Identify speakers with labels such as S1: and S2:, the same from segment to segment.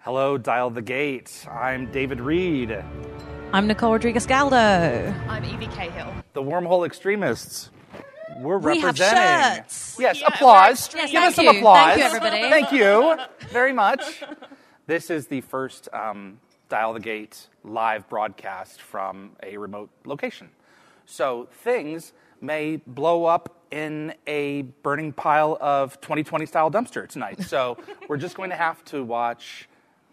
S1: Hello, Dial the Gate. I'm David Reed.
S2: I'm Nicole Rodriguez Galdo.
S3: I'm E Evie Cahill.
S1: The Wormhole Extremists. We're
S2: We have
S1: representing.
S2: shirts.
S1: Yes,
S3: Yeah,
S1: applause.
S3: we're extreme.
S1: Give us
S2: Yes,
S1: some
S2: thank you.
S1: applause.
S2: Thank you, everybody.
S1: Thank you very much. This is the first um, Dial the Gate live broadcast from a remote location. So things may blow up in a burning pile of 2020 style dumpster tonight. So we're just going to have to watch,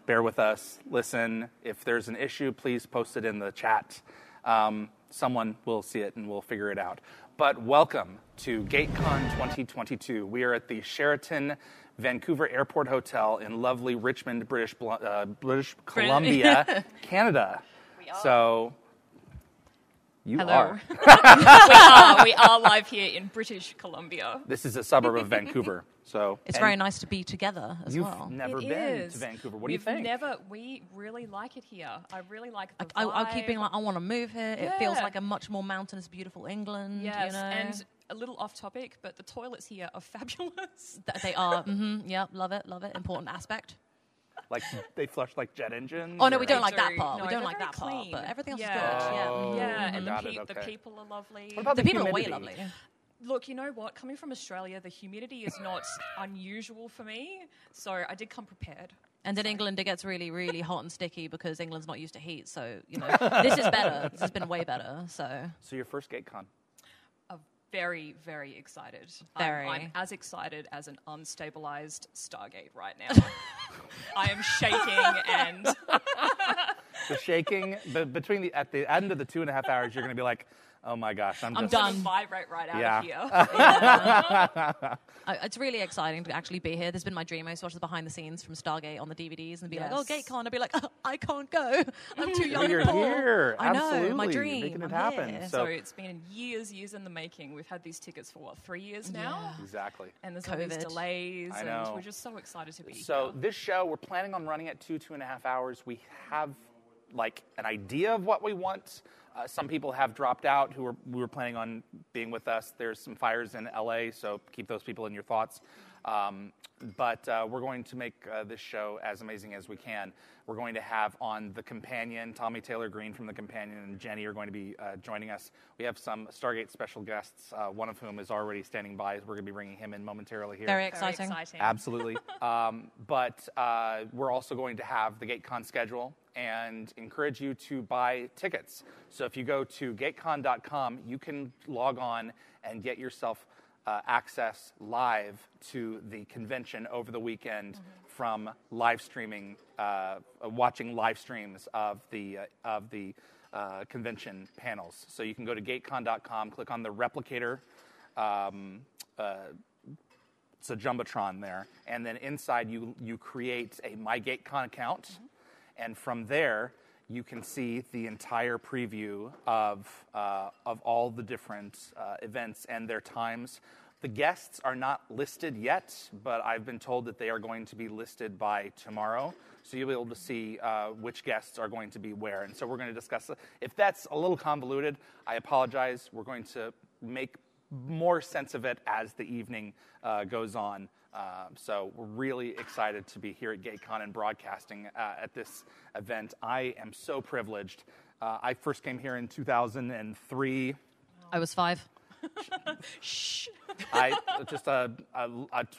S1: bear with us, listen. If there's an issue, please post it in the chat. Um, someone will see it and we'll figure it out. But welcome to GateCon 2022. We are at the Sheraton Vancouver Airport Hotel in lovely Richmond, British, Blo- uh, British Columbia, Canada. So you
S3: Hello.
S1: are.
S3: we are. We are live here in British Columbia.
S1: This is a suburb of Vancouver. So
S2: It's
S1: and
S2: very nice to be together as
S1: You've
S2: well.
S1: never
S3: It
S1: been
S3: is.
S1: to Vancouver. What
S3: We've
S1: do you think?
S3: Never. We really like it here. I really like the
S2: I,
S3: vibe.
S2: I keep being like, I want to move here. It feels
S3: Yeah.
S2: like a much more mountainous, beautiful England.
S3: yes,
S2: you know?
S3: and a little off topic, but the toilets here are fabulous.
S2: Th- they are. hmm yeah, love it, love it. Important aspect.
S1: like they flush like jet engines.
S2: Oh no, we
S1: or-
S2: don't like that
S3: do.
S2: part. we
S3: No,
S2: don't
S3: they're
S2: like
S3: very
S2: that
S3: clean.
S2: part. But everything else is
S3: Yeah.
S2: good. Yeah. mhm.
S3: yeah, and
S1: Got
S3: the,
S1: Oh, it,
S3: pe- the
S1: okay.
S3: people are lovely.
S1: What about
S2: The,
S1: the,
S2: people
S1: humidity?
S2: are way lovely.
S3: Look, you know what? Coming from Australia, the humidity is not unusual for me, so I did come prepared.
S2: And in England, it gets really, really hot and sticky because England's not used to heat. So you know, this is better. This has been way better. So
S1: So your first GateCon.
S3: are very, very excited.
S2: Very.
S3: I'm, I'm as excited as an unstabilized Stargate right now. I am shaking and
S1: The shaking, but between the at the end of the two and a half hours, you're going to be like, oh my gosh, I'm,
S2: I'm
S1: just,
S2: done.
S3: vibrate right out
S1: Yeah.
S3: of here.
S2: I, it's really exciting to actually be here. This has been my dream. I used to watch the behind the scenes from Stargate on the DVDs and be like, "Oh,
S3: Yes.
S2: GateCon." I'd be like, "Oh, "I can't go. I'm too young."
S1: But
S2: and
S1: you're
S2: poor."
S1: here.
S2: I know
S1: Absolutely.
S2: my
S1: You're
S2: dream.
S1: Making it
S2: I'm
S1: happen.
S2: here.
S3: so
S1: So
S3: it's been years, years in the making. We've had these tickets for what, three years now?
S1: exactly.
S3: And there's all these
S2: COVID.
S3: delays,
S1: I know.
S3: and we're just so excited to be
S1: So
S3: here.
S1: this show, we're planning on running at two, two and a half hours. We have like an idea of what we want. Uh, some people have dropped out who were we were planning on being with us. There's some fires in LA, so keep those people in your thoughts. Um, but uh, we're going to make uh, this show as amazing as we can. We're going to have on the companion Tommy Taylor Green from the companion and Jenny are going to be uh, joining us. We have some Stargate special guests, uh, one of whom is already standing by. We're going to be bringing him in momentarily here.
S2: Very
S3: Very
S2: exciting.
S3: exciting.
S1: Absolutely. um, but uh, we're also going to have the GateCon schedule and encourage you to buy tickets. So if you go to gatecon.com, you can log on and get yourself uh, access live to the convention over the weekend from live streaming, uh, uh, watching live streams of the uh, of the uh, convention panels. So you can go to gatecon.com, click on the replicator. Um, uh, it's a jumbotron there, and then inside you you create a MyGateCon account, and from there you can see the entire preview of uh, of all the different uh, events and their times. The guests are not listed yet, but I've been told that they are going to be listed by tomorrow. So you'll be able to see uh, which guests are going to be where. And so we're going to discuss. If that's a little convoluted, I apologize. We're going to make more sense of it as the evening uh, goes on. Um, so we're really excited to be here at GayCon and broadcasting uh, at this event. I am so privileged. Uh, I first came here in 2003.
S2: I was five.
S1: I just a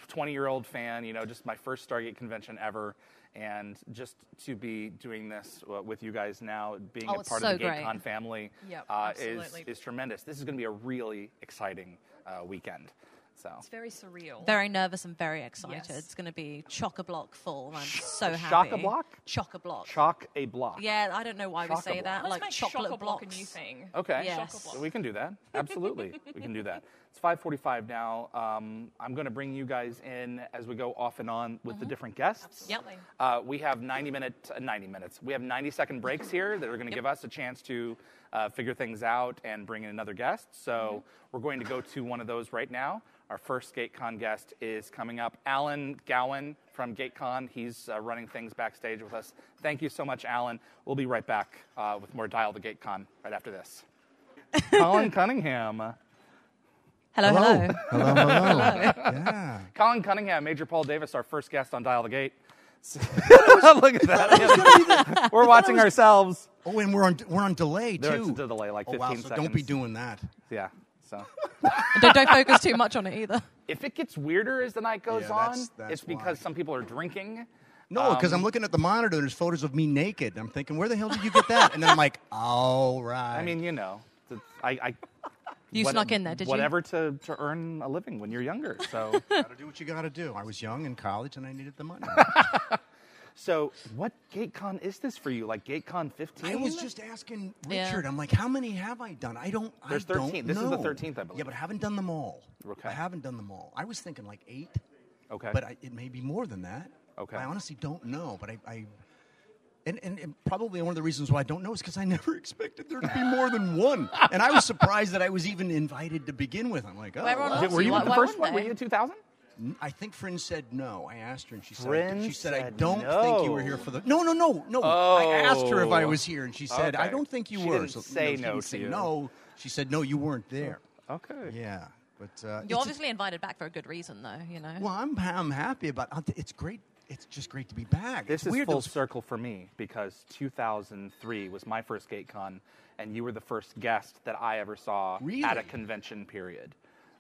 S1: 20 year old fan, you know, just my first Stargate convention ever, and just to be doing this uh, with you guys now, being
S2: Oh,
S1: a
S2: it's
S1: part
S2: so
S1: of the
S2: great.
S1: GateCon family,
S3: Yep,
S1: uh, is
S3: absolutely.
S1: is tremendous. This is going to be a really exciting uh, weekend. So
S3: It's very surreal.
S2: Very nervous and very excited.
S3: Yes.
S2: It's going to be chock a block full. And I'm so happy.
S1: chock-a-block?
S2: Chock a block.
S1: chalk a block.
S2: yeah, I don't know why we say
S1: Chock-a-block.
S2: that.
S3: Let's
S2: like
S3: make
S2: chocolate
S3: Chocolate Block a
S2: blocks.
S3: new thing.
S1: Okay.
S2: Yes.
S1: We can do that. Absolutely. we can do that. It's 5:45 now. Um, I'm going to bring you guys in as we go off and on with the different guests.
S2: Yep.
S1: Uh, we have 90 minute, uh, 90 minutes. We have 90 second breaks here that are going to give us a chance to uh, figure things out and bring in another guest. So we're going to go to one of those right now. Our first GateCon guest is coming up, Alan Gowan from GateCon. He's uh, running things backstage with us. Thank you so much, Alan. We'll be right back uh, with more Dial the GateCon right after this. Colin Cunningham. Oh,
S2: Hello, hello.
S4: Hello, hello. yeah.
S1: Colin Cunningham, Major Paul Davis, our first guest on Dial the Gate. Look at that. We're watching ourselves.
S4: Oh, and we're on we're on delay too.
S1: There it's a delay, like
S4: oh wow!
S1: 15
S4: So don't be
S1: seconds.
S4: doing that.
S1: Yeah. So
S2: don't, don't focus too much on it either.
S1: if it gets weirder as the night goes
S4: Yeah,
S1: on,
S4: that's- that's
S1: it's because
S4: why.
S1: some people are drinking.
S4: No, because
S1: um,
S4: I'm looking at the monitor. There's photos of me naked. I'm thinking, where the hell did you get that? And then I'm like, all right.
S1: I mean, you know, th- I. I
S2: You snuck in there, did you?
S1: whatever Whatever to, to earn a living when you're younger. So,
S4: gotta do what you gotta do. I was young in college and I needed the money.
S1: so what GateCon is this for you? Like GateCon 15?
S4: I was just asking
S2: Yeah.
S4: Richard. I'm like, how many have I done? I don't.
S1: There's
S4: I don't
S1: 13. This is the
S4: know.
S1: 13th, I believe.
S4: Yeah, but I haven't done them all.
S1: Okay.
S4: I haven't done them all. I was thinking like eight,
S1: okay.
S4: but I, it may be more than that.
S1: Okay.
S4: I honestly don't know, but I. I and, and, and probably one of the reasons why I don't know is because I never expected there to be more than one, and I was surprised that I was even invited to begin with. I'm like, oh,
S2: Well, everyone
S4: wow.
S2: loves
S1: were you
S2: Why-
S1: at the
S2: why
S1: first
S2: wouldn't
S1: one? Were
S2: they?
S1: you 2000?
S4: I think Fryn said no. I asked her, and she said,
S1: Fryn
S4: she said, I
S1: said
S4: don't think you were
S1: no. Oh.
S4: here for the. No, no, no, no. I asked her if I was here, and she said, I
S1: Okay.
S4: don't think you
S1: She
S4: were.
S1: didn't say
S4: she
S1: no
S4: didn't
S1: to
S4: say
S1: you.
S4: No, she said no. You weren't there.
S1: Okay.
S4: Yeah, but uh, it's a-
S2: You're obviously invited back for a good reason, though. You know.
S4: well, I'm ha- I'm happy about. I'll t- It's great. It's just great to be back.
S1: This
S4: it's
S1: is
S4: weird
S1: full
S4: those-
S1: circle for me because 2003 was my first GateCon, and you were the first guest that I ever saw at a
S4: Really?
S1: convention period.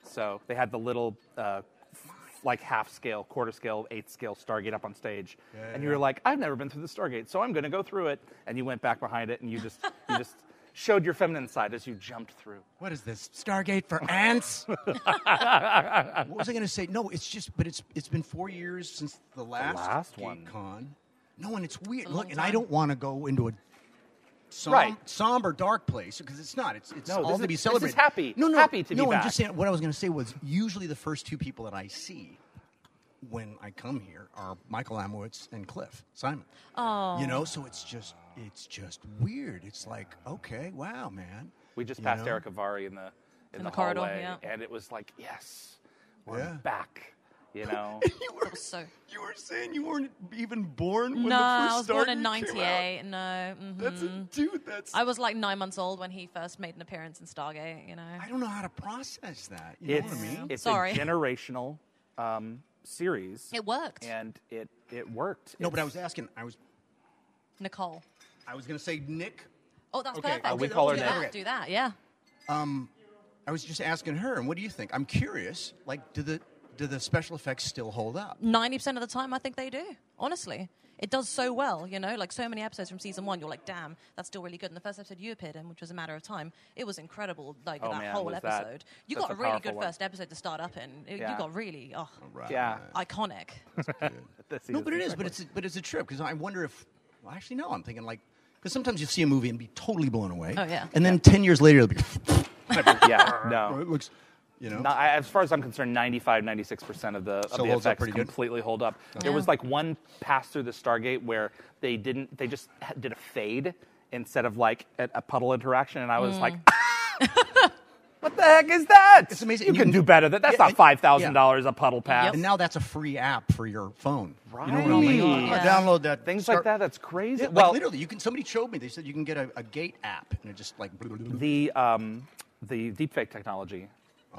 S1: So they had the little, uh, f- like half scale, quarter scale, eighth scale Stargate up on stage, and you were like, "I've never been through the Stargate, so I'm going to go through it." And you went back behind it, and you just, you just showed your feminine side as you jumped through.
S4: What is this? Stargate for ants? what was I going to say? No, it's just. But it's it's been four years since the last
S1: last one.
S4: con. No, and it's weird.
S2: a
S4: Look,
S2: long
S4: and I
S2: time.
S4: don't want to go into a. Som-
S1: Right.
S4: somber, dark place because it's not. It's it's
S1: No,
S4: all
S1: this
S4: to be
S1: is- this is
S4: celebrated.
S1: happy-
S4: no, no,
S1: happy to be
S4: no. I'm
S1: back.
S4: just saying. What I was going to say was usually the first two people that I see when I come here are Michael Amowitz and Cliff Simon. Oh, you know, so it's just it's just weird. It's like okay, wow, man.
S1: We just
S4: You
S1: passed
S4: know?
S1: Eric Avari in the in,
S2: In the corridor,
S1: hallway,
S2: yeah.
S1: and it was like, "Yes, we're
S4: Yeah.
S1: back." You know.
S4: You were,
S2: So-
S4: you were saying you weren't even born
S2: no,
S4: when the first
S2: I was born
S4: Stargate
S2: in
S4: came out.
S2: '98. No, mhm.
S4: That's a, dude. That's
S2: I was like nine months old when he first made an appearance in Stargate. You know.
S4: I don't know how to process that. You know
S1: It's,
S4: what I mean?
S1: it's
S2: Sorry.
S1: a generational um, series.
S2: It worked.
S1: And it, it worked.
S4: No, but I was
S1: It's-
S4: asking. I was
S2: Nicole.
S4: I was gonna say Nick.
S2: Oh, that's
S4: Okay,
S2: perfect.
S4: uh,
S1: we
S2: do
S1: call
S2: that,
S1: her
S2: do
S1: Nick.
S2: that. Do that. Yeah.
S4: um, I was just asking her, and what do you think? I'm curious. Like, do the do the special effects still hold up?
S2: ninety percent of the time, I think they do. Honestly, it does so well. You know, like so many episodes from season one, you're like, damn, that's still really good. And the first episode you appeared in, which was a matter of time, it was incredible. Like
S1: Oh,
S2: that
S1: man,
S2: whole
S1: was that-
S2: episode, you
S1: that's
S2: got a
S1: a
S2: really
S1: powerful
S2: good
S1: one.
S2: first episode to start up in. It-
S1: Yeah.
S2: You got really oh
S4: Right.
S1: Yeah.
S2: iconic.
S1: This
S4: No, but it is.
S1: exactly.
S4: But it's a, but it's a trip because I wonder if. Well, actually, no. I'm thinking like because sometimes you see a movie and be totally blown away.
S2: Oh, yeah.
S4: And then ten years later, it'll be.
S1: yeah,
S4: "Oh,
S1: no.
S4: it looks, you know.
S1: No, I- as far as I'm concerned, 95, 96% of the, of
S4: So
S1: the
S4: holds up
S1: effects
S4: pretty good?
S1: completely hold up. There was
S2: Yeah.
S1: like one pass through the Stargate where they didn't, they just ha- did a fade instead of like a, a puddle interaction. And I was like,
S2: Hmm.
S1: what the heck is that? It's
S4: amazing.
S1: You,
S4: You
S1: can,
S4: can-
S1: do better. than- That's
S4: Yeah,
S1: not
S4: and-
S1: $5,000 a puddle pass.
S4: and now that's a free app for your phone. You know what I
S1: Right.
S4: mean?
S1: Oh my
S2: God.
S4: Download that.
S1: Things
S4: start-
S1: like that, that's crazy.
S4: Yeah, like,
S1: well,
S4: literally, you can. Somebody showed me. They said you can get a, a gate app, and it just like.
S1: the um, the deepfake technology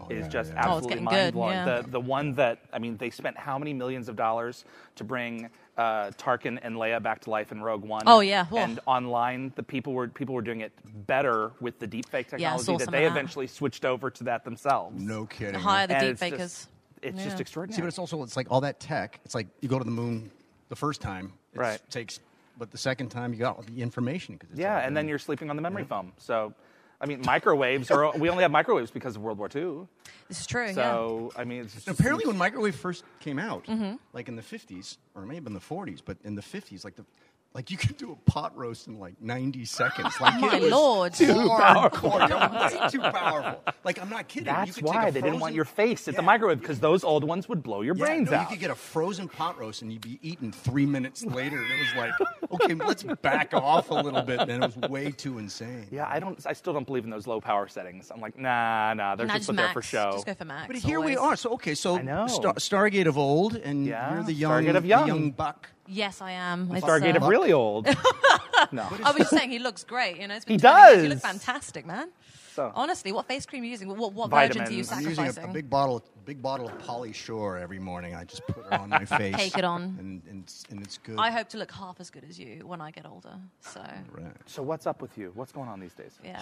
S1: is
S4: yeah,
S1: just
S4: yeah. Oh, it's
S1: absolutely
S2: getting
S1: mind
S2: good,
S1: blowing.
S2: yeah.
S1: The the one that I mean, they spent how many millions of dollars to bring uh, Tarkin and Leia back to life in Rogue One?
S2: Oh, yeah. Whoa.
S1: and online the people were people were doing it better with the deepfake technology
S2: Yeah, I saw some
S1: that
S2: of
S1: they
S2: that.
S1: eventually switched over to that themselves.
S4: no kidding.
S2: Hire the
S1: And
S2: deep
S1: it's just-
S2: fakers.
S1: It's
S2: Yeah.
S1: just
S4: See, but
S1: extraordinary.
S4: it's also it's like all that tech. It's like you go to the moon the first time, it
S1: Right.
S4: Takes, but the second time you got all the information because
S1: Yeah, and then you're sleeping on the memory foam. So, I mean, microwaves are we only have microwaves because of World War II.
S2: This is true. yeah.
S1: So, I mean, it's just,
S4: apparently
S2: Mm-hmm.
S4: when microwave first came out, like in the 50s or maybe in the 40s, but in the 50s, like the Like you can do a pot roast in like 90 seconds. Like
S2: My
S4: it was
S2: lord.
S4: too
S2: Too
S4: powerful. Way too powerful. Like I'm not kidding. You
S1: That's
S4: could take a
S1: why they didn't want
S4: frozen-
S1: your face at the
S4: Yeah.
S1: microwave because those old ones would blow your
S4: Yeah,
S1: brains
S4: no,
S1: out.
S4: You could get a frozen pot roast and you'd be eaten three minutes later, and it was like, okay, let's back off a little bit. Man, it was way too insane.
S1: yeah, I don't. I still don't believe in those low power settings. I'm like, nah, nah. They're
S2: Nah,
S1: just, put there for
S2: Max.
S1: show.
S2: Just go for Max.
S4: But here we
S2: always.
S4: are. So okay, so
S1: I know.
S4: Star- Stargate of old, and
S1: Yeah,
S4: you're the young,
S1: Stargate of
S4: the
S1: young.
S4: buck.
S2: Yes, I am. It's,
S1: Stargate
S2: uh,
S1: of really old. no.
S2: I was just saying he looks great. You know, it's been
S1: He
S2: 20 years. You look
S1: does.
S2: fantastic, man.
S1: So-
S2: Honestly, what face cream are you using? What, what virgins are you
S1: Vitamins.
S4: I'm
S2: sacrificing?
S4: using a, a big bottle, big bottle of Polly Shore every morning. I just put her on my face.
S2: Take it on.
S4: and and, it's- and it's good.
S2: I hope to look half as good as you when I get older. So,
S4: Right.
S1: So what's up with you? What's going on these days?
S2: yeah.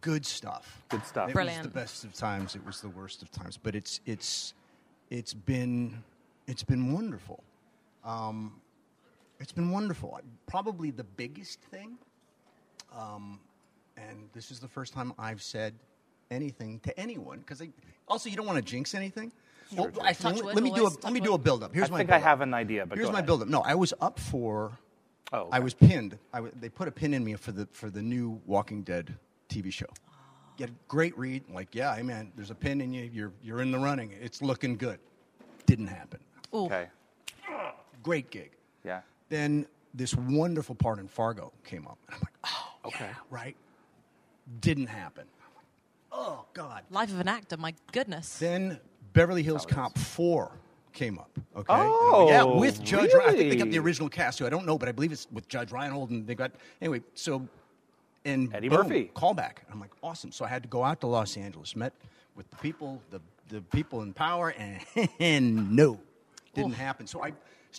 S4: good stuff.
S1: Good stuff.
S4: It was
S2: Brilliant.
S4: the best of times. It was the worst of times. But it's it's it's been it's been wonderful. Um, it's been wonderful. Probably the biggest thing. Um, and this is the first time I've said anything to anyone because also you don't want to jinx anything. Well, I-
S2: Touch
S4: let,
S2: wood,
S4: me do a
S2: always
S4: let me
S2: touch
S4: do a
S2: wood.
S4: build up. Here's
S1: I
S4: my
S1: think I
S4: build-up.
S1: have an idea, but
S4: here's
S1: go
S4: my
S1: ahead.
S4: build up. No, I was up for.
S1: Oh,
S4: I
S1: okay.
S4: was pinned. I w- they put a pin in me for the for the new Walking Dead TV show. You had a great read. Like, yeah, hey man, there's a pin in you. You're you're in the running. It's looking good. Didn't happen.
S2: Ooh.
S1: Okay.
S4: Great gig.
S1: Yeah.
S4: Then this wonderful part in Fargo came up, and I'm like, oh,
S1: Okay.
S4: yeah, right. Didn't happen. Oh God.
S2: Life of an actor, my goodness.
S4: Then Beverly Hills Cop 4 came up. Okay.
S1: Oh,
S4: yeah, with Judge Ryan. I think they got
S1: really?
S4: the original cast, who I don't know, but I believe it's with Judge Ryan Holden. They got anyway. So and
S1: Eddie
S4: boom,
S1: Murphy.
S4: callback. I'm like, awesome. So I had to go out to Los Angeles, met with the people, the the people in power, and, no, didn't happen. So I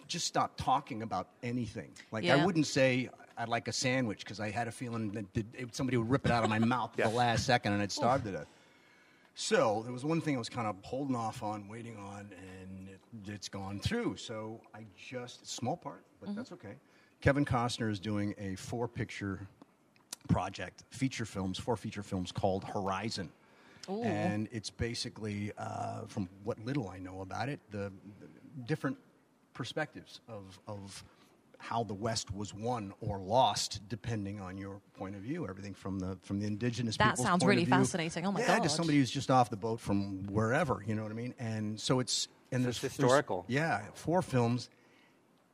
S4: just stopped talking about anything. Like I
S2: Yeah.
S4: wouldn't say. I'd like a sandwich because I had a feeling that did, if somebody would rip it out of my mouth at the last second and I'd starve to death. So there was one thing I was kind of holding off on, waiting on, and it, it's gone through. So I just small part, but that's okay. Kevin Costner is doing a four-picture project, feature films, four feature films called Horizon. And it's basically, uh, from what little I know about it, the, the different perspectives of, of how the West was won or lost, depending on your point of view. Everything from the from the indigenous
S2: That
S4: people's
S2: sounds
S4: point
S2: really
S4: of view,
S2: fascinating. Oh my
S4: yeah, to
S2: God.
S4: somebody who's just off the boat from wherever. You know what I mean? And so it's and there's
S1: it's
S4: there's-
S1: historical.
S4: yeah, four films.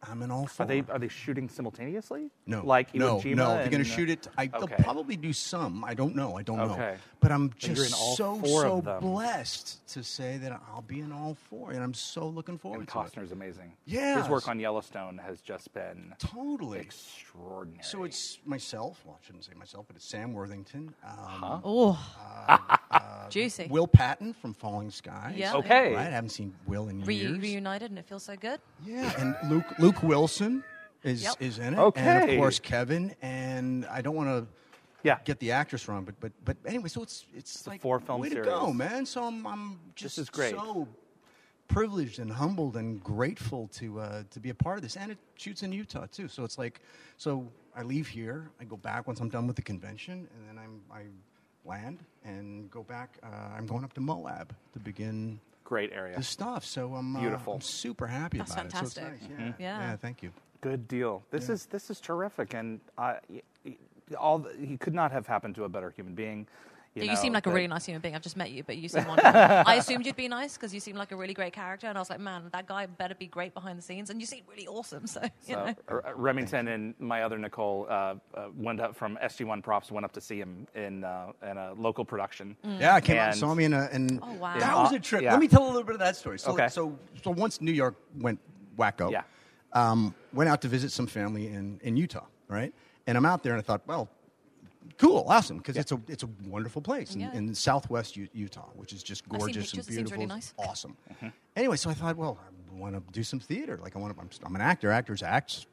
S4: I'm in all four.
S1: Are they are they shooting simultaneously?
S4: No,
S1: Like Iwo
S4: no,
S1: Jima
S4: no. They're going
S1: and-
S4: to shoot it. I,
S1: Okay.
S4: They'll probably do some. I don't know. I don't know.
S1: Okay.
S4: But I'm
S1: you're
S4: just
S1: in all
S4: so
S1: four of
S4: so
S1: them.
S4: blessed to say that I'll be in all four, and I'm so looking forward
S1: And
S4: to it.
S1: Costner's amazing. His
S4: Yes.
S1: work on Yellowstone has just been
S4: Totally.
S1: extraordinary.
S4: So it's myself. Well, I shouldn't say myself, but it's Sam Worthington, um, uh,
S2: Oh. Juicy.
S4: Will Patton from Falling Skies.
S2: Yeah.
S1: okay.
S4: Right. I haven't seen Will in
S2: Re-
S4: years.
S2: reunited and it feels so good.
S4: Yeah, and Luke Luke Wilson is
S2: Yep.
S4: is in it, and
S1: Okay.
S4: of course Kevin. And I don't want to
S1: Yeah.
S4: get the actress wrong, but but but anyway, so it's it's, like
S1: four-film
S4: way
S1: series.
S4: to go, man. So I'm I'm just
S1: is great.
S4: so privileged and humbled and grateful to uh, to be a part of this. And it shoots in Utah too, so it's like so I leave here, I go back once I'm done with the convention, and then I'm I land and go back. Uh, I'm going up to Moab to begin.
S1: Great area.
S4: The stuff, so I'm uh,
S1: Beautiful.
S4: I'm super happy
S2: That's
S4: about it. So it's
S2: fantastic.
S4: nice.
S2: Yeah.
S4: Yeah. yeah, Thank you.
S1: Good deal. This is this is terrific, and uh, y- y- all the, he could not have happened to a better human being. You,
S2: You,
S1: know,
S2: seem like a
S1: that-
S2: really nice human being. I've just met you, but you seem wonderful. I assumed you'd be nice because you seem like a really great character, and I was like, man, that guy better be great behind the scenes, and you seem really awesome. So, you
S1: uh,
S2: know,
S1: R- R- Remington and my other Nicole uh, uh, went up from SG1 Props, went up to see him in uh, in a local production.
S4: Yeah, I came out
S1: And-
S4: and saw me in a. In,
S2: Mm. Oh, wow.
S4: That
S1: In-
S4: was a trip.
S1: yeah.
S4: Let me tell a little bit of that story. So,
S1: Okay.
S4: so, so once New York went wacko,
S1: Yeah.
S4: um, went out to visit some family in, in Utah, right? And I'm out there and I thought, well, cool, awesome, because it's, a, it's a wonderful place in,
S2: Yeah.
S4: in southwest U- Utah, which is just
S2: I've seen
S4: gorgeous and
S2: pictures. It seems
S4: beautiful.
S2: really
S4: It's
S2: nice.
S4: Awesome. Anyway, so I thought, well, I want to do some theater. Like, I want to, I'm, I'm an actor, actors act.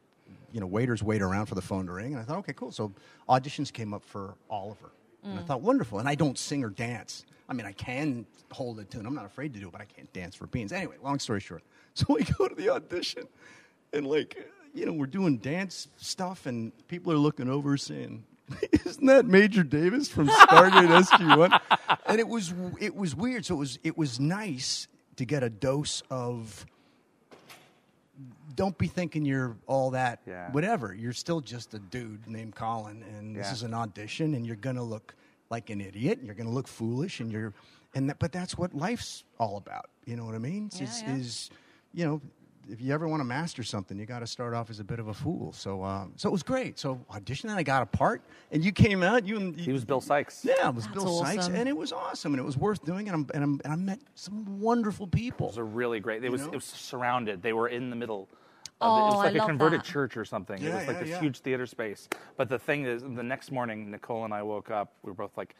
S4: You know, waiters wait around for the phone to ring. And I thought, okay, cool. So auditions came up for Oliver. And I
S5: Mm.
S6: Mm.
S4: thought, wonderful. And I don't sing or dance. I mean, I can hold a tune. I'm not afraid to do it, but I can't dance for beans. Anyway, long story short. So we go to the audition and, like, you know, we're doing dance stuff and people are looking over saying, isn't that Major Davis from Stargate SG1? And it was it was weird. So it was it was nice to get a dose of don't be thinking you're all that
S1: Yeah.
S4: whatever. You're still just a dude named Colin, and this
S1: Yeah.
S4: is an audition, and you're gonna look like an idiot. and You're gonna look foolish, and you're and that, but that's what life's all about. You know what I mean? It's-
S2: Yeah,
S4: is,
S2: yeah.
S4: is you know. If you ever want to master something, you got to start off as a bit of a fool. So, um, so it was great. So auditioned, and I got a part, and you came out. You and
S1: He was Bill Sykes.
S4: yeah, it was
S2: That's
S4: Bill Sykes,
S2: awesome.
S4: and it was awesome, and it was worth doing, and, I'm, and, I'm, and I met some wonderful people.
S1: It was a really great. It was
S4: know?
S1: it was surrounded. They were in the middle.
S2: Oh,
S1: Of it. it
S2: I
S1: was like a
S2: love
S1: converted
S2: that.
S1: church or something. it
S4: Yeah,
S1: was like
S4: yeah,
S1: this
S4: yeah.
S1: huge theater space. But the thing is, the next morning, Nicole and I woke up. We were both like,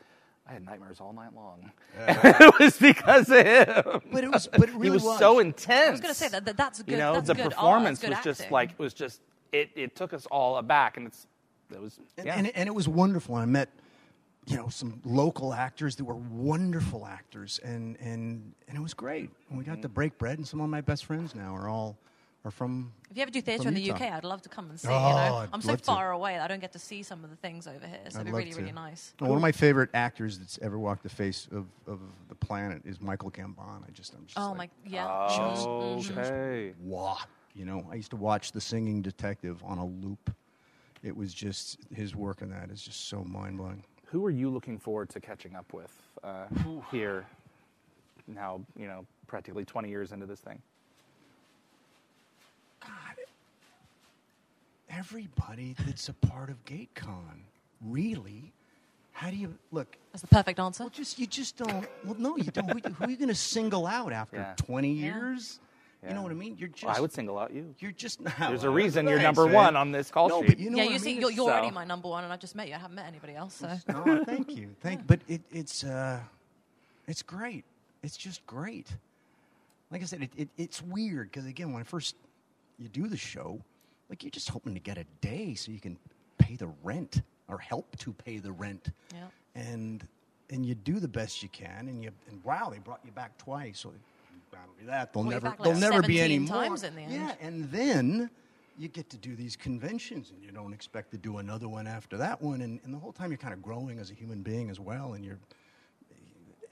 S1: I had nightmares all night long. it was because of him.
S4: But it was, but it really
S1: he was, so intense. I
S2: was gonna say that- that- that's
S1: You
S2: good-
S1: know,
S2: that's
S1: the
S2: good art,
S1: performance
S2: good
S1: was just
S2: acting.
S1: like it was just it. It took us all aback, and it's it was
S4: and,
S1: yeah.
S4: and, it- and it was wonderful. I met, you know, some local actors that were wonderful actors, and and and it was great. And we got
S2: Mm-hmm.
S4: to break bread, and some of my best friends now are all are from.
S2: If you ever do theatre
S4: From
S2: in the
S4: Utah.
S2: UK, I'd love to come and see. you
S4: Oh,
S2: know?
S4: I'd
S2: I'm so
S4: love to.
S2: far away that I don't get to see some of the things over here. So
S4: I'd
S2: it'd be
S4: love
S2: really,
S4: to.
S2: really nice.
S4: Now, One of my favorite actors that's ever walked the face of, of the planet is Michael Gambon. I just, I'm just.
S2: Oh
S4: like, "Ah."
S2: my, yeah.
S1: mm-hmm. okay.
S4: wah. You know, I used to watch The Singing Detective on a loop. It was just his work in that is just so mind blowing.
S1: Who are you looking forward to catching up with uh, here? Now you know practically 20 years into this thing.
S4: Everybody that's a part of GateCon, really? How do you look?
S2: That's the perfect answer.
S4: Just you just don't. Well, no, you don't. Who, who are you going to single out after
S1: Yeah.
S4: 20
S2: Yeah.
S4: years? You
S1: Yeah.
S4: know what I mean? You're just.
S1: Well, I would single out you.
S4: You're just.
S1: There's a reason you're number one on this call
S4: no,
S1: sheet.
S4: But you know
S2: yeah,
S4: what
S2: you
S4: I
S2: see,
S4: mean?
S2: you're,
S4: It's-
S2: you're already
S1: so-
S2: my number one, and I just met you. I haven't met anybody else. So
S4: no, thank you, thank. But it, it's uh, it's great. It's just great. Like I said, it, it, it's weird because again, when I first you do the show, like you're just hoping to get a day so you can pay the rent or help to pay the rent.
S2: Yeah.
S4: And and you do the best you can, and you and wow, they brought you back twice. So that'll be that. They'll
S2: Well, you're
S4: never
S2: back, like,
S4: they'll never be any
S2: 17
S4: more.
S2: times in the end.
S4: Yeah, and then you get to do these conventions and you don't expect to do another one after that one and, and the whole time you're kind of growing as a human being as well and you're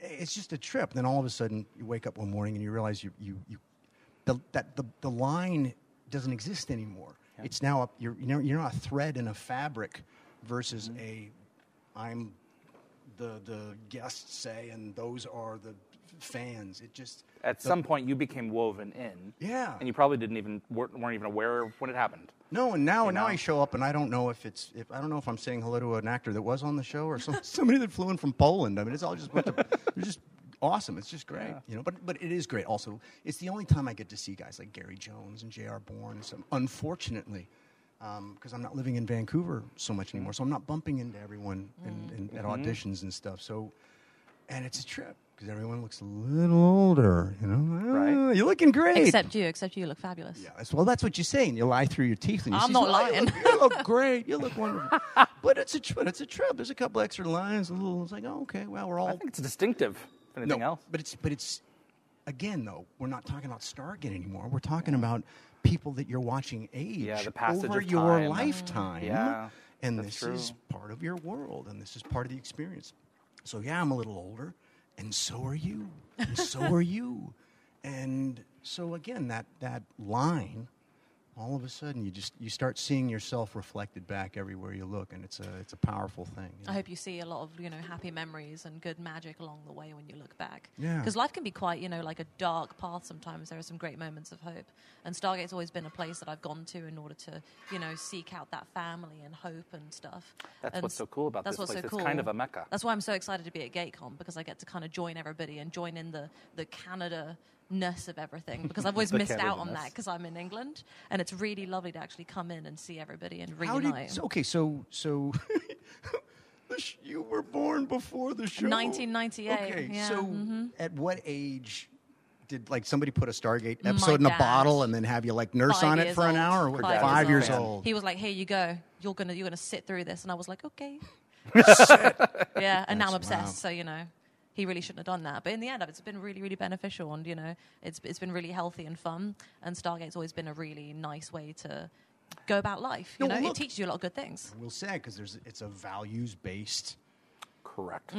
S4: it's just a trip then all of a sudden you wake up one morning and you realize you, you, you the, that the, the line doesn't exist anymore it's now a, you're, you know, you're not a thread in a fabric versus
S1: Mm-hmm.
S4: a i'm the, the guests say and those are the fans it just
S1: At some point, you became woven in.
S4: Yeah.
S1: And you probably didn't even weren't weren't even aware of when it happened.
S4: No, and now and now
S1: know?
S4: I show up and I don't know if it's if I don't know if I'm saying hello to an actor that was on the show or some, somebody that flew in from Poland. I mean, it's all just a bunch of, they're just awesome. It's just great, you know. But but it is great. Also, it's the only time I get to see guys like Gary Jones and J.R. Bourne. And some, unfortunately, because I'm not living in Vancouver so much anymore, so I'm not bumping into everyone in, in, at auditions and stuff. So, and it's a trip because everyone looks a little older, you know.
S1: Right.
S4: "Ah, you're looking great.
S2: except you, except you look fabulous.
S4: Yeah, that's, well, that's what you're saying. You lie through your teeth, and you
S2: I'm
S4: say,
S2: not
S4: "Oh, You
S2: lying."
S4: look, you look great. You look wonderful. but it's a trip. It's a trip. There's a couple extra lines. A little. It's like, oh, okay. Well, we're all.
S1: I think it's distinctive. If anything else?
S4: But it's but it's again though. We're not talking about Stargate anymore. We're talking about people that you're watching age
S1: Yeah, the passage
S4: over
S1: of
S4: your
S1: time.
S4: lifetime.
S1: Yeah,
S4: and
S1: that's
S4: this is
S1: true.
S4: part of your world, and this is part of the experience. So yeah, I'm a little older, and so are you, and so are you, and so again that that line. All of a sudden, you just you start seeing yourself reflected back everywhere you look, and it's a it's a powerful thing. you
S2: I
S4: know?
S2: hope you see a lot of you know happy memories and good magic along the way when you look back.
S4: Yeah.
S2: Because life can be quite you know like a dark path sometimes. There are some great moments of hope, and Stargate's always been a place that I've gone to in order to you know seek out that family and hope and stuff.
S1: That's
S2: And
S1: what's so cool about
S2: that's
S1: this
S2: what's
S1: place.
S2: So
S1: It's
S2: cool.
S1: kind of a mecca.
S2: That's why I'm so excited to be at GateCon because I get to kind of join everybody and join in the the Canada. Ness of everything because I've always
S1: The
S2: missed out on
S1: Canada-ness.
S2: that because I'm in England and it's really lovely to actually come in and see everybody and
S4: How
S2: reunite.
S4: did, so- okay, so so the sh- you were born before the show.
S2: 1998,
S4: Okay,
S2: yeah, mm-hmm.
S4: so at what age did like somebody put a Stargate
S2: My
S4: episode in a
S2: dad.
S4: bottle and then have you like nurse
S2: Five
S4: on it
S2: years
S4: for an
S2: old.
S4: hour? Or what?
S2: Five
S4: years
S2: years
S4: old.
S1: old.
S2: He was like, "Here you go. You're gonna you're gonna sit through this," and I was like, "Okay." yeah, and now I'm
S4: That's- wow.
S2: obsessed. So you know, he really shouldn't have done that. But in the end, it's been really really beneficial, and you know, it's it's been really healthy and fun. And Stargate's always been a really nice way to go about life. You
S4: No,
S2: know,
S4: look-
S2: it teaches you a lot of good things.
S4: We'll say because there's it's a values based
S2: Mm-hmm.
S1: Correct.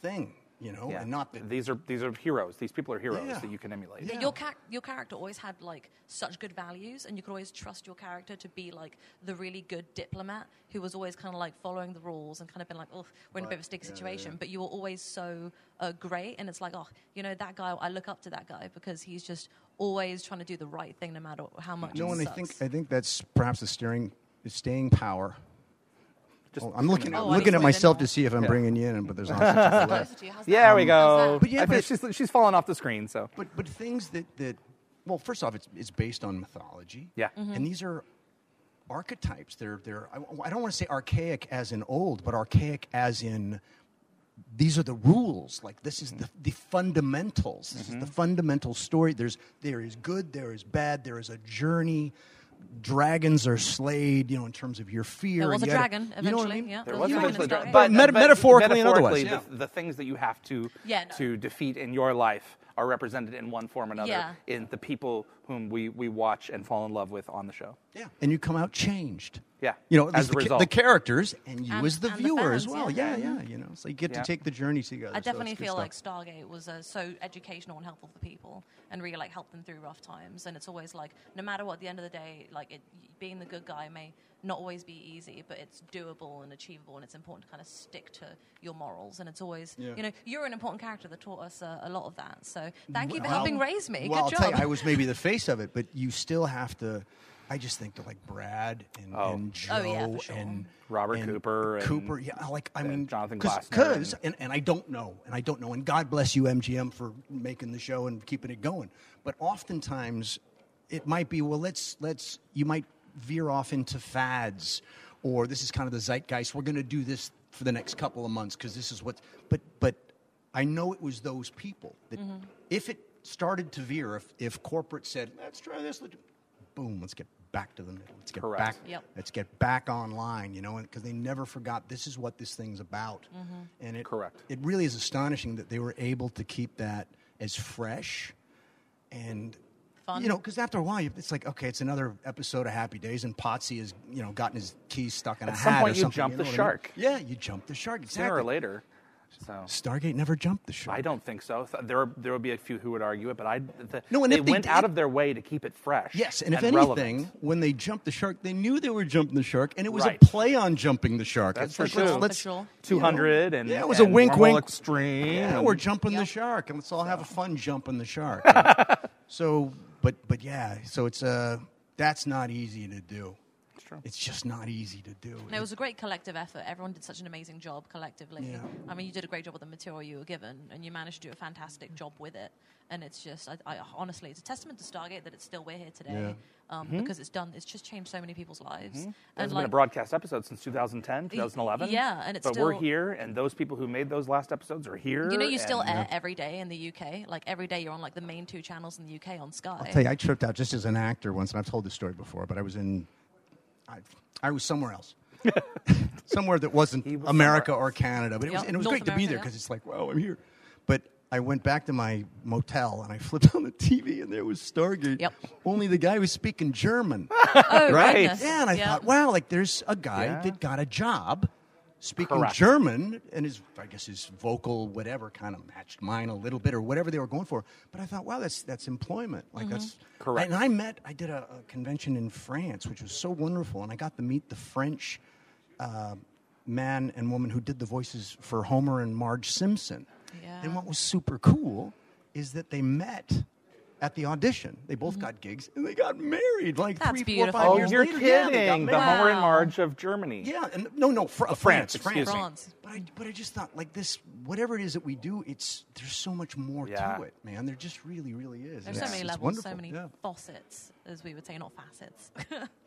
S4: thing. you know,
S1: Yeah.
S4: and not that
S1: these are these are heroes. These people are heroes
S4: Yeah.
S1: that you can emulate.
S4: Yeah.
S2: Your, char- your character always had like such good values, and you could always trust your character to be like the really good diplomat who was always kind of like following the rules and kind of been like, oh, we're in a bit of a sticky situation. But you were always so uh, great, and it's like, oh, you know that guy. I look up to that guy because he's just always trying to do the right thing, no matter how much.
S4: No,
S2: it
S4: and I
S2: sucks.
S4: think I think that's perhaps the steering, the staying power.
S1: Just
S4: Oh, I'm looking
S2: Oh, I
S4: looking at
S2: see.
S4: myself to see if I'm bringing you in, but there's not such a
S2: Closer
S4: left.
S2: to you, how's
S1: There
S2: that?
S1: we
S2: How's
S1: go.
S2: that?
S4: But yeah,
S1: I
S4: but-
S1: think she's she's fallen off the screen. So
S4: But but things that that well, first off, it's it's based on mythology.
S1: Yeah.
S2: Mm-hmm.
S1: Mhm.
S4: and these are archetypes. They're they're I, I don't want to say archaic as in old, but archaic as in these are the rules. Like this
S1: Mm-hmm.
S4: is the, the fundamentals. This is the fundamental story. There's there is good, there is bad, there is a journey. Dragons are slayed, you know, in terms of your fear.
S2: There was
S4: and
S2: a
S4: you gotta-
S2: dragon
S4: You know what I
S2: eventually,
S4: mean?
S2: yeah.
S1: there
S2: Yeah.
S1: was
S2: You
S1: eventually
S2: understand.
S1: dra-
S2: Yeah.
S1: but,
S7: But meta- metaphorically and
S1: metaphorically,
S7: otherwise,
S1: the, the things that you have to
S2: Yeah, no.
S1: to defeat in your life are represented in one form or another
S2: Yeah.
S1: in the people whom we we watch and fall in love with on the show.
S4: Yeah. And you come out changed.
S1: Yeah.
S4: You know, at
S1: As a
S4: least the, ca-
S1: result.
S4: the characters and you
S2: And-
S4: as the
S2: and the
S4: viewer as
S2: fans,
S4: well.
S2: yeah.
S4: Yeah, yeah, You know, so you get
S1: Yeah.
S4: to take the journey together.
S2: I definitely feel
S4: so
S2: like
S4: it's good
S2: Stargate was uh, so educational and helpful for people, and really like helped them through rough times. And it's always like, no matter what, at the end of the day, like it, being the good guy may not always be easy, but it's doable and achievable. And it's important to kind of stick to your morals. And it's always,
S4: Yeah.
S2: you know, you're an important character that taught us uh, a lot of that. So thank you for
S4: Well,
S2: helping raise me.
S4: Well,
S2: Good
S4: I'll
S2: job.
S4: tell you, I was maybe the face of it, but you still have to. I just think that like Brad and, and Joe
S2: Oh, yeah, for sure.
S4: and
S1: Robert
S4: and
S1: Cooper and-
S4: Cooper, yeah, like I
S1: and
S4: mean
S1: Jonathan Glassner
S4: because
S1: and-
S4: and, and I don't know, and I don't know, and God bless you MGM for making the show and keeping it going. But oftentimes, it might be well, let's let's you might veer off into fads, or this is kind of the zeitgeist. We're going to do this for the next couple of months because this is what. But but I know it was those people that
S2: Mm-hmm.
S4: if it started to veer, if if corporate said let's try this, let's do-" boom, let's get back to the middle. Let's get
S1: Correct.
S4: back
S2: Yep.
S4: let's get back online you know because they never forgot this is what this thing's about
S1: Mm-hmm.
S4: and it
S1: Correct.
S4: it really is astonishing that they were able to keep that as fresh and
S2: Fun.
S4: you know because after a while you- it's like okay it's another episode of happy days and potsy has you know gotten his keys stuck in
S1: At
S4: a
S1: some
S4: hat
S1: point
S4: or
S1: you
S4: something
S1: jump
S4: you
S1: the
S4: know what I mean?
S1: shark.
S4: yeah you jump the shark exactly
S1: Sooner or later. So
S4: stargate never jumped the shark
S1: I don't think so. Th- There, are- there will be a few who would argue it, but I. The,
S4: No, and
S1: they
S4: if they
S1: went
S4: did-
S1: out of their way to keep it fresh.
S4: Yes, and if
S1: relevant.
S4: anything, when they jumped the shark, they knew they were jumping the shark, and it was
S1: Right.
S4: a play on jumping the shark.
S1: That's
S4: It's
S1: for
S4: like,
S1: sure.
S4: let's- let's-
S2: For sure.
S4: you know,
S1: 200 and
S4: yeah, it was a wink,
S1: Wormhole
S4: wink.
S1: Extreme.
S4: Yeah,
S1: and-
S4: we're jumping the
S2: Yep.
S4: shark, and let's all have a fun jumping the shark. you know? so, but but yeah, so it's uh that's not easy to do. It's
S1: true.
S4: It's just not easy to do.
S2: And it was a great collective effort. Everyone did such an amazing job collectively.
S4: Yeah.
S2: I mean, you did a great job with the material you were given, and you managed to do a
S4: Mm.
S2: fantastic job with it. And it's just, I, I honestly, it's a testament to Stargate that it's still we're here today, um, because it's done. It's just changed so many people's
S4: Mm-hmm.
S2: lives.
S1: There
S2: And
S1: Mm-hmm. hasn't been a broadcast episode since 2010, 2011.
S2: yeah, and it's
S1: but we're
S2: still-
S1: here, and those people who made those last episodes are here.
S2: you know, you still
S1: and-
S2: air every day in the UK. Like every day, you're on like the main two channels in the UK on Sky.
S4: I'll tell you, I tripped out just as an actor once, and I've told this story before, but I was in, I, I was somewhere else. somewhere that wasn't
S1: was
S4: America
S1: somewhere
S4: or Canada. But it was,
S2: Yeah,
S4: and it was
S2: North
S4: great to be
S2: America,
S4: there
S2: yeah.
S4: because it's like, wow, I'm here. But I went back to my motel and I flipped on the TV and there was Stargate.
S2: Yep.
S4: Only the guy was speaking German.
S2: oh,
S1: Right.
S2: goodness.
S4: Yeah, and I
S2: Yeah.
S4: thought, wow, like there's a guy
S1: Yeah.
S4: that got a job speaking
S1: Correct.
S4: German, and his I guess his vocal whatever kind of matched mine a little bit or whatever they were going for. But I thought, wow, that's that's employment. Like
S2: Mm-hmm.
S4: that's
S1: Correct.
S4: And I met, I did a, a convention in France, which was so wonderful, and I got to meet the French uh, man and woman who did the voices for Homer and Marge Simpson.
S2: Yeah.
S4: And what was super cool is that they met. At the audition, they both got gigs and they got married like
S2: Mm-hmm. That's
S4: three,
S2: beautiful.
S4: four, five
S1: Oh,
S4: years
S1: you're
S4: later. Yeah, they got
S1: kidding! the
S4: married.
S2: Wow.
S1: Homer and Marge of Germany.
S4: Yeah, and no, no, fr- uh,
S1: France,
S4: France,
S1: excuse
S4: France.
S1: me.
S2: France.
S4: But I, but I just thought like this, whatever it is that we do, it's there's so much more
S1: Yeah.
S4: to it, man. There just really, really is.
S2: There's
S4: And
S2: so
S4: it's-
S2: many
S4: it's
S2: levels,
S4: wonderful.
S2: so many
S4: Yeah.
S2: faucets, as we would say, not facets.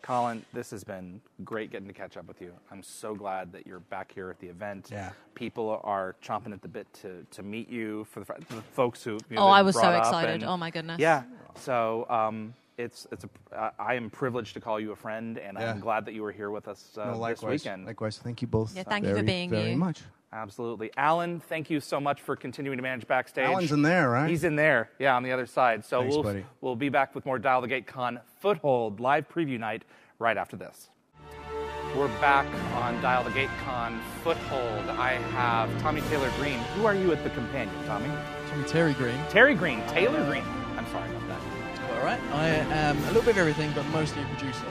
S1: Colin, this has been great getting to catch up with you. I'm so glad that you're back here at the event.
S4: Yeah.
S1: People are chomping at the bit to, to meet you for the, fr- the folks who. you
S2: Oh, I
S1: been
S2: was so
S1: brought up
S2: excited.
S1: and-
S2: Oh, my goodness.
S1: Yeah. So um, it's it's a, uh, I am privileged to call you a friend, and
S4: Yeah.
S1: I'm glad that you were here with us uh,
S4: No,
S1: this
S4: likewise,
S1: weekend.
S4: likewise. Thank you both.
S2: Yeah, thank you for
S4: very,
S2: being
S4: very
S2: you.
S4: much.
S1: Absolutely. Alan, thank you so much for continuing to manage backstage.
S4: Alan's in there, right?
S1: He's in there, yeah, on the other side. So
S4: Thanks,
S1: we'll,
S4: buddy.
S1: we'll be back with more Dial the Gate Con Foothold live preview night right after this. We're back on Dial the Gate Con Foothold. I have Tommy Taylor Green. Who are you at the companion, Tommy?
S7: Tommy Terry Green.
S1: Terry Green, Taylor Green. I'm sorry about that.
S7: All right. I am a little bit of everything, but mostly a producer.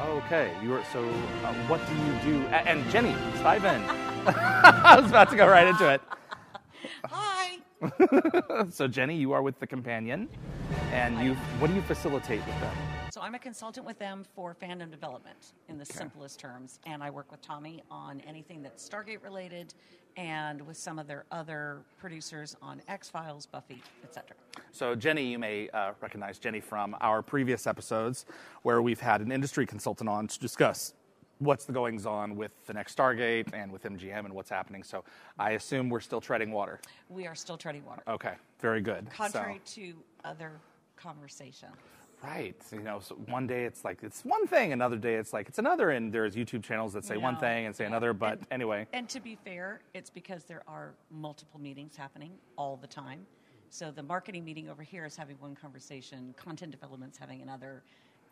S1: Okay, you are. So, uh, what do you do? A- and Jenny Stuyven. I was about to go right into it.
S2: Hi.
S1: So, Jenny, you are with the companion, and you. What do you facilitate with them?
S8: So I'm a consultant with them for fandom development in the simplest terms, and I work with Tommy on anything that's Stargate related, and with some of their other producers on X Files, Buffy, etc.
S1: So, Jenny, you may uh, recognize Jenny from our previous episodes where we've had an industry consultant on to discuss what's the goings on with the next Stargate and with MGM and what's happening. So, I assume we're still treading water.
S8: We are still treading water,
S1: Okay, very good. So-
S8: contrary to other conversation.
S1: Right. You know, so one day it's like it's one thing, another day it's like it's another, and there's YouTube channels that say one
S8: No.
S1: thing and say another, but anyway.
S8: And to be fair, it's because there are multiple meetings happening all the time. So the marketing meeting over here is having one conversation, content development's having another,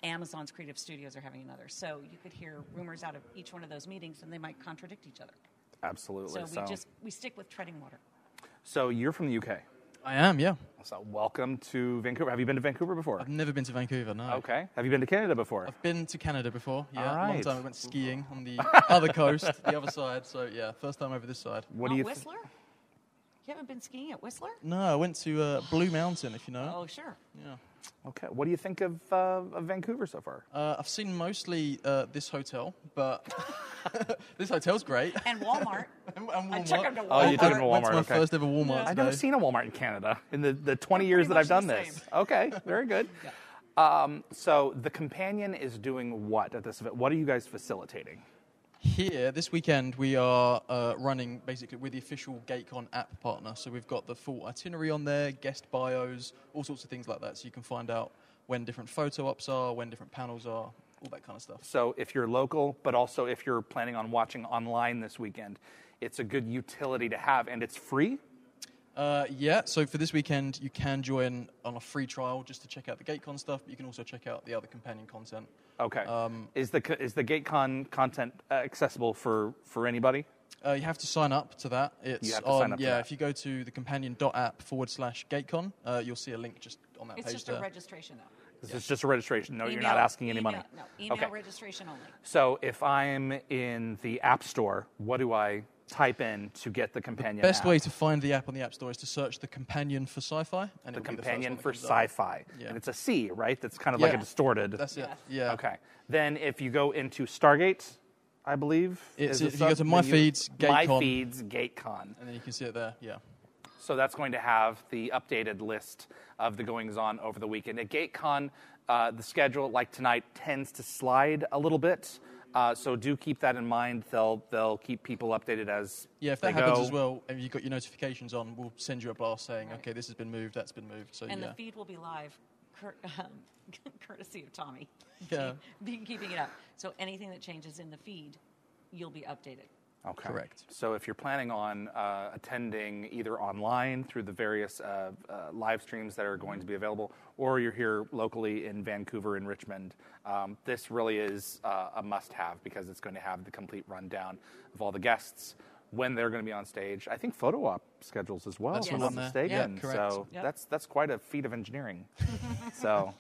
S8: Amazon's creative studios are having another. So you could hear rumors out of each one of those meetings and they might contradict each other.
S1: Absolutely.
S8: So
S1: So, so.
S8: we just we stick with treading water.
S1: you're from the UK.
S7: I am, yeah.
S1: So welcome to Vancouver. Have you been to Vancouver before?
S7: I've never been to Vancouver, no.
S1: Okay. Have you been to Canada before?
S7: I've been to Canada before, yeah. a
S1: All
S7: Long
S1: right.
S7: time. I went skiing on the other coast, the other side. So, yeah, first time over this side.
S1: What
S8: Not
S1: do you think?
S8: Whistler? you haven't been skiing at Whistler?
S7: No, I went to uh, Blue Mountain, if you know. it.
S8: Oh sure.
S1: Okay. What do you think of, uh, of Vancouver so far?
S7: Uh, I've seen mostly uh, this hotel, but this hotelel's great.
S8: And Walmart.
S7: And- and
S8: I took
S7: Walmart.
S8: him to Walmart.
S1: Oh, you took him to
S7: I went
S1: Walmart,
S7: my
S1: okay.
S7: first ever Walmart.
S1: I've
S7: today.
S1: never seen a Walmart in Canada in the, the 20 years that
S8: pretty
S1: I've done
S8: much the
S1: this.
S8: same.
S1: Okay, very good. Um, so the companion is doing what at this event? What are you guys facilitating?
S7: Here, this weekend, we are uh, running basically with the official GateCon app partner. So we've got the full itinerary on there, guest bios, all sorts of things like that. So you can find out when different photo ops are, when different panels are, all that kind of stuff.
S1: So if you're local, but also if you're planning on watching online this weekend, it's a good utility to have, and it's free.
S7: Uh, yeah, so for this weekend, you can join on a free trial just to check out the GateCon stuff, but you can also check out the other companion content.
S1: Okay.
S7: Um,
S1: is the co- is the GateCon content uh, accessible for for anybody?
S7: Uh, you have to sign up to that. It's
S1: You have to
S7: on,
S1: sign up to
S7: yeah.
S1: that.
S7: If you go to the companion.app forward slash gatecon, uh, you'll see a link just on that
S8: It's
S7: page
S8: just
S7: there.
S8: a registration though.
S1: This is just a registration. No, you're
S8: Email-
S1: not asking any
S8: email-
S1: money.
S8: No, email
S1: okay.
S8: registration only.
S1: so if I'm in the App Store, what do I type in to get the companion?
S7: Best
S1: app?
S7: way to find the app on the App Store is to search the companion for sci-fi. And it'll
S1: the
S7: be
S1: companion
S7: the
S1: for
S7: first one that comes up.
S1: sci-fi,
S7: Yeah.
S1: and it's a C, right? That's kind of like a
S7: Yeah.
S1: distorted.
S7: That's it. Yeah.
S1: Okay. Then if you go into Stargate, I believe
S7: It's-
S1: is the
S7: if you go
S1: sub-
S7: to My
S1: then
S7: Feeds,
S1: My
S7: GateCon.
S1: feeds, GateCon.
S7: And then you can see it there. Yeah.
S1: So that's going to have the updated list of the goings on over the weekend. At GateCon, uh, the schedule, like tonight, tends to slide a little bit. Uh, so do keep that in mind. They'll they'll keep people updated as
S7: Yeah. If
S1: they
S7: that happens
S1: go.
S7: as well, and you've got your notifications on, we'll send you a blast saying, okay, this has been moved, that's been moved. So
S8: And
S7: yeah.
S8: the feed will be live, cur- um, courtesy of Tommy.
S7: Yeah.
S8: Be keeping it up. So anything that changes in the feed, you'll be updated.
S1: Okay.
S7: Correct.
S1: So if you're planning on uh, attending either online through the various uh, uh, live streams that are going to be available, or you're here locally in Vancouver and Richmond, um, this really is uh, a must-have because it's going to have the complete rundown of all the guests. When they're going to be on stage, I think photo op schedules as well.
S7: That's
S1: if I'm
S7: one
S1: not
S7: on there. Yeah,
S1: mistaken.
S7: correct.
S1: So
S8: Yep.
S1: that's that's quite a feat of engineering. so,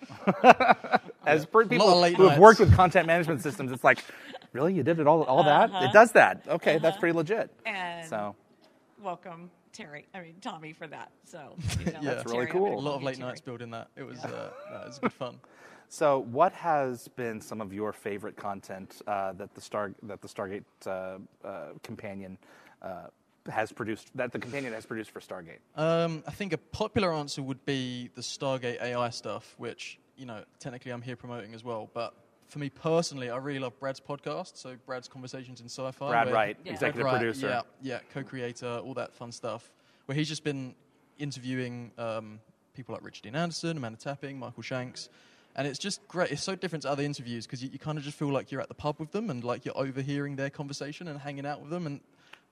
S1: as per people
S7: late
S1: who have
S7: nights.
S1: worked with content management systems, it's like, really, you did it all all that? It does that? Okay, that's pretty legit.
S8: And-
S1: so
S8: Welcome, Terry. I mean Tommy for that. So you know,
S7: That's
S8: Terry,
S1: really
S8: I'm
S1: cool.
S8: gonna
S7: a lot
S8: call
S7: of
S8: you
S7: late
S8: Terry.
S7: nights building that. It was uh, no, it was good fun.
S1: so what has been some of your favorite content uh, that the star that the Stargate uh, uh, companion uh, has produced that the companion has produced for Stargate?
S7: Um, I think a popular answer would be the Stargate AI stuff, which you know technically I'm here promoting as well. But for me personally, I really love Brad's podcast, so Brad's conversations in sci-fi.
S1: Brad
S7: where-
S1: Wright,
S8: Yeah.
S1: executive
S7: Brad Wright,
S1: producer.
S7: yeah, yeah, co-creator, all that fun stuff. Where he's just been interviewing um, people like Richard Dean Anderson, Amanda Tapping, Michael Shanks. And it's just great. It's so different to other interviews because you, you kind of just feel like you're at the pub with them and like you're overhearing their conversation and hanging out with them. And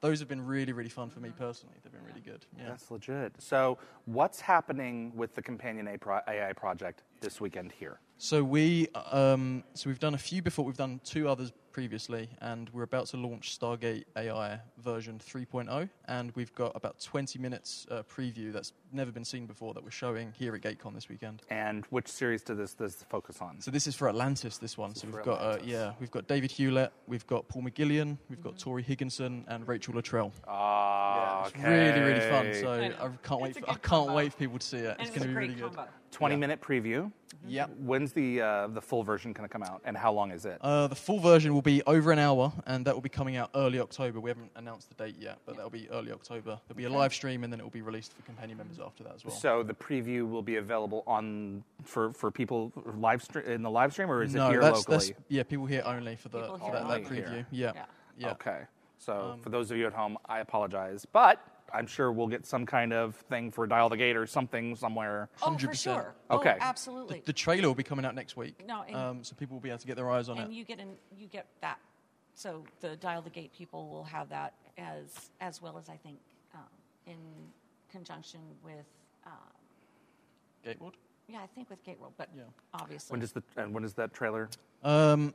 S7: those have been really, really fun for me personally. They've been really good. Yeah.
S1: That's legit. So what's happening with the companion AI pro- AI project this weekend here?
S7: So we um, so we've done a few before. We've done two others previously, and we're about to launch Stargate AI version 3.0. And we've got about 20 minutes uh, preview that's never been seen before that we're showing here at GateCon this weekend.
S1: And which series does this, does this focus on?
S7: So this is for Atlantis. This one. so
S1: for
S7: we've got uh,
S1: Atlantis. Mm-hmm.
S7: yeah, we've got David Hewlett, we've got Paul McGillion, we've got Tori Higginson, and Rachel Luttrell.
S1: Ah,
S7: It's really really fun.
S1: okay.
S7: So I,
S8: know.
S7: can't
S8: It's a
S7: wait. For, I
S8: good
S7: can't
S8: combo.
S7: wait for people to see it.
S8: And
S7: it's going to
S8: a
S7: be
S8: great
S7: really good. Mm-hmm.
S8: combo.
S1: 20 minute preview.
S7: Yeah.
S1: When's the uh, the full version going to come out, and how long is it?
S7: Uh, the full version will be over an hour, and that will be coming out early October. We haven't announced the date yet, but that'll be early October. There'll be a live stream, and then it will be released for companion members after that as well.
S1: so the preview will be available on for, for people live stre- in the live stream, or is
S7: no,
S1: it here
S7: that's,
S1: locally?
S7: that's yeah, people here only for the
S8: People
S7: for
S8: here
S7: that, that
S1: only.
S7: preview.
S1: Here.
S7: Yeah,
S8: Yeah. Oh,
S7: yeah. Um,
S1: Okay. So for those of you at home, I apologize, but I'm sure we'll get some kind of thing for Dial the Gate or something somewhere.
S8: Oh, for
S7: 100%.
S8: sure.
S1: Okay.
S8: Oh, absolutely.
S7: The trailer will be coming out next week,
S8: No, and-
S7: um, so people will be able to get their eyes on it.
S8: and you get an, you get that. So the dial the gate people will have that as as well as I think um, in conjunction with um,
S7: Gatewood.
S8: yeah I think with Gate World, but
S7: Yeah.
S8: obviously
S1: When does the and when is that trailer?
S7: Um,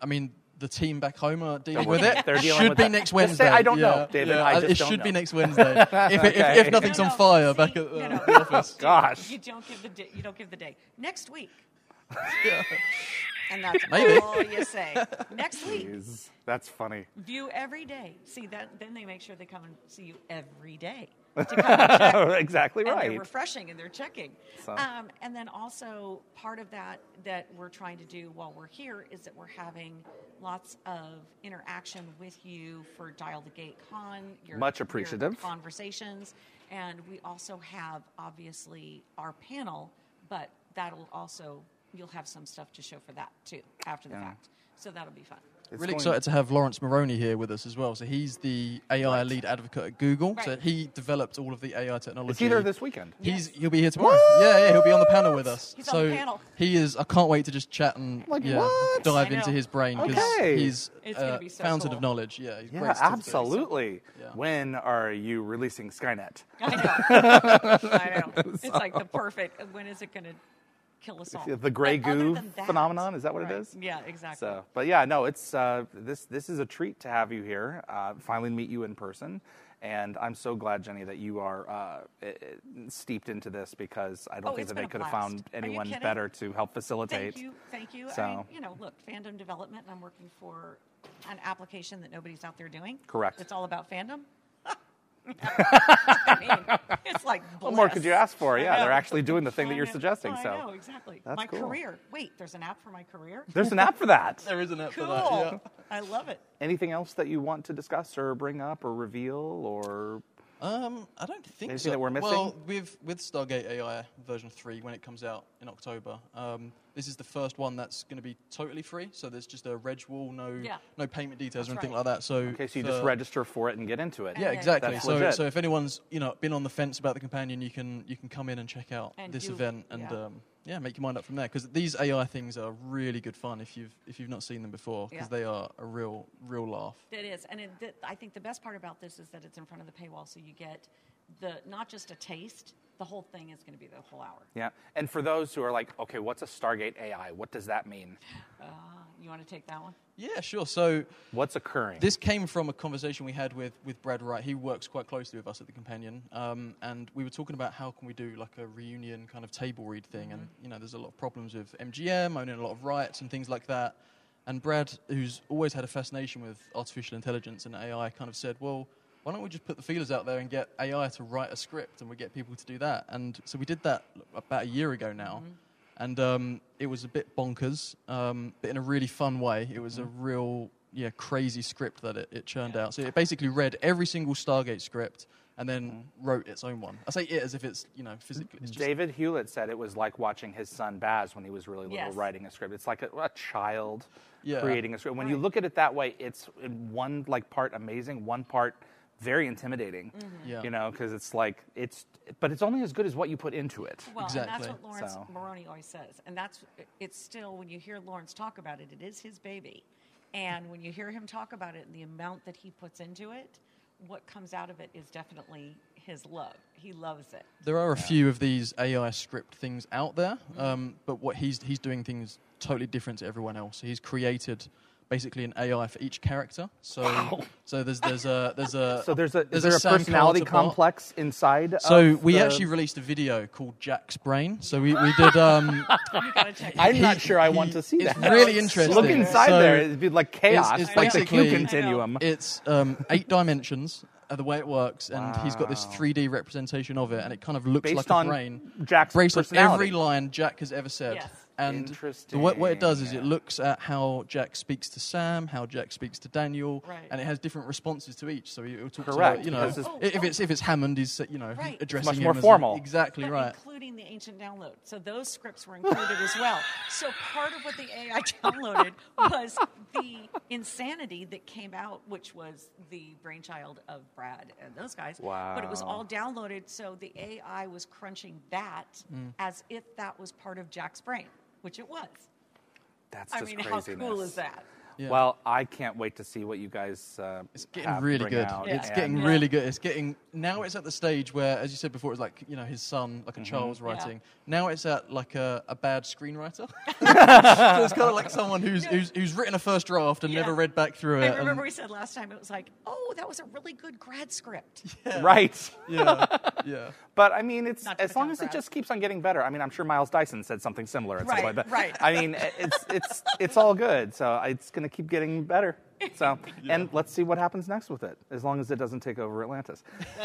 S7: I mean, the team back home are dealing
S1: They're
S7: with
S1: working-
S7: it.
S1: they're dealing
S7: should
S1: with
S7: be
S1: that.
S7: next
S1: Just
S7: Wednesday.
S1: say, "I don't
S7: yeah,
S1: know, David,
S7: Yeah, Uh,
S1: I
S7: it
S1: just don't
S7: should be
S1: know."
S7: next Wednesday. if, if, if,
S1: Okay.
S7: if nothing's
S8: No,
S7: on
S8: no,
S7: fire
S8: see,
S7: back at the,
S8: no, no,
S7: the office.
S1: Gosh.
S8: you don't give the day, you don't give the day next week,
S7: Yeah.
S8: and that's
S7: Maybe.
S8: all you say next week.
S1: Jeez, that's funny.
S8: View every day. See that then they make sure they come and see you every day to come and check
S1: exactly
S8: And
S1: right.
S8: they're refreshing and they're checking.
S1: So-
S8: Um, and then also part of that that we're trying to do while we're here is that we're having lots of interaction with you for Dial the Gate Con. Your,
S1: Much
S8: your
S1: appreciative.
S8: conversations, and we also have obviously our panel, but that'll also you'll have some stuff to show for that too after the fact. So that'll be fun.
S1: It's
S7: really
S1: going-
S7: excited to have Lawrence Maroney here with us as well. So he's the AI lead advocate at Google. So
S8: Right.
S7: he developed all of the AI technology.
S1: It's either this weekend.
S7: He's he'll be here tomorrow. Yeah, yeah, he'll be on the panel with us.
S8: He's on
S7: so
S8: the panel.
S7: he is. I can't wait to just chat and
S1: Like,
S7: yeah,
S1: what?
S7: dive
S8: I
S7: into
S8: know.
S7: his brain because
S1: Okay.
S7: he's
S8: It's gonna
S7: uh,
S8: be so
S7: fountain
S8: cool.
S7: of knowledge. Yeah, he's
S1: Yeah,
S7: great stuff to do.
S1: absolutely.
S7: Yeah.
S1: When are you releasing Skynet?
S8: I know. I know. It's like the perfect. When is it going to kill us all?
S1: The gray
S8: But other
S1: goo
S8: than that-
S1: phenomenon, is that what it
S8: Right.
S1: is?
S8: Yeah, exactly.
S1: So, but yeah, no, it's uh, this. This is a treat to have you here. Uh, finally, meet you in person, and I'm so glad, Jenny, that you are uh, i- i- steeped into this because I
S8: Oh,
S1: don't think
S8: it's
S1: that they
S8: been a
S1: could have
S8: blast.
S1: found
S8: Are you
S1: anyone
S8: kidding?
S1: better to help facilitate.
S8: Thank you, thank you. I
S1: So-
S8: mean, you know, look, fandom development. and I'm working for an application that nobody's out there doing.
S1: Correct.
S8: It's all about fandom. I mean, it's like
S1: What more could
S8: bliss.
S1: you ask for?
S8: I
S1: Yeah, they're
S8: know.
S1: actually doing the thing that
S8: I
S1: you're
S8: know.
S1: suggesting.
S8: I
S1: So
S8: know exactly.
S1: That's
S8: my
S1: cool.
S8: career. Wait, there's an app for my career.
S1: there's an app for that.
S7: There is an app
S8: Cool.
S7: for that. Yeah.
S8: I love it.
S1: Anything else that you want to discuss or bring up or reveal or
S7: Um, I don't think so.
S1: Anything that we're missing?
S7: Well, with with Stargate AI version three, when it comes out in October, um, this is the first one that's going to be totally free. So there's just a reg wall, no
S8: Yeah.
S7: no payment details or
S8: That's
S7: anything
S8: right.
S7: like that. So
S1: okay? So you
S7: for-
S1: just register for it and get into it.
S7: Yeah,
S8: then-
S7: exactly.
S1: That's
S7: So,
S1: legit.
S7: so if anyone's you know been on the fence about the companion, you can you can come in and check out
S8: And
S7: this
S8: do-
S7: event and
S8: yeah.
S7: Um, yeah, make your mind up from there because these AI things are really good fun if you've if you've not seen them before because
S8: Yeah.
S7: they are a real real laugh.
S8: It is, and it, th- I think the best part about this is that it's in front of the paywall, so you get the not just a taste. The whole thing is going to be the whole hour.
S1: Yeah. And for those who are like, okay, what's a Stargate AI? What does that mean?
S8: Uh, You want to take that one?
S7: Yeah, sure. So
S1: What's occurring?
S7: This came from a conversation we had with, with Brad Wright. He works quite closely with us at the Companion, um, and we were talking about how can we do like a reunion kind of table read thing. And
S8: Mm-hmm.
S7: you know, there's a lot of problems with MGM owning a lot of rights and things like that. And Brad, who's always had a fascination with artificial intelligence and AI, kind of said, "Well, why don't we just put the feelers out there and get AI to write a script, and we get people to do that?" And so we did that about a year ago now. And um, it was a bit bonkers, um, but in a really fun way. It was a real yeah, crazy script that it, it churned out. So it basically read every single Stargate script and then wrote its own one. I say it as if it's, you know, physically. It's just,
S1: David Hewlett said it was like watching his son Baz when he was really little
S8: Yes.
S1: writing a script. It's like a, a child
S7: Yeah.
S1: creating a script. When you look at it that way, it's in one like part amazing, one part very intimidating.
S8: Mm-hmm.
S7: Yeah.
S1: You know, because it's like it's, but it's only as good as what you put into it.
S8: Well, and that's
S7: Exactly.
S8: what Lawrence
S1: So-
S8: Maroney always says, and that's it's still when you hear Lawrence talk about it, it is his baby, and when you hear him talk about it and the amount that he puts into it, what comes out of it is definitely his love. He loves it.
S7: There are a few of these AI script things out there, um, but what he's he's doing things totally different to everyone else. He's created basically an AI for each character. So so there's there's a there's a
S1: So there's a is
S7: a
S1: there a
S7: Sam
S1: personality
S7: Carter bot.
S1: complex inside?
S7: So
S1: of
S7: we
S1: the-
S7: actually released a video called Jack's Brain. So we, we did. Um,
S1: I'm not sure I want
S7: he-
S1: to see
S7: it's
S1: that.
S7: really interesting.
S1: Look inside
S7: So
S1: there; it'd be like chaos,
S7: it's
S1: like the
S7: basically-
S1: Q continuum.
S7: It's um, eight dimensions. uh, The way it works, and he's got this 3D representation of it, and it kind of looks
S1: Based
S7: like
S1: on
S7: a brain.
S1: Jack's
S7: based on
S1: personality.
S7: every line Jack has ever said,
S8: Yes.
S7: and the, what, what it does is it
S1: Interesting.
S7: looks at how Jack speaks to Sam, how Jack speaks to Daniel,
S8: Right. Oh,
S7: and it has different responses to each. So it, will talk
S1: Correct,
S7: about you know
S1: because
S7: i- if it's if it's Hammond, he's uh, you know
S8: Right. It's
S7: addressing
S1: much
S7: him
S1: more
S7: as a-
S1: formal.
S7: exactly
S8: But
S7: right.
S8: including the ancient download. So those scripts were included as well. So part of what the AI downloaded was the insanity that came out, which was the brainchild of Brad and those guys. But it was
S1: Wow.
S8: all downloaded, so the AI was crunching that
S7: Mm.
S8: as if that was part of Jack's brain, which it was.
S1: That's
S8: I
S1: just
S8: mean, how
S1: craziness.
S8: cool is that?
S7: Yeah.
S1: Well, I can't wait to see what you guys. Uh,
S7: It's getting
S1: have
S7: really
S1: bring
S7: good.
S1: out,
S7: It's
S1: and-
S7: getting
S8: Yeah.
S7: really good. It's getting now. It's at the stage where, as you said before, it was like you know his son, like a
S1: Mm-hmm.
S7: Charles writing. Now it's at like a, a bad screenwriter. so it's kind of like someone who's, who's who's written a first draft and
S8: Yeah.
S7: never read back through it.
S8: I remember
S7: and-
S8: we said last time it was like, oh, that was a really good grad script.
S1: right.
S7: yeah, yeah.
S1: But I mean, it's
S8: Not to
S1: as
S8: put
S1: long
S8: down
S1: as it
S8: Brad.
S1: just keeps on getting better. I mean, I'm sure Miles Dyson said something similar at some
S8: Right,
S1: point. But
S8: right.
S1: I mean, i- it's it's it's all good. So it's going to keep getting better. So and let's see what happens next with it. As long as it doesn't take over Atlantis.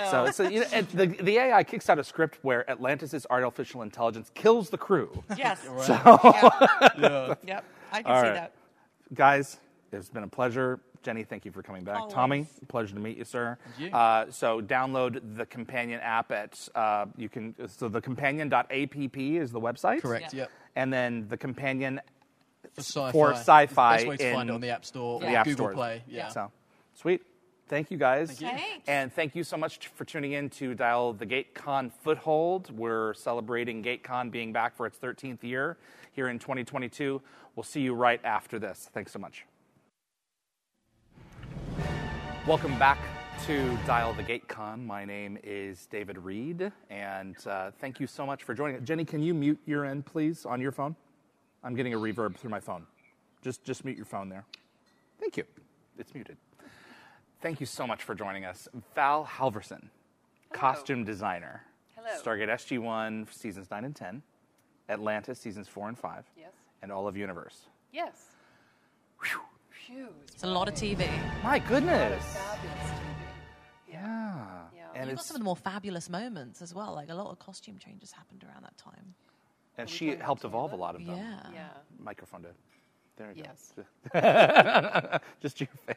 S1: So so you know, and the the AI kicks out a script where Atlantis' artificial intelligence kills the crew.
S8: Yes. Yep. I can
S1: All
S8: see
S1: right.
S8: that.
S1: guys, it's been a pleasure. Jenny, thank you for coming back.
S8: Always.
S1: Tommy, pleasure to meet you, sir.
S7: you.
S1: Uh, so download the companion app at uh, you can so the companion.app is the website.
S7: Correct.
S8: Yeah.
S7: Yep.
S1: And then the companion
S7: For sci-fi.
S1: for
S7: It's the
S1: sci-fi
S7: best way to
S1: in
S7: find it on the App Store,
S1: the
S7: or
S1: app
S7: Google
S1: stores.
S7: Play. Yeah.
S1: So sweet. Thank you guys.
S7: Thank you.
S8: Thanks.
S1: And thank you so much for tuning in to Dial the GateCon Foothold. We're celebrating GateCon being back for its 13th year here in 2022. We'll see you right after this. Thanks so much. Welcome back to Dial the GateCon. My name is David Reed, and uh, thank you so much for joining. Jenny, can you mute your end, please, on your phone? I'm getting a reverb through my phone. Just just mute your phone there. Thank you. It's muted. Thank you so much for joining us, Val Halverson, costume designer.
S9: Hello.
S1: Stargate SG-1 for seasons nine and ten, Atlantis seasons four and five,
S9: Yes.
S1: and all of Universe.
S9: Yes. Phew.
S2: It's a lot of TV.
S1: My goodness.
S9: Fabulous.
S1: Yeah.
S9: Yeah.
S1: And
S2: You've got
S1: it's
S2: some of the more fabulous moments as well. Like a lot of costume changes happened around that time.
S1: and she helped evolve a lot of them.
S2: Yeah.
S9: Yeah.
S1: Microphone did. There you
S9: Yes.
S1: go. Just your face.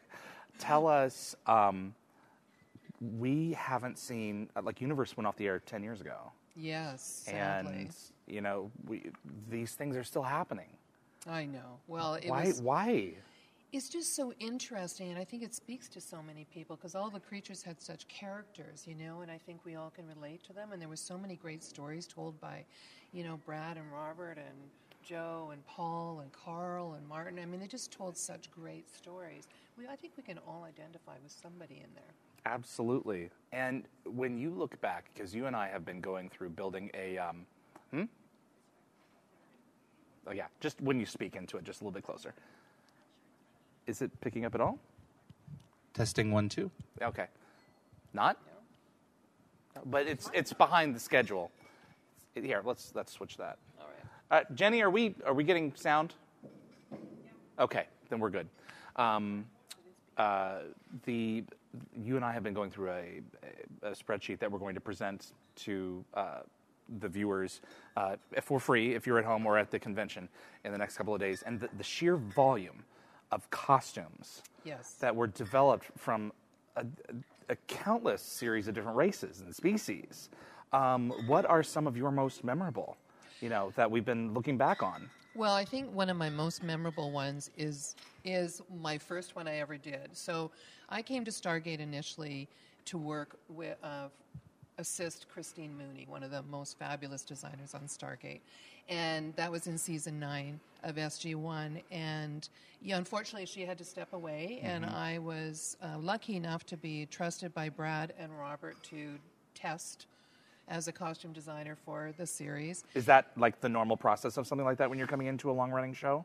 S1: Tell us, um, we haven't seen uh, like Universe went off the air ten years ago,
S9: Yes. Sadly.
S1: and you know we these things are still happening.
S9: I know. Well, it
S1: why?
S9: was,
S1: why?
S9: it's just so interesting, and I think it speaks to so many people because all the creatures had such characters, you know, and I think we all can relate to them. And there were so many great stories told by, you know, Brad and Robert and Joe and Paul and Carl and Martin. I mean, they just told such great stories. We, I think we can all identify with somebody in there.
S1: Absolutely. And when you look back, because you and I have been going through building a, um, hmm? Oh yeah, just when you speak into it, just a little bit closer. Is it picking up at all? Testing one two. Okay, not. But it's it's behind the schedule. It- Here, let's let's switch that.
S9: All right.
S1: Uh, Jenny, are we are we getting sound? Okay, then we're good. Um, uh, the you and I have been going through a, a spreadsheet that we're going to present to uh, the viewers uh, for free if you're at home or at the convention in the next couple of days, and the, the sheer volume of costumes
S9: Yes.
S1: that were developed from a, a countless series of different races and species. Um, what are some of your most memorable, you know, that we've been looking back on?
S9: Well, I think one of my most memorable ones is is my first one I ever did. So I came to Stargate initially to work with uh, assist Christine Mooney, one of the most fabulous designers on Stargate, and that was in season nine of SG One. And yeah, unfortunately, she had to step away, and I was uh, lucky enough to be trusted by Brad and Robert to test as a costume designer for the series.
S1: Is that like the normal process of something like that when you're coming into a long running show?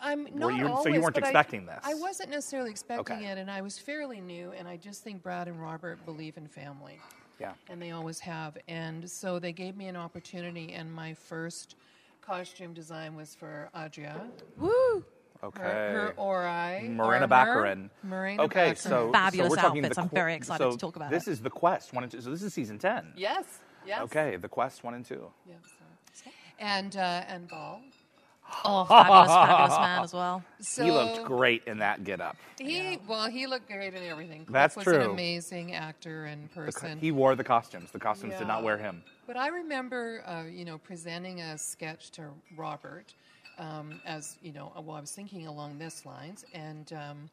S9: I'm not
S1: Were you- so you
S9: always,
S1: weren't
S9: but I-
S1: expecting this?
S9: I wasn't necessarily expecting
S1: Okay.
S9: it, and I was fairly new. And I just think Brad and Robert believe in family,
S1: Yeah.
S9: and they always have. And so they gave me an opportunity, and my first costume design was for Adria,
S2: Woo!
S1: Okay.
S9: her, her ori,
S1: Marina
S9: armor.
S1: Baccarin.
S9: Marina
S1: okay,
S9: Baccarin.
S1: so
S2: Fabulous
S1: so we're talking
S2: outfits.
S1: The
S2: I'm
S1: qu-
S2: very excited
S1: so
S2: to talk about
S1: This
S2: it.
S1: is the quest one and two. So this is season ten.
S9: yes, yes,
S1: Okay, the quest one and two.
S9: yes. and uh, and ball.
S2: Oh, fabulous, fabulous man as well.
S9: So
S1: he looked great in that getup.
S9: He well, he looked great in everything. Cliff
S1: That's
S9: was an
S1: true.
S9: amazing actor and person.
S1: He wore the costumes. The costumes did not
S9: Yeah.
S1: wear him.
S9: But I remember, uh, you know, presenting a sketch to Robert um, as, you know, well, I was thinking along this lines. And um,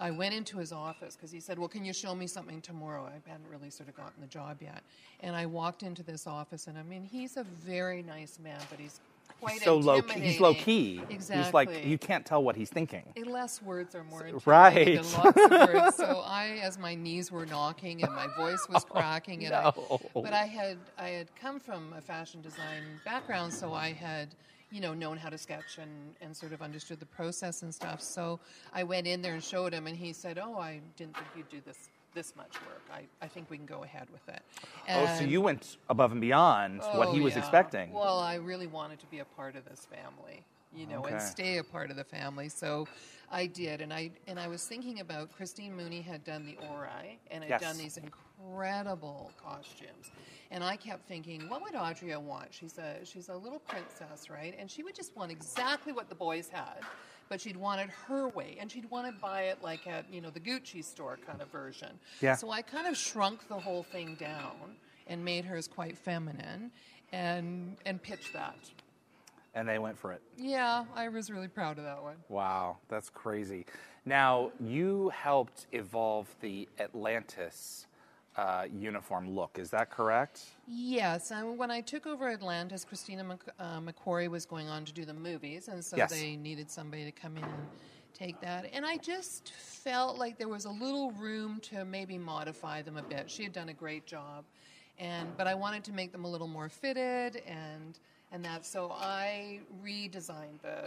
S9: I went into his office because he said, Well, can you show me something tomorrow? I hadn't really sort of gotten the job yet. And I walked into this office, and I mean, he's a very nice man, but he's quite
S1: so low key. He's low
S9: intimidating.
S1: key.
S9: Exactly.
S1: He's like you can't tell what he's thinking.
S9: Eh, Less words are more
S1: right.
S9: intimidating than lots of words. So I, as my knees were knocking and my voice was
S1: Oh,
S9: cracking, and I, but I had I had come from a fashion design background, so I had you know known how to sketch and and sort of understood the process and stuff. So I went in there and showed him, and he said, "Oh, I didn't think you'd do this." This much work. I, I think we can go ahead with it.
S1: oh, so
S9: And-
S1: you went above and beyond what
S9: Oh,
S1: he was
S9: yeah.
S1: expecting.
S9: Well, I really wanted to be a part of this family, you know, and
S1: Okay.
S9: stay a part of the family. So I did, and I and I was thinking about Christine Mooney had done the Ori, and had
S1: Yes.
S9: done these incredible costumes, and I kept thinking, what would Audria want? She's a she's a little princess, right? And she would just want exactly what the boys had. But she'd want it her way, and she'd want to buy it like at you know the Gucci store kind of version.
S1: Yeah.
S9: So I kind of shrunk the whole thing down and made hers quite feminine and and pitched that.
S1: and they went for it.
S9: Yeah, I was really proud of that one.
S1: Wow, that's crazy. Now, you helped evolve the Atlantis uh, uniform look, is that correct?
S9: Yes, and when I took over Atlantis, Christina Mc, uh, McQuarrie was going on to do the movies, and so
S1: Yes.
S9: they needed somebody to come in and take that. And I just felt like there was a little room to maybe modify them a bit. She had done a great job, and but I wanted to make them a little more fitted and and that. So I redesigned the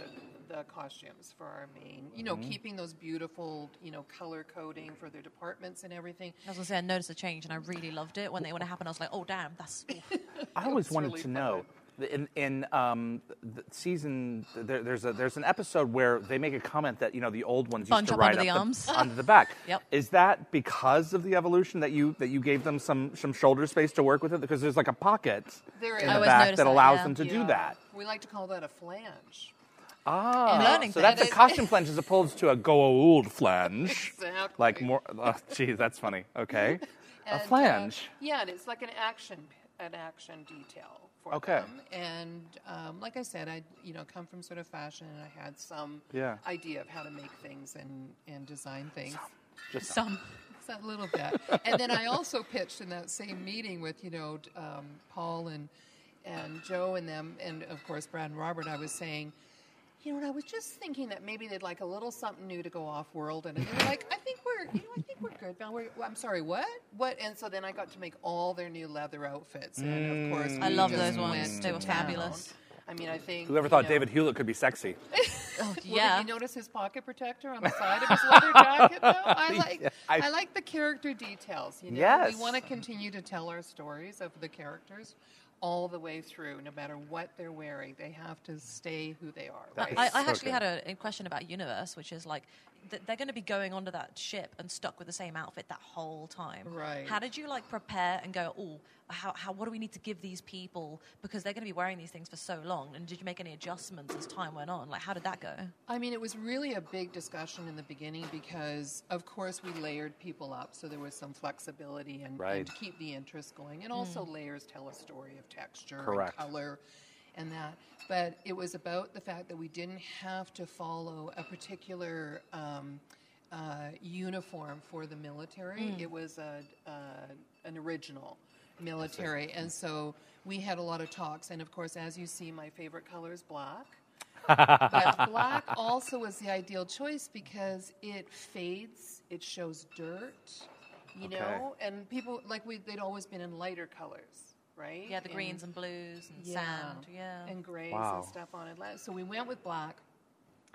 S9: the costumes for our main, you know, keeping those beautiful, you know, color coding for their departments and everything.
S2: I was gonna say I noticed a change and I really loved it when they when it happened. I was like, oh damn, that's oof.
S1: I always wanted
S9: really
S1: to know. In, in um, the season, there, there's a there's an episode where they make a comment that you know the old ones
S2: Bunch
S1: used to
S2: up
S1: ride
S2: under the arms.
S1: under the back.
S2: Yep.
S1: Is that because of the evolution that you that you gave them some some shoulder space to work with it? Because there's like a pocket
S9: There
S1: in
S9: is. I
S1: the
S9: always
S1: back
S2: noticed
S1: that
S2: that,
S1: allows
S2: yeah.
S1: them to do
S9: Yeah.
S1: that.
S9: We like to call that a flange.
S1: Ah,
S2: learning
S1: so that's a
S2: things.
S1: costume flange as opposed to a go old flange.
S9: Exactly.
S1: Like more. Oh, geez, that's funny. Okay, a
S9: And, uh,
S1: flange.
S9: yeah, and it's like an action, an action detail for
S1: Okay.
S9: them. And um, like I said, I you know come from sort of fashion, and I had some
S1: Yeah.
S9: idea of how to make things and and design things.
S1: Just
S2: some
S9: Just that little bit. and then I also pitched in that same meeting with you know d- um, Paul and and Joe and them, and of course Brad and Robert. I was saying. You know, and I was just thinking that maybe they'd like a little something new to go off world, and they were like, "I think we're, you know, I think we're good, Val. We're, well, I'm sorry, what, what?" And so then I got to make all their new leather outfits, and of
S1: Mm.
S9: course,
S2: I
S9: we
S2: love
S9: just
S2: those ones.
S9: went
S2: They
S9: to
S2: were
S9: town.
S2: fabulous.
S9: I mean, I think
S1: whoever
S9: you
S1: thought
S9: know-
S1: David Hewlett could be sexy.
S9: well,
S2: yeah.
S9: Did you notice his pocket protector on the side of his leather jacket? Though I like,
S1: I-
S9: I, like the character details. You know,
S1: Yes.
S9: we want to continue to tell our stories of the characters all the way through, no matter what they're wearing. They have to stay who they are.
S1: That
S9: right?
S2: I,
S1: It's
S2: I
S1: so
S2: actually
S1: good.
S2: had a, a question about Universe, which is like th- they're going to be going onto that ship and stuck with the same outfit that whole time.
S9: Right.
S2: How did you like prepare and go? Oh, how, how what do we need to give these people because they're going to be wearing these things for so long? And did you make any adjustments as time went on? Like how did that go?
S9: I mean, it was really a big discussion in the beginning because, of course, we layered people up, so there was some flexibility and,
S1: Right.
S9: and to keep the interest going. And also, layers tell a story of texture
S1: Correct.
S9: and color and that. But it was about the fact that we didn't have to follow a particular um, uh, uniform for the military, it was a, uh, an original military. And so we had a lot of talks. And of course, as you see, my favorite color is black but black also was the ideal choice because it fades, it shows dirt, you
S1: Okay.
S9: know, and people like we they'd always been in lighter colors, right?
S2: Yeah, the
S9: In-
S2: greens and blues and
S9: yeah,
S2: sand. Yeah.
S9: and grays
S1: Wow.
S9: and stuff on it. La- So we went with black.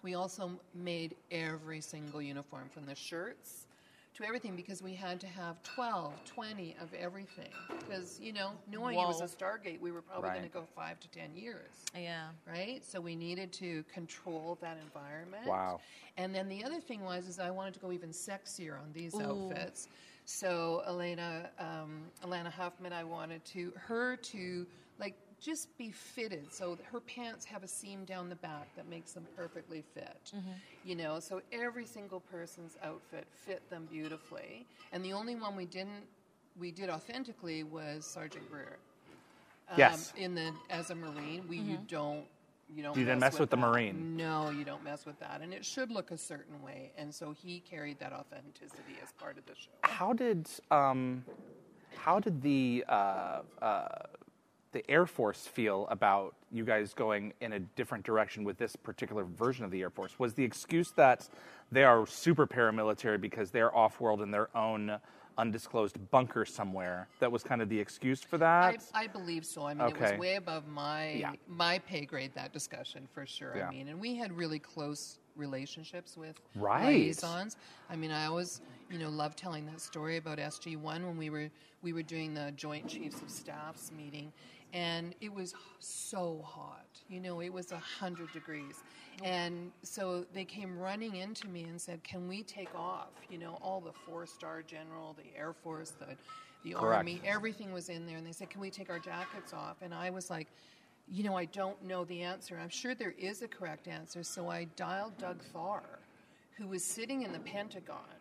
S9: We also made every single uniform from the shirts to everything because we had to have 12, 20 of everything. Because, you know, knowing it was
S2: Whoa.
S9: a Stargate, we were probably going
S1: Right.
S9: to go five to 10 years
S2: yeah.
S9: right? So we needed to control that environment.
S1: Wow.
S9: And then the other thing was is I wanted to go even sexier on these
S2: Ooh.
S9: outfits. So Elena, um, Elena Huffman, I wanted to her to like just be fitted. So that her pants have a seam down the back that makes them perfectly fit.
S2: Mm-hmm.
S9: You know, so every single person's outfit fit them beautifully. And the only one we didn't we did authentically was Sergeant Brewer
S1: Yes.
S9: in the as a marine we you don't you don't
S1: You didn't mess with the
S9: that.
S1: Marine.
S9: no you don't mess with that and it should look a certain way and so he carried that authenticity as part of the show
S1: How did um, how did the uh, uh, the Air Force feel about you guys going in a different direction with this particular version of the Air Force? Was the excuse that they are super paramilitary because they're off world in their own undisclosed bunker somewhere? That was kind of the excuse for
S9: I,
S1: that.
S9: I believe so i mean it
S1: Okay.
S9: was way above my
S1: Yeah.
S9: my pay grade that discussion for sure
S1: Yeah.
S9: i mean and we had really close relationships with
S1: Right.
S9: liaisons i mean i always you know love telling that story about sg1 when we were we were doing the joint chiefs of staffs meeting and it was h- so hot you know it was 100 degrees and so they came running into me and said can we take off you know all the four star general the air force the the
S1: Correct.
S9: army everything was in there and they said can we take our jackets off and i was like you know i don't know the answer i'm sure there is a correct answer so i dialed doug thar who was sitting in the pentagon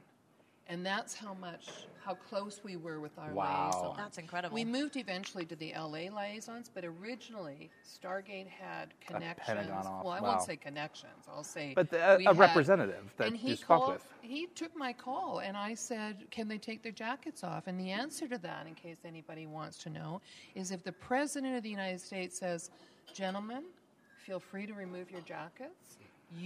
S9: and that's how much how close we were with our
S1: Wow.
S9: liaison.
S2: That's incredible.
S9: we moved eventually to the la liaisons but originally stargate had connections
S1: off,
S9: well i
S1: wow.
S9: won't say connections i'll say
S1: But the- a-
S9: we
S1: a representative that
S9: and he
S1: you spoke
S9: called-
S1: with.
S9: he took my call and I said, Can they take their jackets off? And the answer to that, in case anybody wants to know, is if the President of the United States says, Gentlemen, feel free to remove your jackets,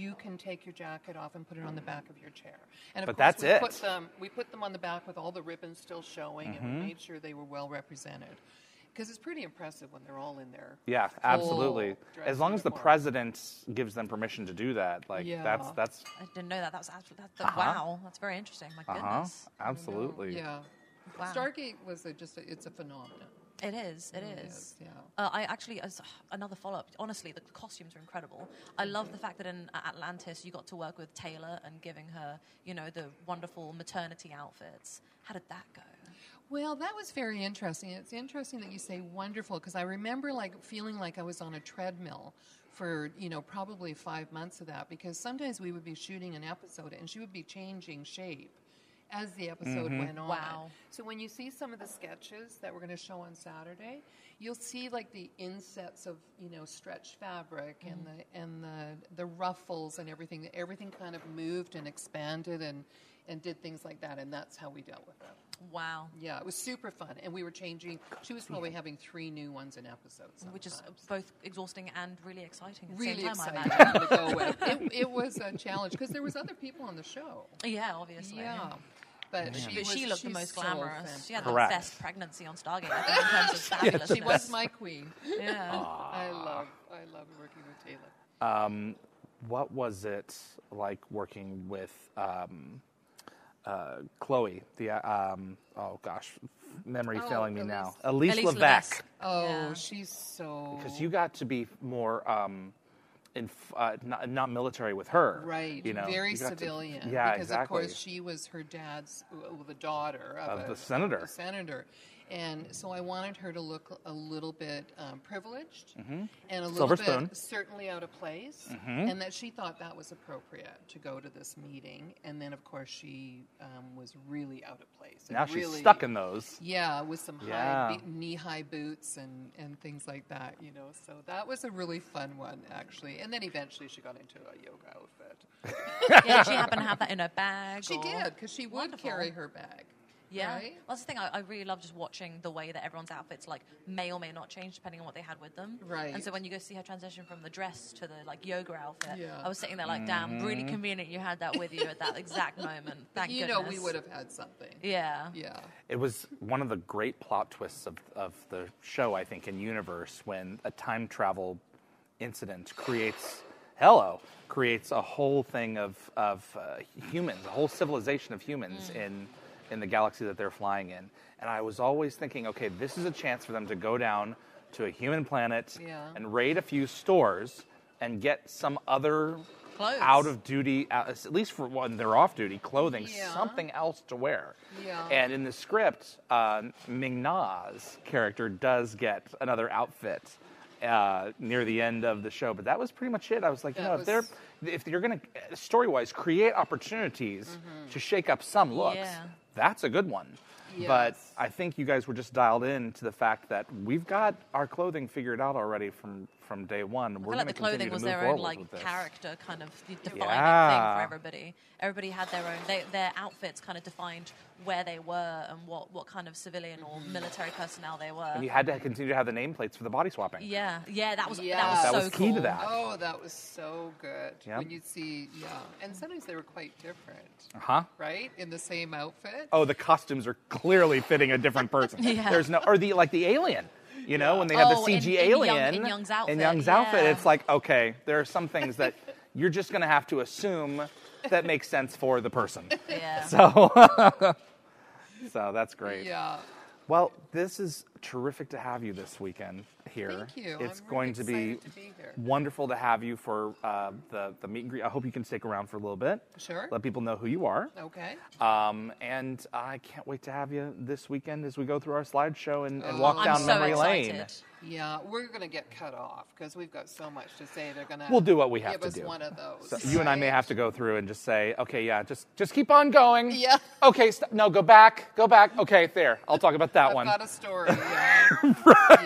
S9: you can take your jacket off and put it on the back of your chair. And of
S1: But
S9: course,
S1: that's
S9: we
S1: it. Mm-hmm.
S9: Put them, we put them on the back with all the ribbons still showing and we made sure they were well represented. Because it's pretty impressive when they're all in there.
S1: yeah, absolutely. As long as the
S9: president.
S1: president gives them permission to do that, like
S9: Yeah.
S1: that's that's
S2: I didn't know that. That was actually that, that- wow. That's very interesting.
S9: Oh
S2: My
S1: uh-huh,
S2: goodness.
S1: absolutely.
S9: Yeah.
S2: Wow.
S9: Stargate was a, just a, it's a phenomenon.
S2: It is. It is.
S9: is, yeah.
S2: Uh, I actually as another follow up. Honestly, the costumes are incredible. I love the fact that in A- Atlantis you got to work with Taylor and giving her, you know, the wonderful maternity outfits. How did that go?
S9: Well, that was very interesting. It's interesting that you say wonderful because I remember like feeling like I was on a treadmill for, you know, probably 5 months of that because sometimes we would be shooting an episode and she would be changing shape as the episode
S1: Mm-hmm.
S9: went on.
S2: Wow.
S9: So when you see some of the sketches that we're going to show on Saturday, you'll see like the insets of, you know, stretch fabric and
S2: Mm-hmm.
S9: the and the the ruffles and everything. Everything kind of moved and expanded and and did things like that and that's how we dealt with it.
S2: Wow.
S9: Yeah, it was super fun, and we were changing.
S1: Oh,
S9: She was probably having three new ones an episode,
S2: Which is
S9: sometimes.
S2: both exhausting and really exciting at
S9: really
S2: the same time,
S9: exciting
S2: I imagine.
S9: to go with. It, it was a challenge because there was other people on the show.
S2: yeah, obviously.
S9: Yeah, but she,
S2: But
S9: was,
S2: she looked the
S9: she's
S2: most
S9: so
S2: glamorous. she had
S1: Correct.
S2: the best pregnancy on Stargate I think, in terms of fabulous.
S9: fantastic. She was my queen. Uh,
S2: Yeah.
S9: I love, I love working with Taylor.
S1: Um, what was it like working with um, uh, Chloe? The uh, um, oh gosh, memory
S9: Oh,
S1: failing me
S9: Elise.
S1: now. Elise,
S2: Elise
S1: Levesque,
S2: Levesque.
S9: Oh,
S2: Yeah.
S9: she's so
S1: because you got to be more um, in, uh, not, not military with her,
S9: right,
S1: You know,
S9: very
S1: you got to-
S9: civilian.
S1: yeah,
S9: because
S1: exactly.
S9: of course she was her dad's, well, the daughter of,
S1: Of
S9: a-
S1: the senator.
S9: the senator, and so I wanted her to look a little bit um, privileged
S1: Mm-hmm.
S9: and a little
S1: Silver
S9: bit
S1: spoon. Mm-hmm.
S9: certainly out of place, and that she thought that was appropriate to go to this meeting. And then of course she um, was really out of place. and
S1: now she's
S9: really-
S1: stuck in those.
S9: yeah, with some
S1: Yeah.
S9: high be- knee-high boots and, and things like that, you know. So that was a really fun one, actually. And then eventually she got into a yoga outfit.
S2: yeah, did she happened to have that in her bag.
S9: She
S2: or-
S9: did because she would
S2: Wonderful.
S9: carry her bag.
S2: Yeah,
S9: Right?
S2: Well, that's the thing. I, I really love just watching the way that everyone's outfits like may or may not change depending on what they had with them. And so
S9: Right.
S2: when you go see her transition from the dress to the like yoga outfit,
S9: Yeah.
S2: I was sitting there like, damn, really convenient you had that with you at that exact moment. Thank
S9: you
S2: goodness.
S9: know, we would have had something.
S2: Yeah.
S9: Yeah.
S1: It was one of the great plot twists of, of the show, I think, in Universe, when a time travel incident creates, hello, creates a whole thing of, of uh, humans, a whole civilization of humans
S9: Mm.
S1: in, in the galaxy that they're flying in. And I was always thinking, okay, this is a chance for them to go down to a human planet
S9: Yeah.
S1: and raid a few stores and get some other
S2: Clothes.
S1: out of duty, uh, at least for when they're off duty, clothing,
S9: Yeah.
S1: something else to wear.
S9: Yeah.
S1: And in the script, um, Ming Na's character does get another outfit uh, near the end of the show, but that was pretty much it. I was like, you
S9: That
S1: know, if they're
S9: was-
S1: if you're gonna story wise create opportunities to shake up some looks,
S2: Mm-hmm. Yeah.
S1: that's a good one. But
S9: Yes.
S1: I think you guys were just dialed in to the fact that we've got our clothing figured out already from from day one.
S2: I
S1: We're
S2: feel like
S1: gonna
S2: the
S1: continue
S2: clothing
S1: to
S2: was
S1: move
S2: their own
S1: forward
S2: like
S1: with this.
S2: character kind of the defining thing
S1: Yeah.
S2: for everybody. Everybody had their own they, their outfits kind of defined where they were and what, what kind of civilian or
S9: Mm-hmm.
S2: military personnel they were.
S1: And you had to continue to have the nameplates for the body swapping.
S2: Yeah, yeah, that was that was
S9: Yeah.
S1: That
S2: so
S1: was key
S2: cool.
S1: to that.
S9: Oh, that was so good.
S1: Yep.
S9: When you'd see, yeah. And sometimes they were quite different,
S1: Huh?
S9: right? In the same outfit.
S1: Uh-huh. oh, the costumes are clearly fitting a different person.
S2: Yeah.
S1: There's no, or the like the alien, you know, when they have
S2: Oh,
S1: the
S2: in-
S1: CG
S2: in Young-
S1: alien
S2: in Young's outfit,
S1: In Young's outfit,
S2: yeah.
S1: it's like okay, there are some things that you're just gonna have to assume that makes sense for the person.
S2: Yeah.
S1: So, so that's great.
S9: Yeah.
S1: Well, this is terrific to have you this weekend here.
S9: Thank you.
S1: It's
S9: I'm really
S1: going to be,
S9: excited to be here.
S1: wonderful to have you for uh, the the meet and greet. I hope you can stick around for a little bit.
S9: Sure.
S1: Let people know who you are.
S9: Okay.
S1: Um, and I can't wait to have you this weekend as we go through our slideshow and, and walk
S9: Oh.
S1: down
S2: I'm so
S1: memory
S2: excited.
S1: lane.
S9: Yeah, we're gonna get cut off because we've got so much to say. They're gonna.
S1: We'll do what we have
S9: give
S1: to
S9: us
S1: do.
S9: one of those.
S1: So you and I may
S9: right?
S1: have to go through and just say, okay, yeah, just just keep on going.
S9: Yeah.
S1: Okay, st- no, go back, go back. Okay, there. I'll talk about that
S9: I've
S1: one.
S9: got a story. Yeah.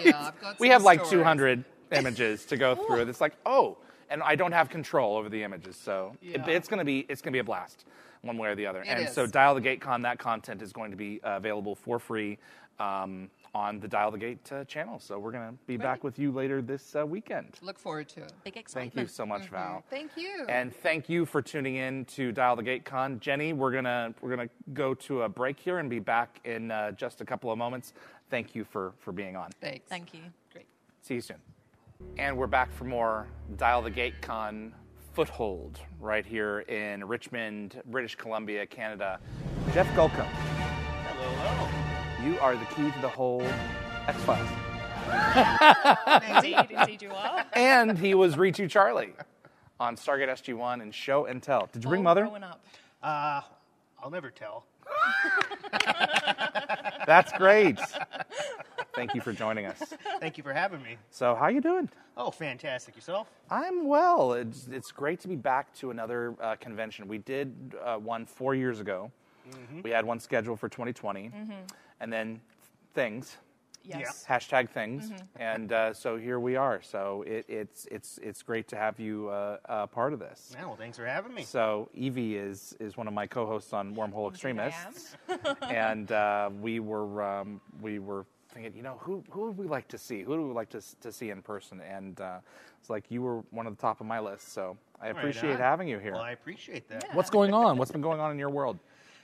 S9: Yeah, I've got
S1: we
S9: some
S1: have like
S9: stories.
S1: 200 images to go through. It's like, oh, and I don't have control over the images, so it-
S9: Yeah.
S1: it's gonna be it's gonna be a blast, one way or the other. and
S9: is.
S1: so, Dial the Gate Con, that content is going to be uh, available for free um, on the Dial the Gate uh, channel. So we're gonna be back with you later this uh, weekend.
S9: Look forward to it.
S2: Big excitement.
S1: Thank you so much, Val.
S9: Mm-hmm. Thank you.
S1: And thank you for tuning in to Dial the Gate Con, Jenny. We're gonna we're gonna go to a break here and be back in uh, just a couple of moments. Thank you for for being on.
S9: Thanks.
S2: Thank you.
S9: Great.
S1: See you soon. And we're back for more Dial the Gate Con foothold right here in Richmond, British Columbia, Canada. Jeff Golka. Hello, hello. You are the key to the whole X Files.
S3: indeed, indeed you are.
S1: And he was Ritu Charlie on Stargate SG One and Show and Tell. Did you bring
S3: All
S1: Mother?
S3: growing up.
S10: Uh, I'll never tell.
S1: That's great. Thank you for joining us.
S10: Thank you for having me.
S1: So, how you doing?
S10: Oh, fantastic. Yourself?
S1: I'm well. It's, it's great to be back to another uh, convention. We did uh, one four years ago. We had one scheduled for 2020,
S2: Mm-hmm.
S1: and then things
S3: Yes.
S1: hashtag things, and uh, so here we are. So it, it's it's it's great to have you uh, uh, part of this.
S10: Yeah, well, thanks for having me.
S1: So Evie is is one of my co-hosts on Wormhole Extremists, and uh, we were um, we were thinking, you know, who who would we like to see? Who do we like to s- to see in person? And uh, it's like you were one of the top of my list, so I
S10: Right
S1: appreciate
S10: on.
S1: having you here.
S10: Well, I appreciate that.
S1: What's going on? What's been going on in your world?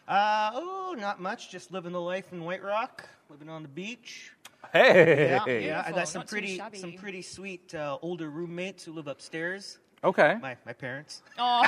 S10: Uh, oh, not much. Just living the life in White Rock, living on the beach.
S1: Hey,
S10: Yeah, yeah. I
S3: Beautiful,
S10: got some
S3: not too
S10: pretty,
S3: shabby.
S10: some pretty sweet uh, older roommates who live upstairs.
S1: okay.
S10: My my parents.
S3: Oh,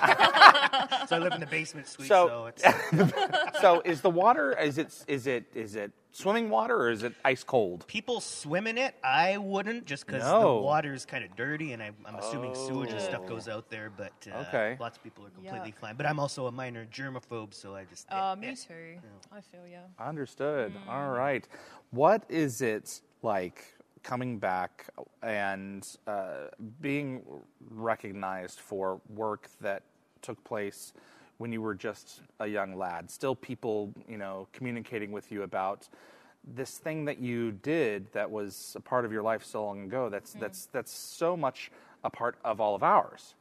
S10: So I live in the basement suite.
S1: So-
S10: So, it's
S1: so is the water? Is it is it is it swimming water or is it ice cold?
S10: people swim in it. I wouldn't, just because
S1: No.
S10: the water is kind of dirty, and I, I'm assuming sewage and stuff goes out there. But uh,
S1: Okay.
S10: lots of people are completely
S3: Yuck.
S10: fine. But I'm also a minor germaphobe, so I just. eh,
S3: uh,
S10: eh.
S3: me too. I feel you.
S1: Understood. All right. What is it like coming back and uh, being recognized for work that took place when you were just a young lad? Still, people, you know, communicating with you about this thing that you did that was a part of your life so long ago. That's that's that's so much a part of all of ours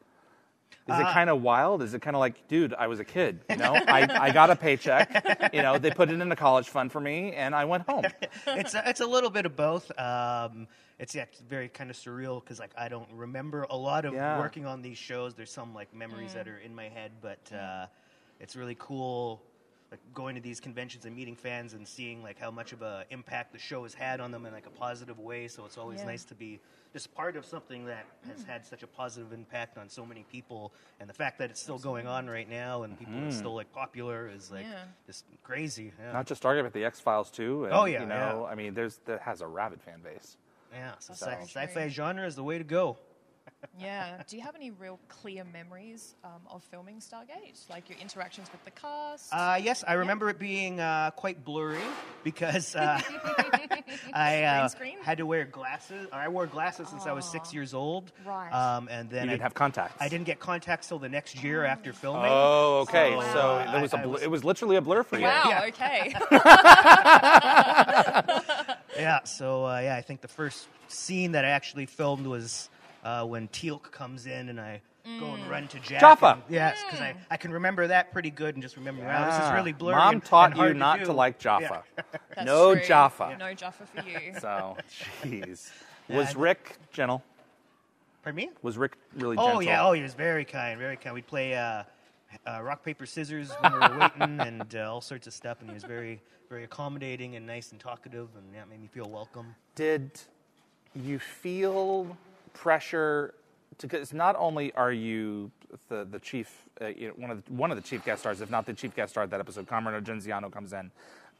S1: Is it kind of wild? Is it kind of like, dude, I was a kid, you know? I, I got a paycheck, you know, they put it in a college fund for me, and I went home.
S11: it's a, it's a little bit of both. Um, it's yeah, it's very kind of surreal because like I don't remember a lot of
S1: Yeah.
S11: working on these shows. There's some like
S9: Mm.
S11: memories that are in my head, but uh, it's really cool. Like going to these conventions and meeting fans and seeing like how much of a impact the show has had on them in like a positive way. So it's always nice to be just part of something that has had such a positive impact on so many people. And the fact that it's still going on right now and people are still like popular is like
S9: Yeah.
S11: just crazy. Yeah.
S1: Mm-hmm. Not just Stargate, but the X Files too. And,
S11: Oh, yeah,
S1: you know, I mean, there's that has a rabid fan base.
S11: Yeah, so
S9: That's very
S11: sci- fi
S9: true.
S11: genre is the way to go.
S6: Yeah. Do you have any real clear memories um, of filming Stargate? Like your interactions with the cast?
S11: Uh, yes, I remember it being uh, quite blurry because uh, I uh,
S6: Green screen?
S11: had to wear glasses. Or I wore glasses since I was six years old.
S6: Right.
S11: Um, and then
S1: You didn't
S11: I,
S1: have contacts.
S11: I didn't get contacts till the next year after filming.
S1: Oh, okay.
S11: So,
S1: So
S11: uh,
S1: there was a
S11: I- I
S1: bl-
S11: was-
S1: it was literally a blur for you.
S3: Wow,
S11: Yeah.
S3: okay.
S11: Yeah. So uh, yeah, I think the first scene that I actually filmed was uh, when Teal'c comes in and I. Go
S6: Mm. Hmm.
S11: and run to Jack.
S1: Jaffa.
S11: and- yes, because I, I can remember that pretty good and just remember wow, this is
S1: Ah,
S11: really blurry.
S1: Mom
S11: and-
S1: taught
S11: and
S1: you
S11: hard to
S1: not
S11: do.
S1: to like Jaffa.
S6: That's
S1: no
S6: true.
S1: Jaffa.
S6: No Jaffa for you.
S1: So, jeez.
S11: Yeah, I
S1: Was
S11: did-
S1: Rick gentle?
S11: Pardon me?
S1: Was Rick really
S11: Oh
S1: gentle?
S11: yeah, oh he was very kind, very kind. We'd play uh, uh, rock paper scissors when we were waiting, and uh, all sorts of stuff. And he was very, very accommodating and nice and talkative, and that made me feel welcome.
S1: did you feel pressure because not only are you the, the chief uh, you know, one of the, one of the chief guest stars if not the chief guest star of that episode Cameron Genziano comes in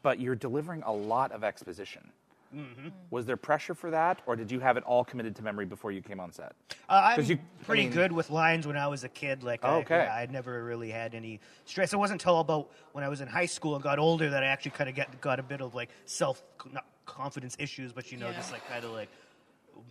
S1: but you're delivering a lot of exposition
S11: Mm-hmm.
S1: was there pressure for that or did you have it all committed to memory before you came on set
S11: Uh, I'm
S1: 'Cause you- I
S11: pretty
S1: mean-
S11: good with lines when I was a kid. Like, I-
S1: Okay.
S11: yeah, I, would never really had any stress. It wasn't until about when I was in high school and got older that I actually kind of get, got a bit of like self not confidence issues, but you know,
S6: Yeah.
S11: just like kind of like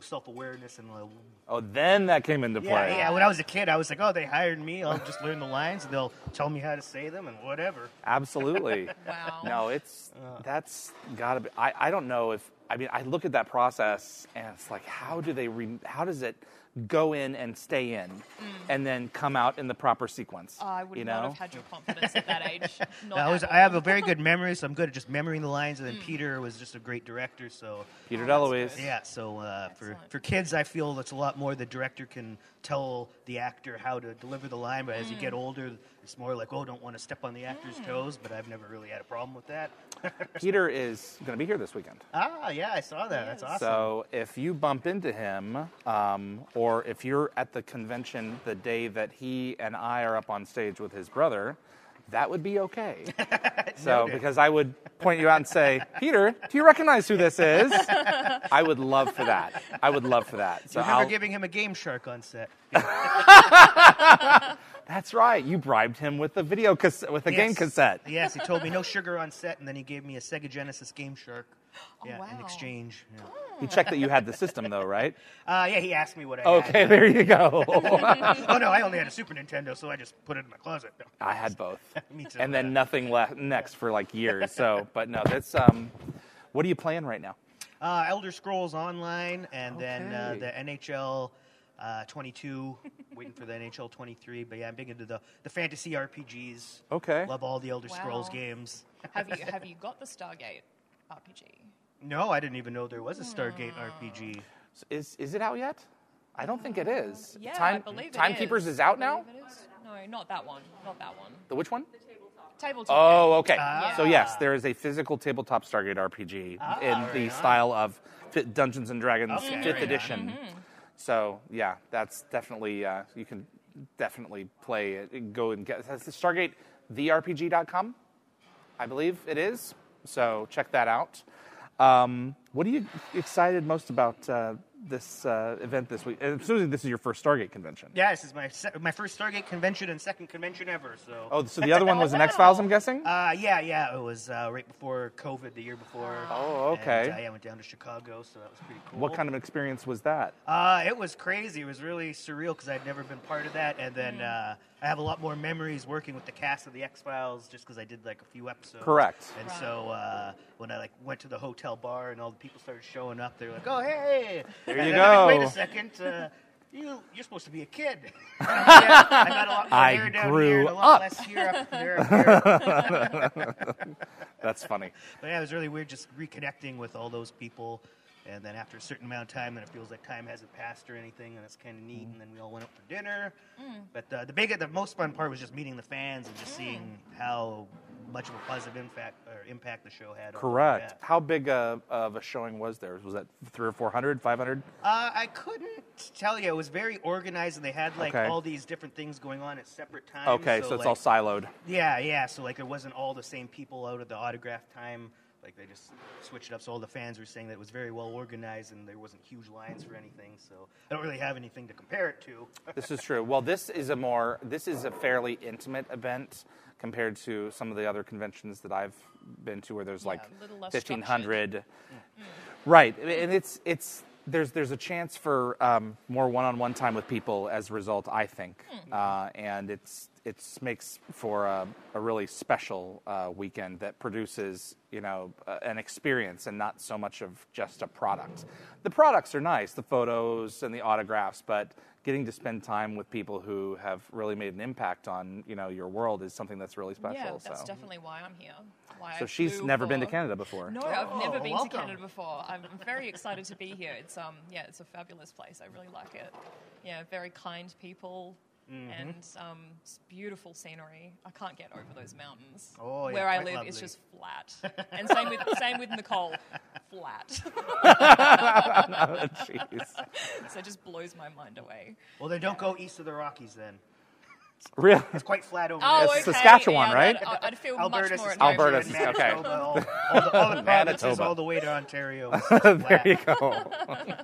S11: self awareness and like
S1: oh then that came into play
S11: Yeah, yeah. When I was a kid, I was like, oh, they hired me. I'll just learn the lines, and they'll tell me how to say them and whatever.
S1: Absolutely.
S6: Wow.
S1: No, it's that's gotta be. I, I don't know if I mean I look at that process and it's like how do they re, how does it go in and stay in and then come out in the proper sequence?
S6: Mm. Oh, I would
S1: you
S6: not
S1: know?
S6: have had your confidence at that age. Not
S11: I, was,
S6: at
S11: I
S6: all.
S11: have
S6: Hmm.
S11: a very good memory, so I'm good at just memorying the lines. And then Peter was just a great director, so
S1: Peter DeLuise.
S11: yeah. So uh, for
S6: Oh, Excellent.
S11: for kids, I feel that's a lot more the director can tell the actor how to deliver the line. But as you get
S6: Hmm.
S11: older, it's more like, oh, don't want to step on the actor's toes. But I've never really had a problem with that.
S1: Peter is going to be here this weekend.
S11: ah, yeah, I saw that. That's awesome.
S1: So if you bump into him, um, or if you're at the convention the day that he and I are up on stage with his brother, that would be okay. so because I would point you out and say, Peter, do you recognize who this is? I would love for that. I would love for that. So
S11: I remember
S1: I'll-
S11: giving him a game shark on set.
S1: that's right. You bribed him with a video cassette, with a game
S11: Yes.
S1: cassette.
S11: Yes, he told me no sugar on set, and then he gave me a Sega Genesis Game Shark. Yeah, in
S6: wow. Hmm.
S11: exchange. Yeah.
S1: He checked that you had the system though, right?
S11: Uh, yeah, he asked me what I
S1: Okay,
S11: had.
S1: there you go.
S11: oh no, I only had a Super Nintendo, so I just put it in my closet. No.
S1: I had both,
S11: Me too.
S1: and then nothing left next for like years. So, but no, that's um, what are you playing right now?
S11: Uh, Elder Scrolls Online, and then uh,
S1: Okay.
S11: the NHL uh, 22. waiting for the NHL 23, but yeah, I'm big into the the fantasy RPGs.
S1: Okay.
S11: Love all the Elder Scrolls
S6: Wow.
S11: games.
S6: Have you have you got the Stargate RPG?
S11: No, I didn't even know there was a Stargate
S6: Hmm.
S11: RPG.
S1: Is is it out yet? I don't think it is.
S6: Yeah, I
S1: Time,
S6: believe it is.
S1: Timekeepers is, out
S6: I
S1: now.
S6: believe it is. No, not that one. Not that one.
S1: The which one?
S6: Tabletop.
S1: Oh, okay.
S11: Ah.
S1: So
S6: Yeah.
S1: yes, there is a physical tabletop Stargate RPG in the style of fi- Dungeons and Dragons
S11: Okay, Mm-hmm.
S1: Fifth
S11: right on.
S1: Edition. So yeah, that's definitely uh, you can definitely play it. Go and get that's the Stargate therpg.com, I believe it is. So check that out. Um, what are you excited most about uh, this uh, event this week? Uh, Susie, this is your first Stargate convention.
S11: Yeah, this is my se- my first Stargate convention and second convention ever. So
S1: Oh, so the other one was an X Files, I'm guessing.
S11: Uh, yeah, yeah, it was uh, right before COVID, the year before.
S1: Oh, okay.
S11: And, uh, yeah, I went down to Chicago, so that was pretty cool.
S1: what kind of experience was that?
S11: Uh, it was crazy. It was really surreal because I'd never been part of that, and then uh, I have a lot more memories working with the cast of the X Files just because I did like a few episodes.
S1: Correct.
S11: And so uh, when I like went to the hotel bar and all the people started showing up, they were like, "Oh, hey!" There
S1: you
S11: Wait
S1: go.
S11: a second. Uh, you, you're supposed to be a kid. And I'm like, "Yeah, I got a lot more
S1: I
S11: hair down
S1: grew
S11: here and a lot
S1: up."
S11: less here up there. up here.
S1: That's funny.
S11: But yeah, it was really weird just reconnecting with all those people. And then after a certain amount of time, then it feels like time hasn't passed or anything, and it's kind of neat. And then we all went out for dinner.
S4: Mm.
S2: Mm.
S11: But uh, the big, the most fun part was just meeting the fans and just seeing how much of a positive impact or impact the show had. on all of
S1: Correct.
S11: that.
S1: How big a, of a showing was there? Was that three or four hundred, five hundred?
S11: Uh, I couldn't tell you. It was very organized, and they had like
S1: Okay.
S11: all these different things going on at separate times.
S1: Okay, so, it's all
S11: like-
S1: siloed.
S11: Yeah, yeah. So like, it wasn't all the same people out at the autograph time. Like they just switched it up. So all the fans were saying that it was very well organized, and there wasn't huge lines for anything. So I don't really have anything to compare it to.
S1: This is true. Well, this is a more this is a fairly intimate event compared to some of the other conventions that I've been to, where there's like
S12: a little less
S1: fifteen hundred.
S11: Mm-hmm.
S1: Right, and it's it's there's there's a chance for um, more one-on-one time with people as a result. I think,
S12: Hmm.
S1: uh, and it's it's makes for a, a really special uh, weekend that produces you know uh, an experience and not so much of just a product. The products are nice, the photos and the autographs, but getting to spend time with people who have really made an impact on you know your world is something that's really special.
S6: yeah, that's
S1: so.
S6: definitely why I'm here. Why I
S1: So she's
S6: flew
S1: never been to
S6: for-
S1: Canada before.
S6: No, I've never
S1: Oh,
S6: been
S1: welcome.
S6: to Canada before. I'm very excited to be here. It's um, yeah, it's a fabulous place. I really like it. Yeah, very kind people.
S11: Mhm.
S6: And um, it's beautiful scenery. I can't get over those mountains.
S11: Oh, yeah,
S6: Where I
S11: quite
S6: live
S11: lovely.
S6: is just flat. And same with same with Nicole, flat.
S1: Jeez.
S6: So it just blows my mind away.
S11: Well, then don't go east of the Rockies then.
S1: Really?
S11: It's quite flat over
S6: Oh,
S11: there.
S6: okay. Saskatchewan, Yeah, right? then I- I'd feel much
S11: Alberta,
S6: more at home.
S11: Saskatchewan,
S1: Alberta, Saskatchewan, okay.
S11: Manitoba, All, all the, all the provinces,
S1: Manitoba.
S11: all the way to Ontario. is
S1: there
S11: flat.
S1: you go.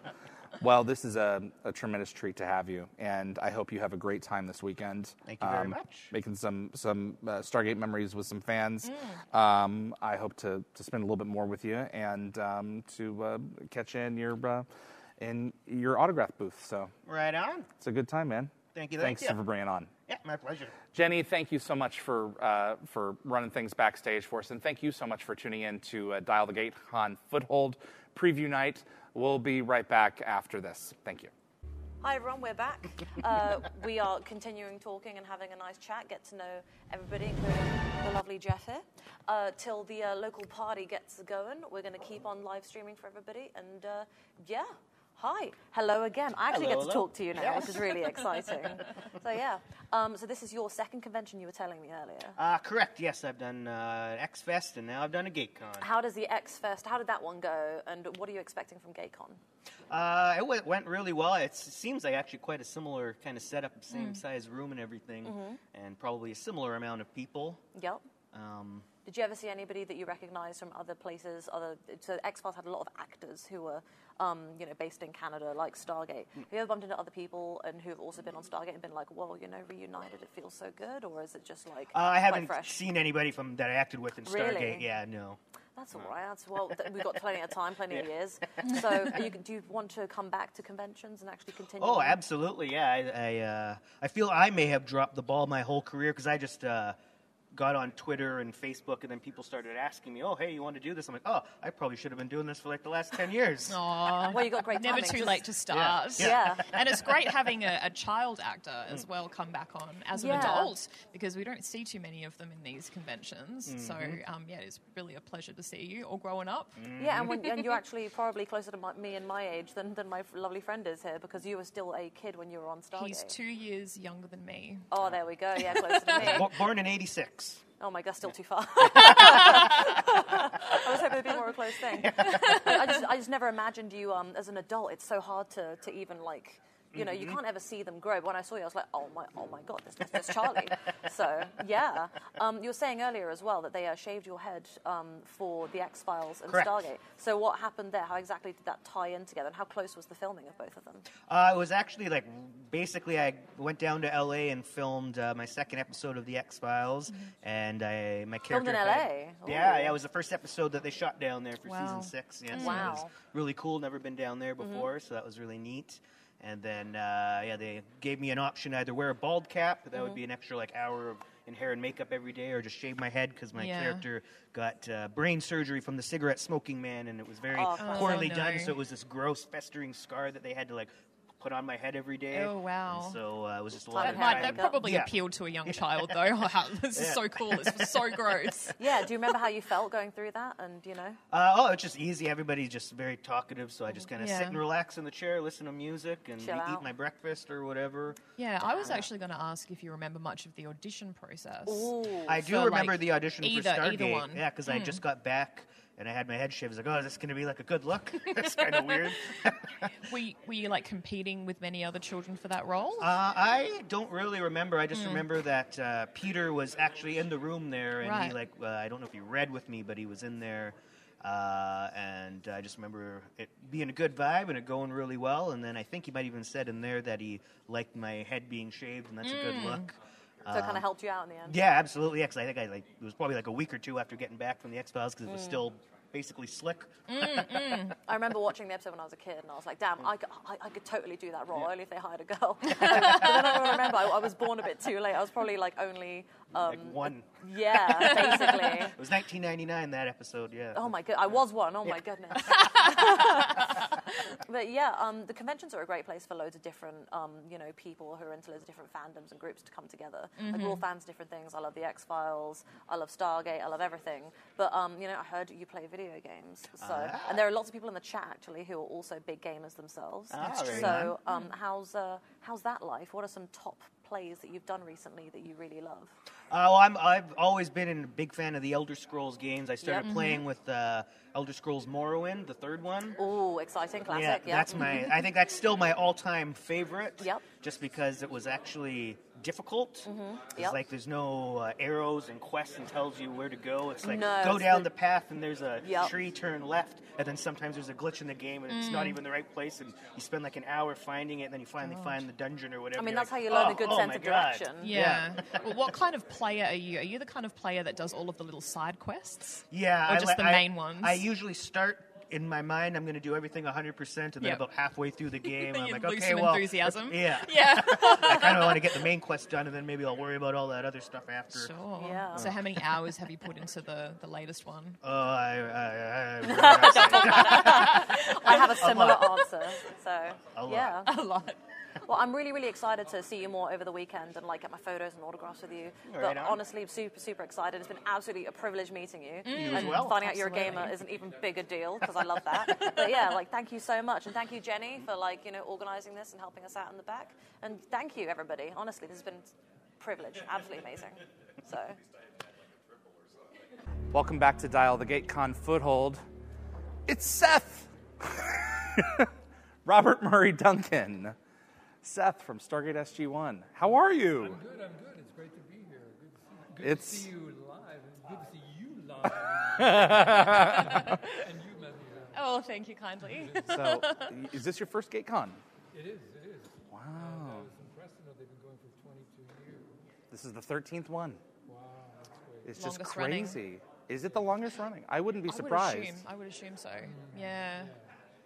S1: well, this is a, a tremendous treat to have you, and I hope you have a great time this weekend. Um,
S11: Thank you very much.
S1: Making some some uh, Stargate memories with some fans.
S11: Mm.
S1: Um, I hope to, to spend a little bit more with you and um, to uh, catch you in your uh, in your autograph booth. So
S11: Right on.
S1: it's a good time, man.
S11: Thank you. Thank
S1: Thanks
S11: you.
S1: for bringing on.
S11: Yeah, my pleasure.
S1: Jenny, thank you so much for uh, for running things backstage for us, and thank you so much for tuning in to uh, Dial the Gate on Foothold Preview Night. We'll be right back after this. Thank you.
S2: Hi everyone, we're back. Uh, we are continuing talking and having a nice chat, get to know everybody, including the lovely Jeff here. Uh, till the uh, local party gets going, we're going to keep on live streaming for everybody. And uh, yeah, hi, hello again. I actually
S13: Hello,
S2: get to
S13: hello.
S2: talk to you now, which is
S13: Yes.
S2: really exciting. so yeah, um, so this is your second convention you were telling me earlier.
S11: Uh, correct. Yes, I've done uh, X Fest and now I've done a GateCon.
S2: How does the X Fest? How did that one go? And what are you expecting from GayCon?
S11: Uh, it went, went really well. It's, it seems like actually quite a similar kind of setup, same
S2: Mm.
S11: size room and everything,
S2: Mhm.
S11: and probably a similar amount of people.
S2: Yep.
S11: Um,
S2: Did you ever see anybody that you recognised from other places? Other so X Files had a lot of actors who were, um, you know, based in Canada, like Stargate.
S11: Mm.
S2: Have you ever bumped into other people and who have also been on Stargate and been like, "Whoa, you know, reunited, it feels so good," or is it just like
S11: uh, I
S2: quite
S11: haven't
S2: fresh?
S11: seen anybody from that I acted with in Stargate.
S2: Really?
S11: Yeah, no.
S2: That's all
S11: No.
S2: right. That's well, th- we've got plenty of time, plenty of years. So, are you, do you want to come back to conventions and actually continue?
S11: Oh,
S2: on?
S11: absolutely. Yeah, I I, uh, I feel I may have dropped the ball my whole career because I just uh, got on Twitter and Facebook, and then people started asking me, "Oh, hey, you want to do this?" I'm like, "Oh, I probably should have been doing this for like the last ten years."
S6: Well, you got great Never timing, too 'cause- late to start.
S11: Yeah. Yeah.
S6: and it's great having a, a child actor as well come back on as
S2: Yeah.
S6: an adult because we don't see too many of them in these conventions.
S11: Mm-hmm.
S2: Mhm.
S6: So, um, yeah, it's really a pleasure to see you all growing up.
S11: Mm-hmm.
S2: Yeah, and, when, and you're actually probably closer to my, me and my age than, than my f- lovely friend is here because you were still a kid when you were on Stargate.
S6: He's two years younger than me.
S2: Oh, there we go. Yeah, closer to me.
S11: Bo- born in '86.
S2: Oh my god, still too far. I was hoping it'd be more of a close thing. I just, I just never imagined you um, as an adult. It's so hard to, to even like, you know, you
S11: Mm-hmm.
S6: Mm-hmm.
S13: Mhm.
S2: can't ever see them grow. But when I saw you, I was like, oh my, oh my god, this, this, this Charlie. So yeah, um, you were saying earlier as well that they uh, shaved your head um, for the X Files and
S11: Correct.
S2: Stargate. So what happened there? How exactly did that tie in together? And how close was the filming of both of them?
S11: Uh, it was actually like basically I went down to LA and filmed uh, my second episode of The X Files, and I my
S2: Mm-hmm. Filmed
S11: character
S2: in
S11: had-
S2: LA?
S11: Yeah,
S2: Ooh.
S11: yeah, it was the first episode that they shot down there for
S2: Wow. Mm.
S11: season six. Yeah, so
S2: Wow. Mm-hmm.
S11: that was really cool. Never been down there before, so that was really neat. And then uh, yeah, they gave me an option either wear a bald cap, that
S2: Mm-hmm.
S6: Mhm.
S11: would be an extra like hour of in hair and makeup every day, or just shave my head because my
S6: Yeah.
S11: character got uh, brain surgery from the cigarette smoking man, and it was very
S6: Oh,
S11: poorly
S6: no.
S11: done. So it was this gross festering scar that they had to like put on my head every day.
S6: Oh, wow.
S11: And so uh, it was just a lot
S6: That,
S11: of
S6: might,
S11: time.
S6: that probably
S11: Yeah.
S6: appealed to a young child, though. Wow, this is
S11: Yeah.
S6: so cool. This was so gross.
S2: Yeah. Do you remember how you felt going through that? And you know.
S11: Uh, oh, it's just easy. Everybody's just very talkative, so I just kind of
S6: Yeah.
S11: sit and relax in the chair, listen to music, and
S6: Chill
S11: eat
S6: out.
S11: my breakfast or whatever.
S6: Yeah, I was actually going to ask if you remember much of the audition process.
S11: I do
S6: for,
S11: remember
S6: like,
S11: the audition
S6: either,
S11: for Stargate.
S6: Either one.
S11: Yeah, because I
S6: Hmm.
S11: just got back and I had my head shaved. I was like, oh, is this going to be like a good look? That's kind of weird.
S6: Were you, were you like competing with many other children for that role?
S11: Uh, I don't really remember. I just
S6: Hmm.
S11: remember that uh, Peter was actually in the room there, and he
S6: Right.
S11: like uh, I don't know if he read with me, but he was in there, uh, and I just remember it being a good vibe and it going really well. And then I think he might even said in there that he liked my head being shaved, and that's a good
S2: Mm.
S11: look.
S2: So it kind
S11: Um,
S2: of helped you out in the end.
S11: Yeah, absolutely. Because I think I like it was probably like a week or two after getting back from the X Files because it was
S2: Mm.
S11: still basically slick.
S2: I remember watching the episode when I was a kid, and I was like, "Damn, I, c- I- I could totally do that role, only if they hired a girl." but then I remember I, I was born a bit too late. I was probably like only, um,
S11: like one.
S2: yeah, basically.
S11: it was 1999 that episode. Yeah.
S2: Oh my good, I was one. Oh my goodness. but yeah, um, the conventions are a great place for loads of different, um, you know, people who are into loads of different fandoms and groups to come together. Like we're all
S8: Mhm.
S2: fans of different things. I love the X Files. I love Stargate. I love everything. But um, you know, I heard you play video games, so
S8: Ah.
S2: and there are lots of people in the chat actually who are also big gamers themselves.
S8: Ah, That's very
S2: so
S8: nice.
S2: um, how's uh, how's that life? What are some top plays that you've done recently that you really love?
S11: Uh, well, I'm, I've always been a big fan of the Elder Scrolls games. I started
S2: Yep.
S11: playing
S2: Mhm.
S11: with uh, Elder Scrolls Morrowind, the third one.
S2: Oh, exciting classic!
S11: yeah,
S2: Yeah,
S11: that's my. I think that's still my all-time favorite.
S2: Yep.
S11: Just because it was actually difficult.
S2: Mhm,
S11: It's
S2: yep.
S11: like there's no uh, arrows and quests and tells you where to go. It's like
S2: No,
S11: go
S2: it's
S11: down
S2: the-
S11: the path and there's a
S2: Yep.
S11: tree, turn left, and then sometimes there's a glitch in the game and it's not
S2: Mm. Oh,
S11: even the right place, and you spend like an hour finding it, and then you finally
S6: God.
S11: find the dungeon or whatever.
S2: mean,
S11: you're
S2: that's
S11: like,
S2: how you learn a
S11: "Oh,
S2: good
S11: oh
S2: sense
S11: my
S2: of
S11: God."
S2: direction.
S6: Yeah. well, what kind of player are you? Are you the kind of player that does all of the little side quests?
S11: Yeah,
S6: Or
S11: I
S6: just
S11: li-
S6: the
S11: I-
S6: main ones?
S11: I usually start in my mind. I'm going to do everything 100, percent and then
S6: Yep.
S11: about halfway through the game, I'm
S6: You
S11: like,
S6: lose
S11: okay,
S6: some
S11: well,
S6: enthusiasm.
S11: Yeah,
S6: Yeah.
S11: I kind of want to get the main quest done, and then maybe I'll worry about all that other stuff after.
S6: Sure. So how many hours have you put into the, the latest one?
S11: Oh, I, I, I, I,
S2: I have a similar
S11: lot.
S2: answer. So
S11: A lot.
S2: yeah,
S6: a lot.
S2: Well, I'm really, really excited to see you more over the weekend and like get my photos and autographs with you.
S8: Right
S2: but
S8: on.
S2: honestly, I'm super, super excited. It's been absolutely a privilege meeting you,
S8: You
S2: and
S8: as well.
S2: finding out you're a gamer
S8: Absolutely.
S2: is an even bigger deal because I love that. but yeah, like thank you so much, and thank you Jenny for like you know organising this and helping us out in the back, and thank you everybody. Honestly, this has been a privilege, absolutely amazing. So
S1: Welcome back to Dial the Gate Con Foothold. It's Seth! Robert Murray Duncan. Seth from Stargate SG1. How are you?
S5: I'm good. I'm good. It's great to be here. Good to see, good
S1: It's-
S5: to see you live. and Good to see you live. and you, Matthew.
S6: Oh, thank you kindly.
S1: So, is this your first Gate Con?
S5: It is. It is.
S1: Wow.
S5: Uh, I was impressed to know they've been going for 22 years.
S1: This is the 13th one.
S5: Wow, that's great.
S1: It's just
S6: Longest running.
S1: crazy. Is it the longest running? I wouldn't be
S6: I
S1: surprised.
S6: would assume. I would assume so. Yeah.
S5: And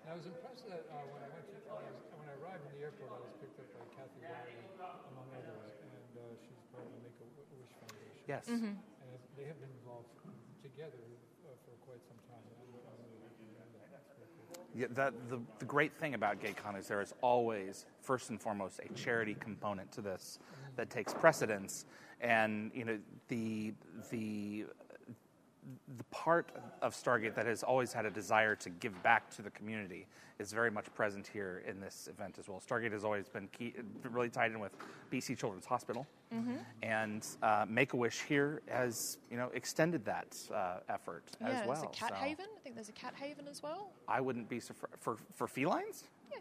S5: I was impressed that uh, when I went to, I was, when I arrived in the airport, I was picked up by Kathy Riley, among others, and uh, she's part of the Make a Wish Foundation.
S1: Yes.
S5: And
S6: Mm-hmm.
S1: Mhm.
S5: they have been involved together uh, for quite some time. I'm, I'm really happy about that. That's very cool.
S1: Yeah, that, the, the great thing about GayCon is there is always, first and foremost, a charity component to this that takes precedence. And you know the the the part of Stargate that has always had a desire to give back to the community is very much present here in this event as well. Stargate has always been key, really tied in with BC Children's Hospital,
S6: Mhm.
S1: and uh, Make a Wish here has you know extended that uh, effort
S6: yeah.
S1: as well.
S6: It's a cat
S1: So
S6: haven. I think there's a cat haven as well.
S1: I wouldn't be surprised for for felines.
S6: Yeah.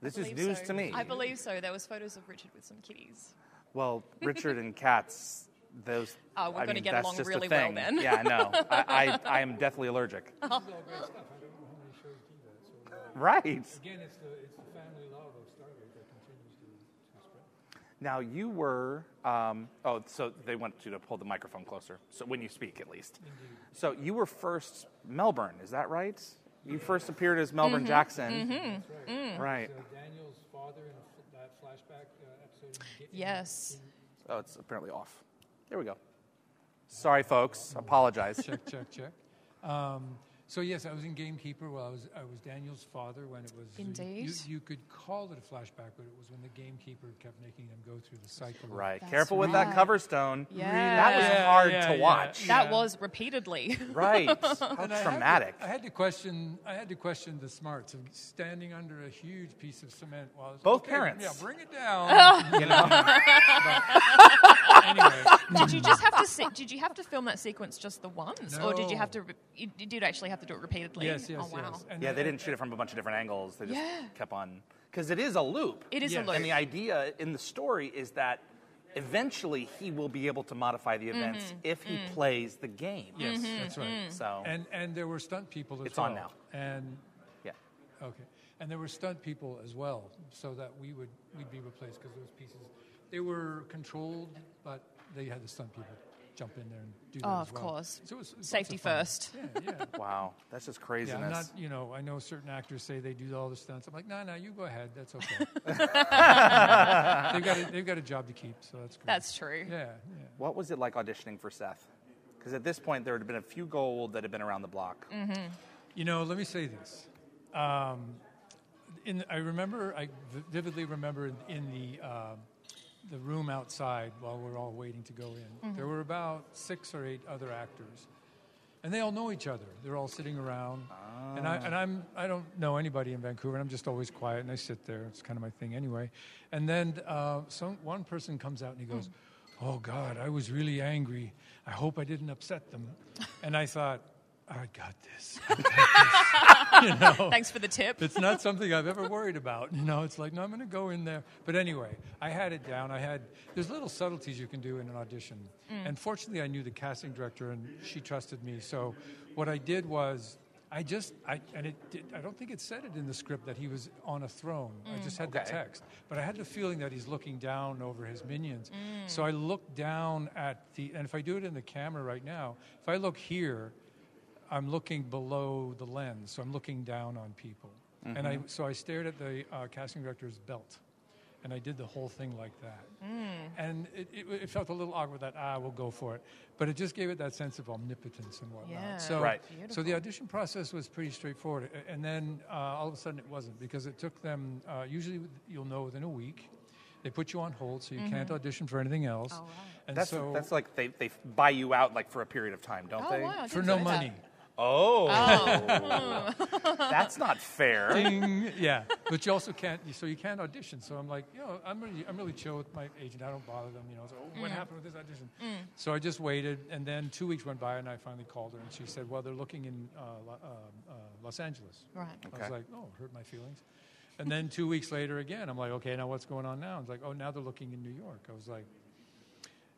S1: This
S6: I
S1: is
S6: believe
S1: news
S6: so.
S1: to me.
S6: I believe so. There was photos of Richard with some kitties.
S1: Well, Richard and cats, those.
S6: Oh, we're
S1: I
S6: gonna
S1: mean,
S6: get
S1: that's
S6: along
S1: just a
S6: really well
S1: thing.
S6: then.
S1: yeah, no, I, I, I am deathly allergic.
S5: This is all great stuff. I don't know how many shows do that. So, uh,
S1: Right.
S5: Again, it's the, it's the family love of Stargate that continues to, to spread.
S1: Now you were. Um, oh, so they want you to pull the microphone closer, so when you speak at least.
S5: Indeed.
S1: So you were first Melbourne, is that right? You first appeared as Melbourne
S6: Mhm,
S1: Jackson.
S6: mhm,
S5: That's
S6: mm.
S1: Right.
S5: So Daniel's father in a f- that flashback uh, episode. in the- in the-
S6: Yes.
S1: Oh, it's apparently off. There we go. Sorry, folks. Apologize.
S5: Check, check, check. Um, So yes, I was in Gamekeeper. Well, I was I was Daniel's father when it was. you-
S6: Indeed.
S5: You, you could call it a flashback, but it was when the Gamekeeper kept making them go through the cycle.
S1: Right. Careful with that cover stone.
S6: Yeah.
S1: That was
S5: Yeah,
S1: hard
S5: yeah,
S1: to
S5: yeah.
S1: watch.
S6: That was repeatedly.
S1: Right. How
S5: And I had to-
S1: traumatic.
S5: I had to question. I had to question the smarts of standing under a huge piece of cement while it's-
S1: Both
S5: okay,
S1: parents.
S5: Yeah, bring it down.
S6: You know?
S5: But anyway,
S6: did you just have to se- did you have to film that sequence just the once, or did you
S5: No.
S6: have to? Re- you, you did actually have to do it repeatedly.
S1: Yes, yes,
S6: oh wow.
S1: yes. yeah, they didn't shoot it from a bunch of different angles. They just
S6: Yeah.
S1: kept on because it is a loop.
S6: It is a Yes. loop.
S1: And the idea in the story is that eventually he will be able to modify the events
S6: Mm-hmm.
S5: Mhm.
S1: if he
S5: Mm.
S1: plays the game.
S5: Yes, Mhm. that's right. Mm.
S1: So
S5: and and there were stunt people as
S1: It's
S5: well.
S1: on now.
S5: And
S1: yeah,
S5: okay. And there were stunt people as well, so that we would we'd be replaced because those pieces they were controlled, but they had the stunt people jump in there and do that
S6: Oh,
S5: as
S6: of
S5: well.
S6: course.
S5: So it was, lots of
S6: Safety
S5: fun.
S6: first.
S5: Yeah, yeah.
S1: wow, that's just craziness.
S5: Yeah, I'm not, you know, I know certain actors say they do all the stunts. I'm like, no, no, you go ahead. That's okay. they've, got a, they've got a job to keep, so that's good.
S6: That's true.
S5: Yeah.
S1: What was it like auditioning for Seth? Because at this point, there had been a few gold that had been around the block.
S6: Mm-hmm.
S5: You know, let me say this. Um, in, I remember, I vi- vividly remember in, in the, uh, the room outside while we're all waiting to go in,
S13: Mhm.
S5: there were about six or eight other actors. And they all know each other. They're all sitting around. And, I, and I'm, I don't know anybody in Vancouver, and I'm just always quiet, and I sit there. It's kind of my thing anyway. And then uh, some, one person comes out and he goes, Oh, God, I was really angry. I hope I didn't upset them. And I thought, I got this. I got this.
S6: Thanks for the tip.
S5: It's not something I've ever worried about. You know, it's like, no, I'm going to go in there. But anyway, I had it down. I had, there's little subtleties you can do in an audition.
S13: Mm.
S5: And fortunately, I knew the casting director and she trusted me. So what I did was, I just, I, and it did, I don't think it said it in the script that he was on a throne. I
S13: Mm.
S5: just had the
S13: Okay.
S5: text. But I had the feeling that he's looking down over his minions.
S13: Mm.
S5: So I look down at the, and if I do it in the camera right now, if I look here, I'm looking below the lens, so I'm looking down on people. And I,
S13: Mhm.
S5: so I stared at the uh, casting director's belt, and I did the whole thing like that. And it, it, it felt a little awkward that, ah, we'll go for it. But it just gave it that sense of omnipotence and whatnot.
S13: Yeah.
S5: So,
S13: Right.
S5: so
S13: Beautiful.
S5: the audition process was pretty straightforward. A- And then uh, all of a sudden it wasn't, because it took them, uh, usually you'll know within a week. They put you on hold, so you
S1: Mhm.
S5: can't audition for anything else. And
S1: that's,
S5: so
S1: that's like they, they buy you out like for a period of time, don't
S5: Oh,
S1: they?
S5: wow, I For didn't no know that. money.
S1: Oh. Hmm.
S5: Oh.
S1: that's not fair.
S5: Ding. Yeah, but you also can't. So you can't audition. So I'm like, you know, I'm really, I'm really chill with my agent. I don't bother them. You know, so oh, what
S13: Mm.
S5: happened with this audition?
S13: Mm.
S5: So I just waited, and then two weeks went by, and I finally called her, and she said, well, they're looking in uh, Lo- um, uh, Los Angeles.
S13: Right.
S5: I was
S13: Okay.
S5: like, oh, hurt my feelings. And then two weeks later again, I'm like, okay, now what's going on now? It's like, oh, now they're looking in New York. I was like,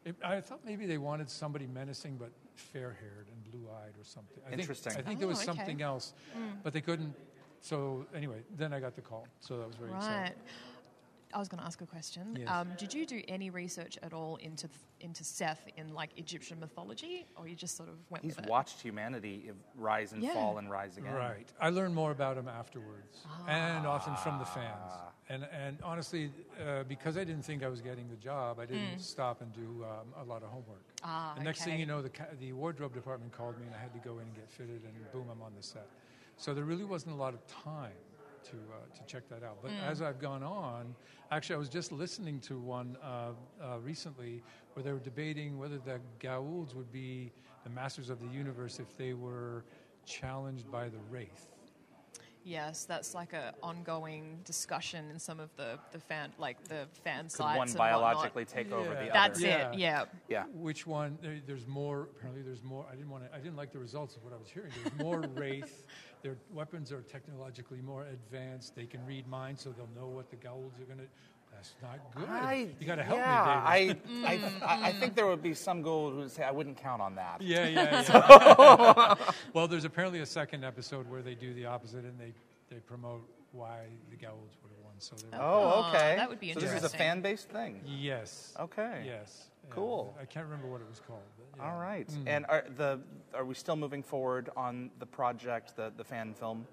S5: it, I thought maybe they wanted somebody menacing but fair-haired and blue-eyed or something. I think-
S1: Interesting.
S5: I think there was
S6: Oh, okay.
S5: something else,
S6: Mm.
S5: but they couldn't. So anyway, then I got the call. So that was very
S6: Right.
S5: exciting.
S6: I was going to ask a question.
S5: Yes.
S6: Um, did you do any research at all into into Seth in like Egyptian mythology, or you just sort of went
S1: He's
S6: with it?
S1: watched humanity rise and
S6: Yeah.
S1: fall and rise again.
S5: Right. I learned more about him afterwards, and often from the fans. And and honestly, uh, because I didn't think I was getting the job, I didn't
S13: Mm.
S5: stop and do um, a lot of homework.
S13: Ah,
S5: the next thing
S13: okay.
S5: you know, the ca- the wardrobe department called me, and I had to go in and get fitted, and boom, I'm on the set. So there really wasn't a lot of time to uh, to check that out. But
S13: Mm.
S5: as I've gone on, actually, I was just listening to one uh, uh, recently where they were debating whether the Gaulds would be the masters of the universe if they were challenged by the Wraith.
S6: Yes, that's like a ongoing discussion in some of the, the fan like the fan
S1: Could
S6: sites.
S1: one
S6: and
S1: biologically
S6: whatnot.
S1: take over the other?
S6: That's it. Yeah.
S1: Yeah.
S5: Which one? There, there's more. Apparently, there's more. I didn't want to. I didn't like the results of what I was hearing. There's more wraith. Their weapons are technologically more advanced. They can read minds, so they'll know what the ghouls are going to. That's not good.
S1: I,
S5: you got to help
S1: yeah,
S5: me, David.
S1: I, I,
S6: Mm.
S1: I, I think there would be some gold who would say, I wouldn't count on that.
S5: Yeah, yeah, yeah. well, there's apparently a second episode where they do the opposite and they, they promote why the Gowls would have won. So they were-
S1: Oh, okay.
S6: that would be
S1: So this is a
S6: interesting.
S1: fan based thing.
S5: Yes.
S1: Okay.
S5: Yes. Yeah,
S1: Cool.
S5: I can't remember what it was called. but yeah.
S1: All right.
S5: Mm.
S1: And are the are we still moving forward on the project, the the fan film?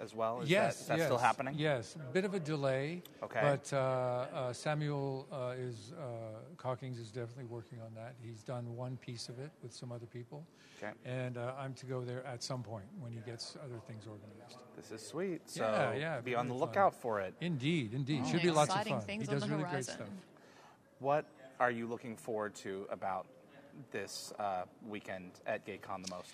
S1: as well? Oh, Is
S5: yes,
S1: that, is that still
S5: yes,
S1: happening?
S5: Yes, bit of a delay.
S1: Okay.
S5: But uh, uh, Samuel uh, is uh, Cockings is definitely working on that. He's done one piece of it with some other people.
S1: Okay.
S5: And uh, I'm to go there at some point when he gets other things organized.
S1: This is sweet. So
S5: yeah, yeah,
S1: be on the
S5: really fun.
S1: lookout for it.
S5: Indeed, indeed.
S1: Oh.
S5: Should be lots of
S1: Exciting
S5: fun.
S1: things
S5: he
S1: on
S5: does
S1: the
S5: really great
S1: horizon.
S5: stuff.
S1: What are you looking forward to about this uh, weekend at GayCon the most?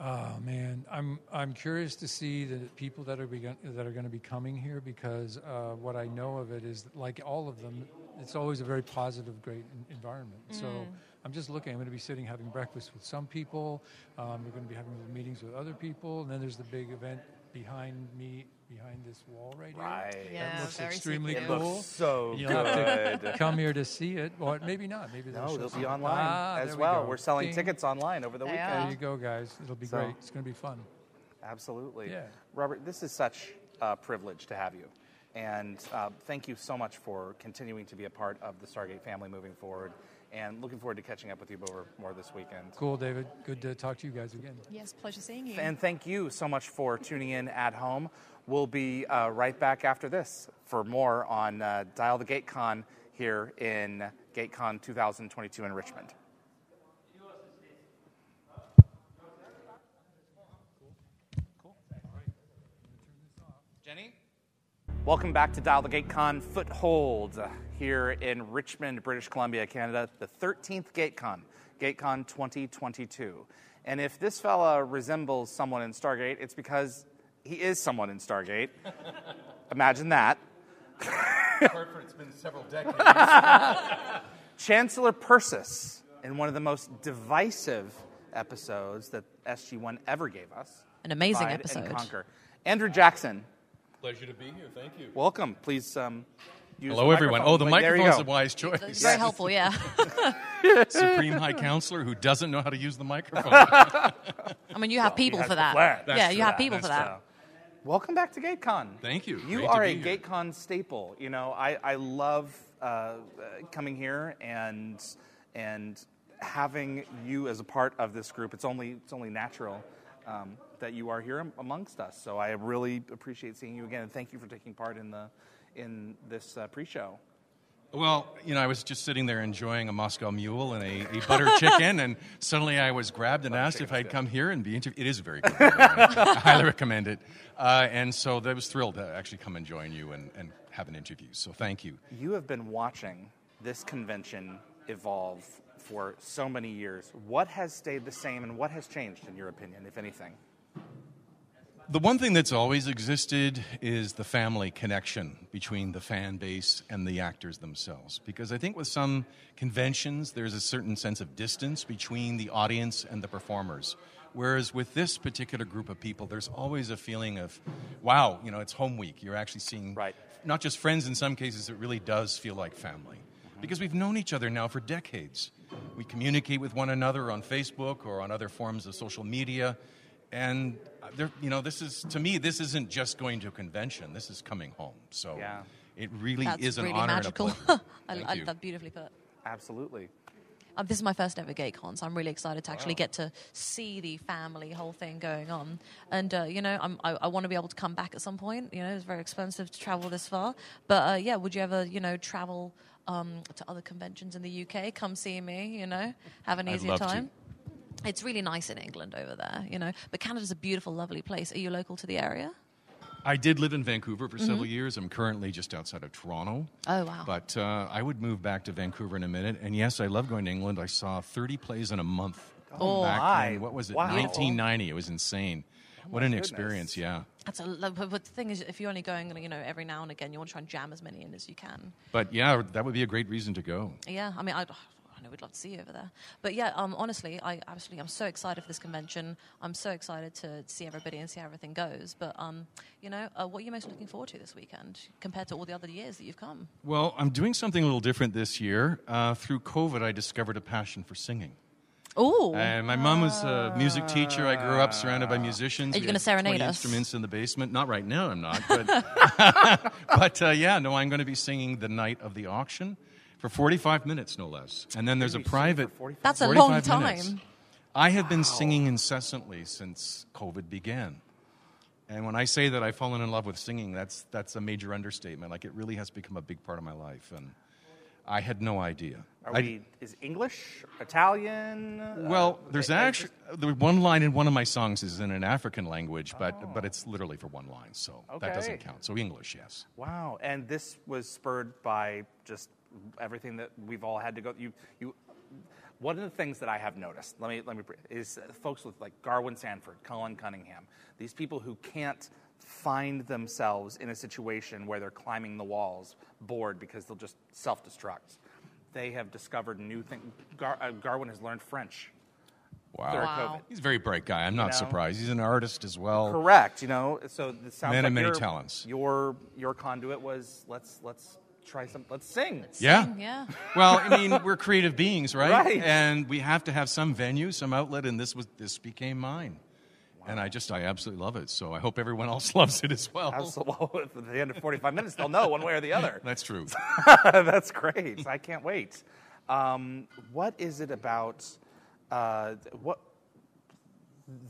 S5: Oh man, I'm I'm curious to see the people that are begun, that are going to be coming here because uh, what I know of it is like all of them, it's always a very positive, great en- environment. So
S13: Mm.
S5: I'm just looking. I'm going to be sitting having breakfast with some people. Um, we're going to be having little meetings with other people, and then there's the big event behind me behind this wall right,
S1: Right.
S5: here.
S1: Yeah,
S5: that looks
S1: very
S5: extremely
S1: secretive. It
S5: cool.
S1: looks so
S5: You'll have to
S1: good.
S5: come here to see it. Well, maybe not. Maybe they'll
S1: No,
S5: show
S1: they'll be
S5: something.
S1: online
S5: Ah,
S1: as
S5: there we
S1: well.
S5: go.
S1: We're selling
S5: Ding.
S1: tickets online over the
S5: They
S1: weekend.
S5: are. There you go, guys. It'll be
S1: So-
S5: great. It's going to be fun.
S1: Absolutely.
S5: Yeah.
S1: Robert, this is such a privilege to have you. And uh, thank you so much for continuing to be a part of the Stargate family moving forward. And looking forward to catching up with you over more this weekend.
S5: Cool, David. Good to talk to you guys again.
S6: Yes, pleasure seeing you.
S1: And thank you so much for tuning in at home. We'll be uh, right back after this for more on uh, Dial the GateCon here in GateCon 2022 in Richmond.
S14: Jenny?
S1: Welcome back to Dial the GateCon Foothold uh, here in Richmond, British Columbia, Canada, the 13th GateCon, GateCon 2022. And if this fella resembles someone in Stargate, it's because he is someone in Stargate. Imagine that.
S14: Apart from it's been several decades.
S1: Chancellor Persis, in one of the most divisive episodes that SG1 ever gave us,
S2: An amazing
S1: Divide
S2: episode.
S1: And conquer. Andrew Jackson,
S14: Pleasure to be here. Thank you.
S1: welcome. Please. Um, use
S13: Hello,
S1: the
S13: everyone.
S1: microphone.
S13: Oh, the
S1: Wait, there you
S13: microphone's
S1: go.
S13: a wise choice.
S2: It's very helpful, yeah.
S13: Supreme High Counselor who doesn't know how to use the microphone. I
S2: I mean, you have people for that. yeah, you have people for that.
S1: Welcome back to GateCon.
S13: Thank you.
S1: You
S13: Great to
S1: are a
S13: be here.
S1: GateCon staple. You know, I, I love uh, uh, coming here and and having you as a part of this group. It's only it's only natural um, that you are here am- amongst us. So I really appreciate seeing you again, and thank you for taking part in the in this uh, pre-show.
S13: Well, you know, I was just sitting there enjoying a Moscow Mule and a, a butter chicken, and suddenly I was grabbed and asked if I'd come here and be interviewed. It is very good. by the way. I highly recommend it. Uh, and so I was thrilled to actually come and join you and, and have an interview. So thank you.
S1: You have been watching this convention evolve for so many years. What has stayed the same, and what has changed, in your opinion, if anything?
S13: The one thing that's always existed is the family connection between the fan base and the actors themselves. Because I think with some conventions, there's a certain sense of distance between the audience and the performers. Whereas with this particular group of people, there's always a feeling of, wow, you know, it's home week. You're actually seeing not just friends, in some cases, it really does feel like family. Because we've known each other now for decades. We communicate with one another on Facebook or on other forms of social media and uh, there, you know, this is to me, this isn't just going to a convention. This is coming home. So it really
S2: That's
S13: is an
S2: really
S13: honor
S2: magical.
S13: and a pleasure.
S2: I,
S13: Thank
S2: I,
S13: you.
S2: that beautifully put.
S1: Absolutely.
S2: Um, this is my first ever GayCon, so I'm really excited to actually
S13: Wow.
S2: get to see the family whole thing going on. And uh, you know, I'm, I, I want to be able to come back at some point. You know, it's very expensive to travel this far. But uh, yeah, would you ever, you know, travel um, to other conventions in the UK? Come see me. You know, have an
S13: I'd
S2: easier
S13: love to.
S2: time. It's really nice in England over there. You know, but Canada's a beautiful, lovely place. Are you local to the area?
S13: I did live in Vancouver for several
S2: Mhm.
S13: years. I'm currently just outside of Toronto.
S2: Oh, wow.
S13: But uh, I would move back to Vancouver in a minute. And yes, I love going to England. I saw 30 plays in a month.
S2: Oh,
S13: back
S2: my.
S13: in, what was it?
S2: Wow.
S13: 1990. It was insane. what
S2: my
S13: an
S2: goodness.
S13: experience! Yeah.
S2: That's a, lo- but but the thing is, if you're only going, you know, every now and again, you want to try and jam as many in as you can.
S13: But yeah, that would be a great reason to go.
S2: Yeah, I mean, I'd, I know we'd love to see you over there. But yeah, um, honestly, I absolutely, I'm so excited for this convention. I'm so excited to see everybody and see how everything goes. But um, you know, uh, what are you most looking forward to this weekend compared to all the other years that you've come?
S13: Well, I'm doing something a little different this year. Uh, through COVID, I discovered a passion for singing.
S2: Oh,
S13: And my mom was a music teacher. I grew up surrounded by musicians.
S2: Are you
S13: We
S2: gonna
S13: had
S2: serenade
S13: 20
S2: us?
S13: Instruments in the basement. Not right now. I'm not. But, but uh, yeah, no, I'm going to be singing the night of the auction for 45 minutes, no less. And then there's a private.
S2: That's a long
S13: 45 minutes.
S2: time.
S13: I have been singing incessantly since COVID began. And when I say that I've fallen in love with singing, that's, that's a major understatement. Like, it really has become a big part of my life. And I had no idea.
S1: Are
S13: I-
S1: we, is English, Italian? uh,
S13: well, there's actually the one line in one of my songs is in an African language, but but it's literally for one line, so that doesn't
S1: Oh. Okay.
S13: count. So English, yes.
S1: Wow. And this was spurred by just everything that we've all had to go. You, you. One of the things that I have noticed, let me let me, br- is uh, folks with like Garwin Sanford, Colin Cunningham, these people who can't find themselves in a situation where they're climbing the walls, bored because they'll just self-destruct. They have discovered new things. Gar, uh, Garwin has learned French. during COVID.
S13: he's a very bright guy. I'm not
S1: You know?
S13: surprised. He's an artist as well.
S1: Correct. You know, so this sounds
S13: Man
S1: like
S13: of many
S1: your,
S13: talents.
S1: Your your conduit was let's let's try some let's sing.
S13: Yeah. Well, I mean, we're creative beings, right?
S1: Right.
S13: And we have to have some venue, some outlet, and this was this became mine. And I just I absolutely love it. So I hope everyone else loves it as well.
S1: Absolutely. At the end of 45 minutes, they'll know one way or the other.
S13: That's true.
S1: That's great. I can't wait. Um, what is it about uh, th- what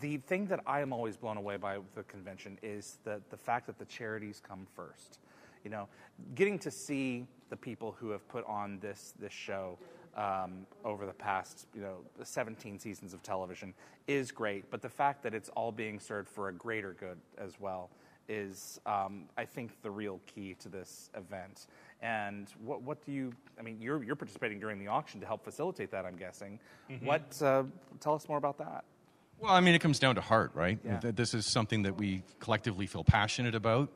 S1: the thing that I am always blown away by with the convention is the the fact that the charities come first. You know, getting to see the people who have put on this this show um, over the past you know 17 seasons of television is great, but the fact that it's all being served for a greater good as well is, um, I think, the real key to this event. And what what do you? I mean, you're you're participating during the auction to help facilitate that. I'm guessing.
S13: Mhm.
S1: What? Uh, tell us more about that.
S13: Well, I mean, it comes down to heart, right?
S1: Yeah.
S13: Th- This is something that we collectively feel passionate about,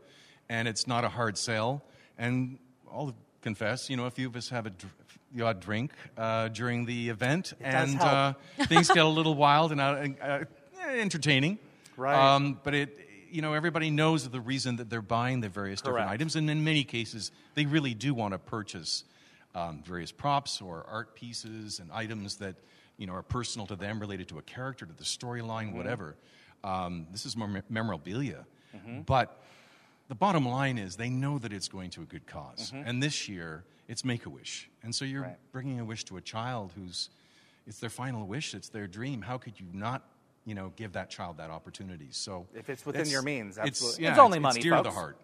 S13: and it's not a hard sell. And I'll confess, you know, a few of us have a dr- the odd drink uh, during the event,
S14: It does
S13: and
S14: help.
S13: Uh, things get a little wild and out, uh, uh, entertaining.
S14: Right.
S13: Um, but it, you know, everybody knows the reason that they're buying the various different
S14: Correct.
S13: items, and in many cases, they really do want to purchase um, various props or art pieces and items that you know are personal to them, related to a character, to the
S14: Mhm.
S13: storyline,
S1: Mm-hmm.
S13: whatever. Um, this is more me- memorabilia,
S1: Mm-hmm.
S14: Mhm.
S13: but the bottom line is they know that it's going to a good because
S1: Mm-hmm.
S14: Mhm.
S13: and this year it's make a wish and so you're
S14: Right.
S13: bringing a wish to a child who's it's their final wish it's their dream how could you not you know give that child that opportunity so
S1: If it's within your means,
S13: it's,
S1: absolutely.
S13: yeah,
S1: It's only
S13: it's,
S1: money,
S13: it's dear to the
S1: folks.
S13: heart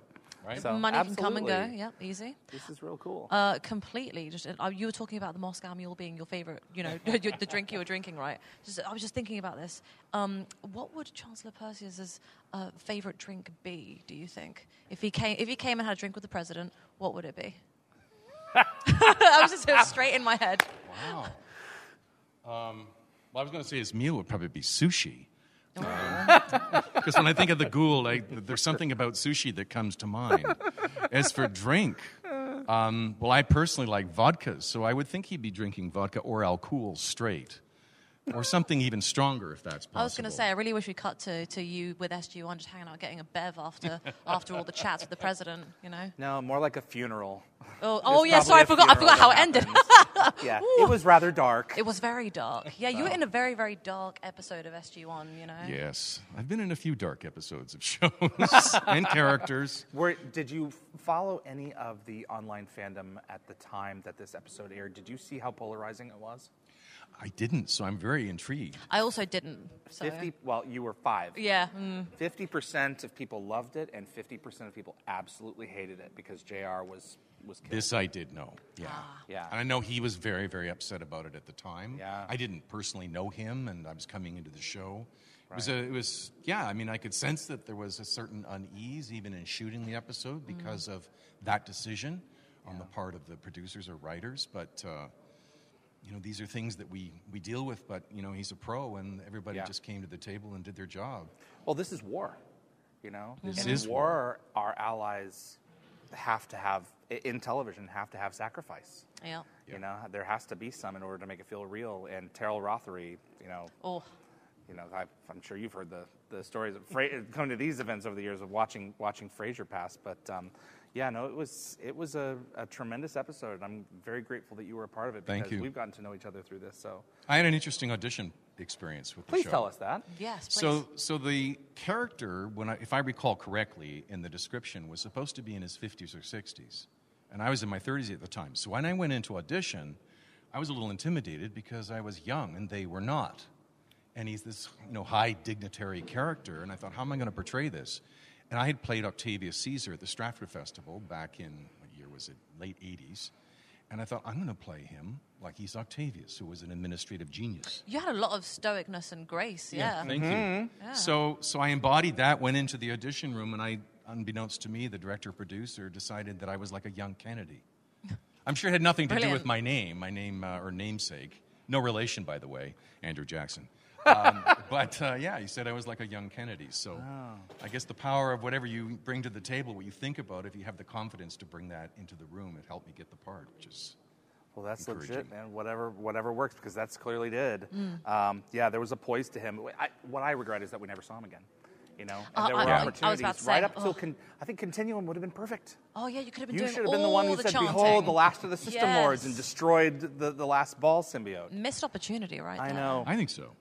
S13: right
S1: So,
S2: money can come and go.
S1: absolutely.
S2: Yep, easy.
S1: This is real cool.
S2: Uh, completely. Just uh, you were talking about the Moscow Mule being your favorite. You know, your, the drink you were drinking, right? Just, I was just thinking about this. Um, what would Chancellor Perseus's uh, favorite drink be? Do you think if he came if he came and had a drink with the president, what would it be? I was just it was straight in my head.
S13: Wow. um, well, I was going to say his meal would probably be sushi. Because when I think of the ghoul, I, there's something about sushi that comes to mind. As for drink, um, well, I personally like vodkas, so I would think he'd be drinking vodka or alcohol straight, or something even stronger if that's possible.
S2: I was going to say, I really wish we cut to, to you with SG1 just hanging out getting a bev after after all the chats with the president. You know.
S1: No, more like a funeral.
S2: Oh,
S1: It's
S2: oh yeah.
S1: probably
S2: Sorry, I
S1: a
S2: forgot. I
S1: funeral
S2: forgot how it
S1: that
S2: ended.
S1: happens. yeah, it was rather dark.
S2: It was very dark. Yeah, you were in a very, very dark episode of SG1, you know?
S13: Yes, I've been in a few dark episodes of shows and characters.
S1: Were, did you follow any of the online fandom at the time that this episode aired? Did you see how polarizing it was?
S13: I didn't, so I'm very intrigued.
S2: I also didn't. So.
S1: 50, well, you were five.
S2: Yeah, mm.
S1: 50% of people loved it, and 50% of people absolutely hated it because JR was, was killed.
S13: This I did know. Yeah.
S1: Yeah.
S13: And I know he was very, very upset about it at the time.
S1: Yeah.
S13: I didn't personally know him, and I was coming into the show. It was,
S14: Right.
S13: a, it was, yeah. I mean, I could sense that there was a certain unease even in shooting the episode because of that decision on the part of the producers or writers. But uh, you know, these are things that we we deal with. But you know, he's a pro, and everybody
S1: Yeah.
S13: just came to the table and did their job.
S1: Well, this is war, you know.
S13: This
S1: and
S13: is
S1: in war, Our allies have to have i- in television have to have sacrifice.
S2: Yeah.
S1: You know, there has to be some in order to make it feel real. And Terrell Rothery, you know,
S2: Oh.
S1: you know, I, I'm sure you've heard the, the stories of Fra- coming to these events over the years of watching watching Frasier pass. But um, yeah, no, it was it was a, a tremendous episode. and I'm very grateful that you were a part of it.
S13: Thank
S1: because
S13: you.
S1: We've gotten to know each other through this, so
S13: I had an interesting audition experience with the
S1: Please
S13: show.
S1: tell us that.
S2: Yes,
S13: So, so the character, when I, if I recall correctly in the description, was supposed to be in his 50s or 60s, and I was in my 30s at the time. So when I went into audition, I was a little intimidated because I was young and they were not. And he's this you know high dignitary character, and I thought, how am I going to portray this? And I had played Octavius Caesar at the Stratford Festival back in, what year was it? Late 80s. And I thought, I'm going to play him like he's Octavius, who was an administrative genius.
S2: You had a lot of stoicness and grace, yeah. Mm-hmm.
S13: Thank you.
S2: Yeah.
S13: So, so I embodied that, went into the audition room, and I, unbeknownst to me, the director producer decided that I was like a young Kennedy. I'm sure it had nothing to do
S2: Brilliant.
S13: with my name, my name uh, or namesake. No relation, by the way, Andrew Jackson. Um, but uh, yeah, he said I was like a young Kennedy. So
S11: Oh.
S13: I guess the power of whatever you bring to the table, what you think about, if you have the confidence to bring that into the room, it helped me get the part, which is
S1: Well, that's legit,
S13: encouraging.
S1: man. Whatever, whatever works, because that's clearly did.
S2: Mm.
S1: Um, yeah, there was a poise to him. I, what I regret is that we never saw him again. You know, and
S2: Uh,
S1: there
S2: I-
S1: were
S2: I- I was
S1: opportunities
S2: about to
S1: right
S2: say, oh.
S1: up till
S2: ugh.
S1: con- I think Continuum would have been perfect.
S2: Oh yeah, you could have been
S1: you
S2: doing
S1: should have
S2: all
S1: been the one who
S2: the
S1: said,
S2: chanting.
S1: "Behold, the last of the system lords," and
S2: Yes.
S1: destroyed the, the last ball symbiote.
S2: missed opportunity, right?
S1: I
S2: there.
S1: know. I
S13: think so.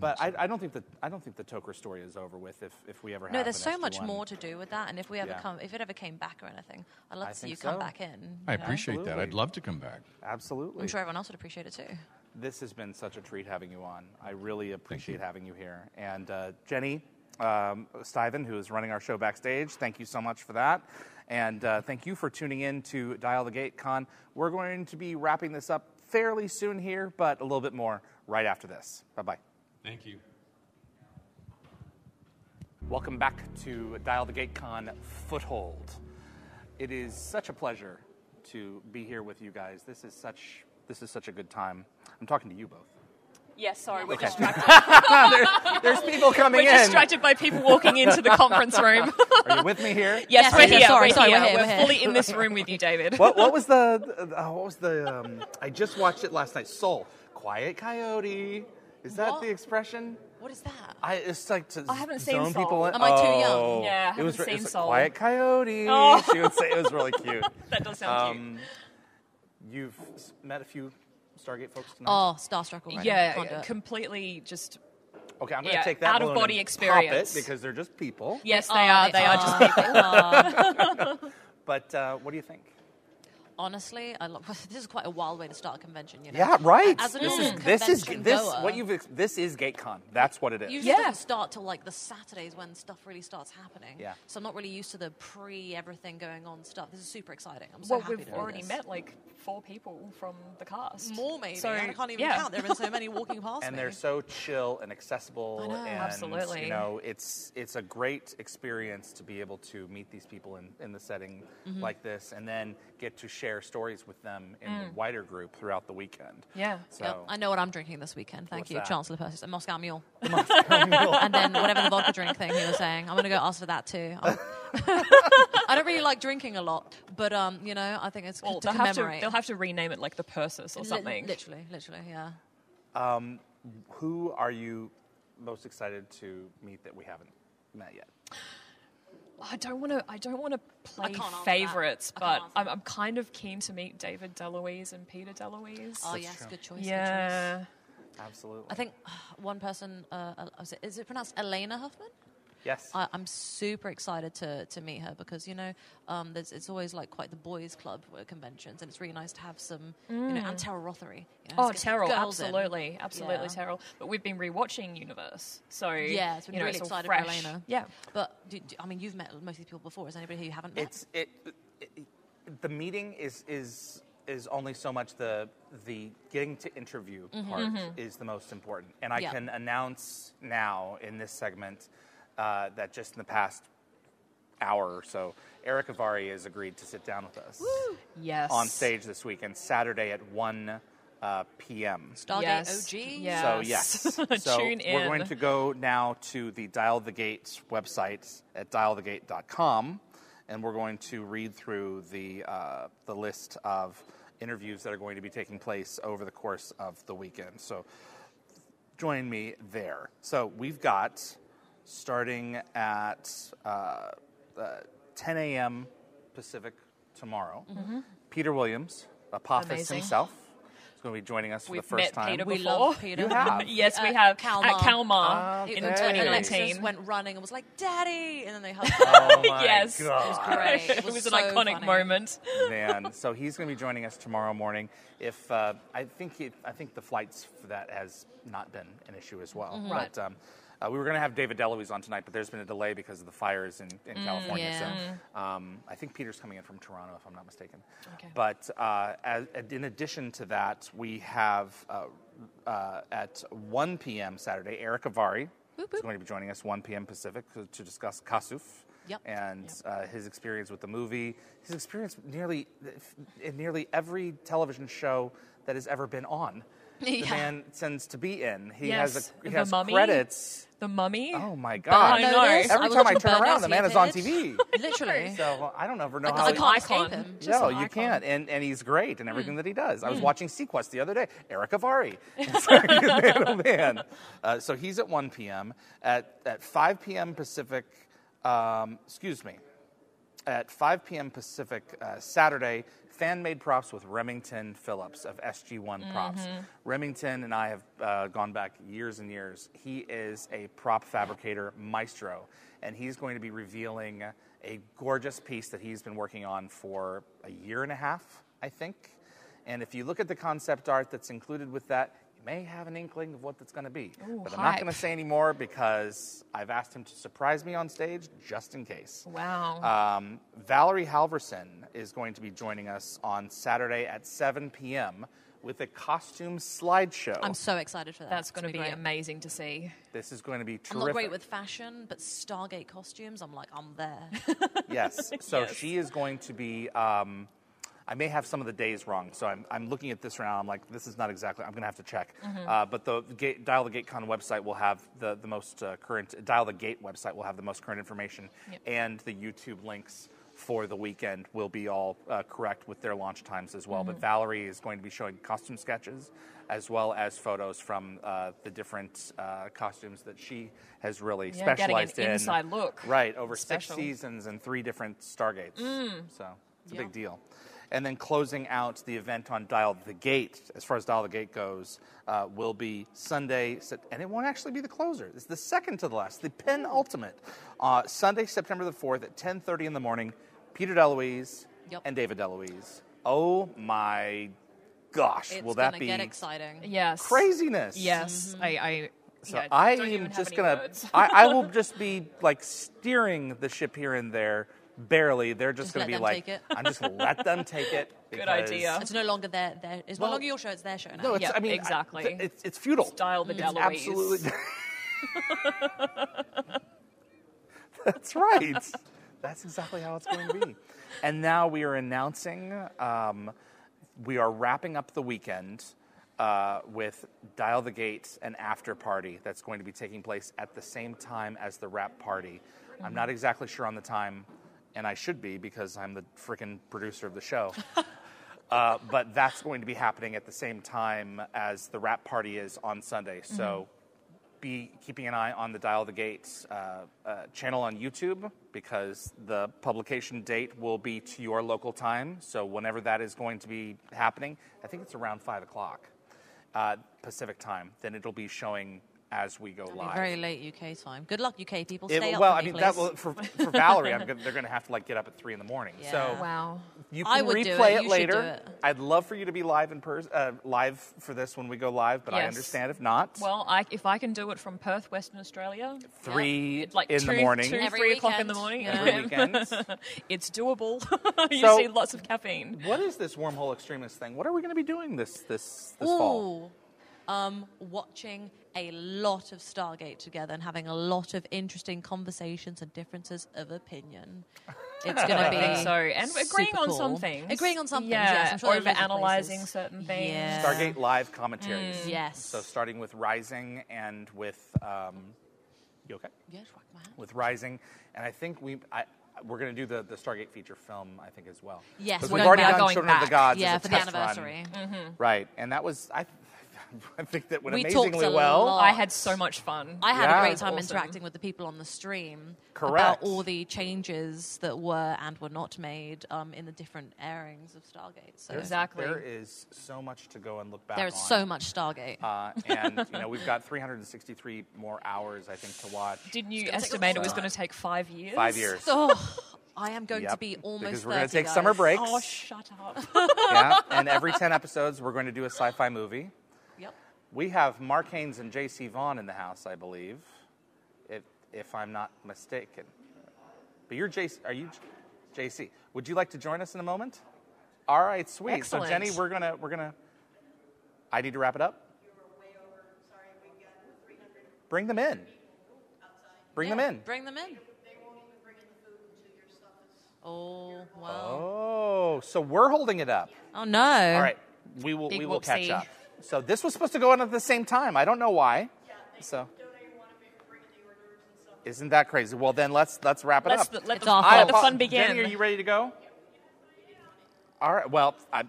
S1: But I, I don't think that I don't think the Toker story is over with. If if we ever
S2: No,
S1: have
S2: there's
S1: an
S2: so much
S1: SG-1.
S2: more to do with that, and if we ever
S1: Yeah.
S2: come, if it ever came back or anything, I'd love
S1: I
S2: to see
S1: think
S2: you come
S1: so.
S2: back in.
S13: I
S2: you know?
S13: appreciate that. I'd
S1: Absolutely.
S13: love to come back.
S1: Absolutely.
S2: I'm sure everyone else would appreciate it too.
S1: This has been such a treat having you on. I really appreciate having you here. And uh, Jenny um, Stuyven, who is running our show backstage, thank you so much for that. And uh, thank you for tuning in to Dial the Gate Con. We're going to be wrapping this up fairly soon here, but a little bit more right after this. Bye bye.
S13: Thank you.
S1: Welcome back to Dial the Gate Con Foothold. It is such a pleasure to be here with you guys. This is such this is such a good time. I'm talking to you both.
S3: Yes, sorry, we're
S1: Okay.
S3: distracted.
S1: There- there's people coming
S3: we're
S1: in.
S3: distracted by people walking into the conference room.
S1: Are you with me here?
S3: yes, we're here. we're here. we're fully in this room with you, David.
S1: what, what was the uh, what was the um, I just watched it last night. Soul, Quiet Coyote. Is that
S2: What?
S1: the expression?
S2: What is that? Oh,
S1: I it's like to
S2: I haven't seen
S1: zone
S2: Soul.
S1: people in.
S2: Am I too young?
S1: Oh.
S2: Yeah, I
S1: it
S2: haven't
S1: was, re-
S2: seen
S1: it's like,
S2: Soul.
S1: Quiet Coyote.
S3: Oh.
S1: She would say it was really cute.
S3: That does sound
S1: cute. You've s- met a few Stargate folks tonight.
S2: Oh, starstruck already.
S3: Yeah,
S2: Can't do it.
S3: completely just.
S1: Okay, I'm going to
S3: yeah,
S1: take that
S3: out of
S1: balloon
S3: body
S1: and pop it
S3: experience.
S1: because they're just people.
S3: Yes,
S2: Oh,
S3: they are. They are just people.
S1: but uh, what do you think?
S2: Honestly, I love, this is quite a wild way to start a convention. You know?
S1: Yeah, right.
S2: As an
S1: this is
S2: awesome
S1: this is
S2: convention
S1: this
S2: goer,
S1: what you've ex- this is GateCon. That's what it is.
S2: Usually doesn't start till like the Saturdays when stuff really starts happening.
S1: Yeah.
S2: So I'm not really used to the pre everything going on stuff. This is super exciting. I'm so
S3: well,
S2: happy
S3: we've
S2: to do
S3: already
S2: this.
S3: met like four people from the cast.
S2: More maybe.
S3: So,
S2: I can't even
S3: yeah.
S2: count. There have been so many walking past me.
S1: and they're so chill and accessible
S2: I know.
S1: and
S2: Absolutely.
S1: you know it's it's a great experience to be able to meet these people in, in the setting
S2: Mm-hmm.
S3: Mhm.
S1: like this and then get to share stories with them in the
S2: Mm.
S1: wider group throughout the weekend
S2: Yeah.
S1: so
S2: I know what I'm drinking this weekend. Thank
S1: What's
S2: you,
S1: that?
S2: Chancellor Persis. A Moscow Mule.
S1: Mule.
S2: and then whatever the vodka drink thing he was saying. I'm going to go ask for that too. I'm- I don't really like drinking a lot, but um, you know, I think it's
S3: Well,
S2: to
S3: they'll, have to,
S2: commemorate.
S3: they'll have to rename it like the Persis or
S2: Li-
S3: something.
S2: literally, literally, yeah.
S1: um, who are you most excited to meet that we haven't met yet
S3: Oh, I don't want to. I don't want to play
S2: can't answer that.
S3: favorites,
S2: I can't
S3: but
S2: answer
S3: I'm, I'm kind of keen to meet David DeLuise and Peter DeLuise.
S2: Oh, That's yes, true. good choice, good
S3: Yeah.
S2: choice.
S1: absolutely
S2: I think one person, uh, uh, is it- is it pronounced Elena Huffman?
S1: yes
S2: I, I'm super excited to, to meet her because you know um, there's, it's always like quite the boys' club at conventions, and it's really nice to have some you know
S3: Mm.
S2: and Terrell Rothery. You know,
S3: Oh,
S2: let's get some
S3: Terrell,
S2: girls in.
S3: absolutely, absolutely,
S2: Yeah.
S3: Terrell. But we've been rewatching Universe, so
S2: Yeah, it's been
S3: you know,
S2: really
S3: all
S2: excited
S3: fresh.
S2: for Elena.
S3: Yeah,
S2: but do, do- I mean, you've met most of these people before. Is there anybody who you haven't met?
S1: It's it, it, The meeting is is is only so much the the getting to interview
S2: Mhm.
S1: part
S2: Mhm.
S1: is the most important, and I
S2: Yeah.
S1: can announce now in this segment uh, that just in the past hour or so, Eric Avari has agreed to sit down with us
S3: yes.
S1: on stage this weekend, Saturday at one. Uh, p.m.
S2: Stargate Yes. OG?
S1: So
S2: Yes.
S1: yes. So
S3: Tune
S1: we're
S3: in.
S1: going to go now to the Dial the Gate website at dialthegate.com, and we're going to read through the uh, the list of interviews that are going to be taking place over the course of the weekend. So join me there. So we've got starting at uh, uh, 10 a.m. Pacific tomorrow.
S3: Mhm.
S1: Peter Williams, Apophis
S3: Amazing.
S1: himself, is going to be joining us for
S3: we've
S1: the first
S3: met
S1: time.
S3: Peter
S2: We
S3: before.
S2: love Peter.
S1: You have?
S3: Um, yes, we
S2: At
S3: have
S2: Uh, Kalmar.
S3: at Calmar
S1: um, Ah, Okay.
S3: in
S1: Hey.
S2: When Alexis
S3: 2018.
S2: went running and was like, "Daddy," and then they hugged.
S1: Oh my
S3: yes,
S1: God.
S3: it was
S2: great. It
S3: It was,
S2: was
S3: an
S2: so
S3: iconic
S2: funny.
S3: moment.
S1: Man, so he's going to be joining us tomorrow morning. If uh, I think it, I think the flights for that has not been an issue as well,
S15: Mm-hmm.
S3: Mhm. Right.
S1: but um, Uh, we were going to have David Deluise on tonight, but there's been a delay because of the fires in, in
S15: Mm,
S1: California.
S15: yeah.
S1: So um, I think Peter's coming in from Toronto, if I'm not mistaken.
S15: Okay.
S1: But uh, as, in addition to that, we have uh, uh, at 1 p.m. Saturday, Eric Avari is going to be joining us 1 p.m. Pacific to, to discuss Kasuf.
S2: Yep.
S1: And Uh, his experience with the movie, his experience nearly in nearly every television show that has ever been on. The
S3: Yeah.
S1: man tends to be in. He has
S3: yes,
S1: a, he
S3: the
S1: has
S3: mummy.
S1: credits.
S3: The mummy.
S1: Oh my
S3: Burn
S1: god!
S3: I know. Notice, I
S1: Every
S3: was
S1: time I
S3: watching
S1: turn
S3: Burn
S1: around,
S3: Notice,
S1: the
S3: he
S1: man is on TV.
S2: Literally.
S1: So I don't ever know
S2: Like, I
S1: how. he-
S2: can't escape Icon. him. Just
S1: no,
S2: an
S1: you
S2: icon.
S1: can't. And and he's great in everything that he does. I was
S2: Mm.
S1: watching Sequest the other day. Eric Avari. man, oh man. Uh, so he's at 1 p.m. at at 5 p.m. Pacific. Um, excuse me at 5 p.m. Pacific uh, Saturday. Fan made props with Remington Phillips of SG1 Props.
S15: Mhm.
S1: Remington and I have uh, gone back years and years. He is a prop fabricator maestro, and he's going to be revealing a gorgeous piece that he's been working on for a year and a half, I think. And if you look at the concept art that's included with that, you may have an inkling of what that's going to be.
S15: Ooh,
S1: but I'm not
S15: hype.
S1: going to say any more because I've asked him to surprise me on stage just in case.
S15: Wow.
S2: Oh.
S1: Um, Valerie Halverson is going to be joining us on Saturday at 7 p.m. with a costume slideshow.
S2: I'm so excited for that.
S3: That's
S2: It's
S3: going to be
S2: great.
S3: amazing to see.
S1: This is going to be
S2: I'm not
S1: terrific.
S2: great with fashion, but Stargate costumes, I'm like, I'm there.
S1: yes. So
S2: Yes.
S1: she is going to be. Um, I may have some of the days wrong, so I'm, I'm looking at this right now. I'm like, this is not exactly. I'm going to have to check.
S3: Mm-hmm.
S15: Mhm.
S1: Uh, but the gate, Dial the Gate Con website will have the the most uh, current. Dial the Gate website will have the most current information,
S15: Yep.
S1: and the YouTube links for the weekend will be all uh, correct with their launch times as well. But
S3: Mm-hmm.
S15: Mhm.
S1: Valerie is going to be showing costume sketches as well as photos from uh, the different uh, costumes that she has really
S3: Yeah, getting an
S1: specialized in.
S3: inside look.
S1: Right, over
S3: Special.
S1: six seasons and three different Stargates.
S3: Mm.
S1: So it's a
S3: Yeah.
S1: big deal. And then closing out the event on Dial the Gate, as far as Dial the Gate goes, uh, will be Sunday, Sep- and it won't actually be the closer. It's the second to the last, the penultimate, uh, Sunday, September the fourth at ten thirty in the morning. Peter DeLuise
S2: Yep.
S1: and David DeLuise. Oh my gosh,
S2: it's
S1: will that
S2: gonna
S1: be
S2: get exciting.
S3: Yes.
S1: craziness?
S2: Mm-hmm.
S3: Yes. I. I
S1: So
S3: yeah,
S1: I
S3: don't even
S1: am
S3: have
S1: just
S3: any
S1: gonna.
S3: words.
S1: I, I will just be like steering the ship here and there, barely. They're just,
S2: Just
S1: gonna
S2: let
S1: be
S2: them
S1: like,
S2: take it.
S1: I'm just gonna let them take it. because-
S2: It's no longer their, their it's
S1: Well,
S2: no longer your show, it's their show now. Mm.
S1: No, it's, I mean, I-
S3: exactly.
S1: it's, it's futile.
S3: Style the
S1: It's
S3: Deloise.
S1: Absolutely. That's right. That's exactly how it's going to be. And now we are announcing um, we are wrapping up the weekend uh, with Dial the Gate, an after party that's going to be taking place at the same time as the wrap party. I'm not exactly sure on the time, and I should be because I'm the freaking producer of the show. Uh, but that's going to be happening at the same time as the wrap party is on Sunday. So
S2: Mm-hmm.
S1: be keeping an eye on the Dial the Gate uh, uh, channel on YouTube because the publication date will be to your local time. So whenever that is going to be happening, I think it's around five o'clock uh, Pacific time. Then it'll be showing as we go
S2: It'll be
S1: live.
S2: very late UK time. Good luck, UK people.
S1: It-
S2: Stay up
S1: well,
S2: for
S1: I
S2: me,
S1: mean,
S2: please.
S1: that will, for, for Valerie, I'm gonna, they're going to have to like get up at three in the morning.
S2: Yeah.
S1: So
S2: Wow.
S1: you can
S2: I would do it.
S1: replay it,
S2: You should
S1: later.
S2: do it.
S1: I'd love for you to be live in person, uh, live for this when we go live, but I
S3: Yes.
S1: understand if not.
S3: Well, I, if I can do it from Perth, Western Australia,
S1: Three
S3: it's like
S1: in the
S3: two,
S1: morning.
S3: two,
S1: Every
S3: three o'clock in the
S2: weekend.
S3: morning,
S1: Every
S3: yeah.
S1: weekend.
S3: it's doable. you
S1: So-
S3: see lots of caffeine.
S1: What is this wormhole extremist thing? What are we going to be doing this this this
S2: Ooh.
S1: fall?
S2: Um, watching a lot of Stargate together and having a lot of interesting conversations and differences of opinion. It's going to
S3: I
S2: be
S3: think so, and we're agreeing
S2: super
S3: on
S2: cool.
S3: some things.
S2: Agreeing on some
S3: Yeah,
S2: things. Yes, I'm sure there are loads of
S3: overanalyzing
S2: places.
S3: certain things.
S2: Yeah.
S1: Stargate live commentaries.
S2: Mm. Yes.
S1: So starting with Rising and with um, you okay?
S2: Yeah, just whack my hand.
S1: With Rising, and I think we I, we're going to do the, the Stargate feature film. I think as well.
S2: Yes,
S1: 'Cause
S2: we're
S1: we've
S2: gonna-
S1: already
S2: we are
S1: done
S2: going
S1: Children of
S2: back.
S1: the Gods.
S2: Yeah,
S1: as a
S2: for the
S1: test run.
S2: anniversary. Mhm.
S1: Right, and that was I. I think that went
S2: We talked
S1: amazingly
S2: a
S1: well.
S2: lot.
S3: I had so much fun.
S2: I had
S1: Yeah.
S2: a great time
S1: Awesome.
S2: interacting with the people on the stream about
S1: Correct.
S2: all the changes that were and were not made um, in the different airings of Stargate. So
S1: There's- There is so much to go and look back.
S2: There is
S1: on.
S2: so much Stargate.
S1: Uh, and you know we've got 363 more hours I think to watch.
S3: Didn't you
S2: It's gonna take
S3: estimate
S1: a
S3: it was
S1: long
S3: going to take five years?
S1: Five years.
S2: Oh, I am going to
S1: Yep,
S2: be almost.
S1: because we're
S2: going
S1: gonna
S2: to
S1: take summer breaks.
S2: Oh, shut up.
S1: yeah, and every 10 episodes we're going to do a sci-fi movie.
S2: Yep.
S1: We have Mark Haynes and J.C. Vaughn in the house, I believe. if, if I'm not mistaken. But you're JC. Are you J- JC? Would you like to join us in a moment? All right, sweet. So Jenny,
S15: Excellent.
S1: we're gonna we're gonna. I need to wrap it up. Bring them in. Bring
S2: Yeah,
S1: them in.
S2: Bring them in. Oh wow!
S1: Oh, so we're holding it up.
S2: Oh no!
S1: All right, we will
S2: Big
S1: we will catch
S2: whoopsie.
S1: up. So this was supposed to go on at the same time. I don't know why. So. Isn't that crazy? Well, then let's let's wrap it
S15: Let's-
S1: up.
S15: let the-
S1: I
S15: let the
S1: apo-
S15: fun begin.
S1: Jenny, are you ready to go? All right. Well, I'm,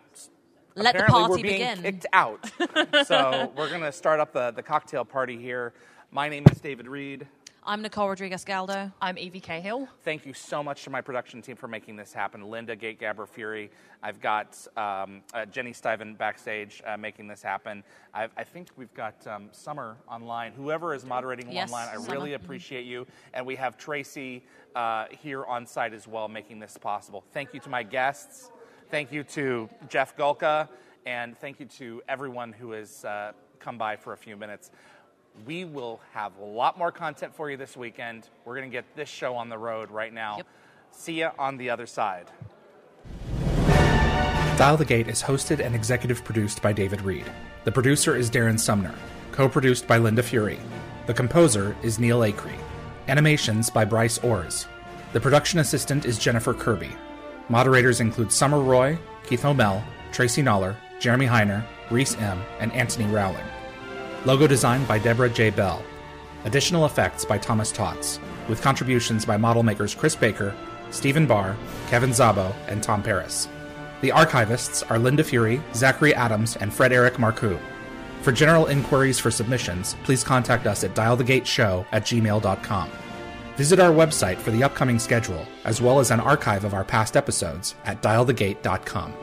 S15: Let the
S1: apparently we're
S15: party
S1: being
S15: begin.
S1: kicked out. so we're gonna start up the the cocktail party here. My name is David Reed.
S2: I'm Nicole Rodriguez Galdo.
S3: I'm Evie Cahill.
S1: Thank you so much to my production team for making this happen. Linda Gate Gabber Fury. I've got um, uh, Jenny Stuyven backstage uh, making this happen. I've, I think we've got um, Summer online. Whoever is moderating
S15: Yes,
S1: online, I
S15: Summer.
S1: really appreciate you. And we have Tracy uh, here on site as well making this possible. Thank you to my guests. Thank you to Jeff Gulka. And thank you to everyone who has uh, come by for a few minutes. We will have a lot more content for you this weekend. We're going to get this show on the road right now. See ya on the other side.
S16: Dial the Gate is hosted and executive produced by David Reed. The producer is Darren Sumner, co produced by Linda Fury. The composer is Neil Acree. Animations by Bryce Orrs. The production assistant is Jennifer Kirby. Moderators include Summer Roy, Keith O'Mell, Tracy Noller, Jeremy Heiner, Reese M., and Anthony Rowling. Logo designed by Deborah J. Bell. Additional effects by Thomas Tots, with contributions by model makers Chris Baker, Stephen Barr, Kevin Zabo, and Tom Paris. The archivists are Linda Fury, Zachary Adams, and Fred Eric Marcoux. For general inquiries for submissions, please contact us at dialthegateshow at gmail.com. Visit our website for the upcoming schedule, as well as an archive of our past episodes at dialthegate.com.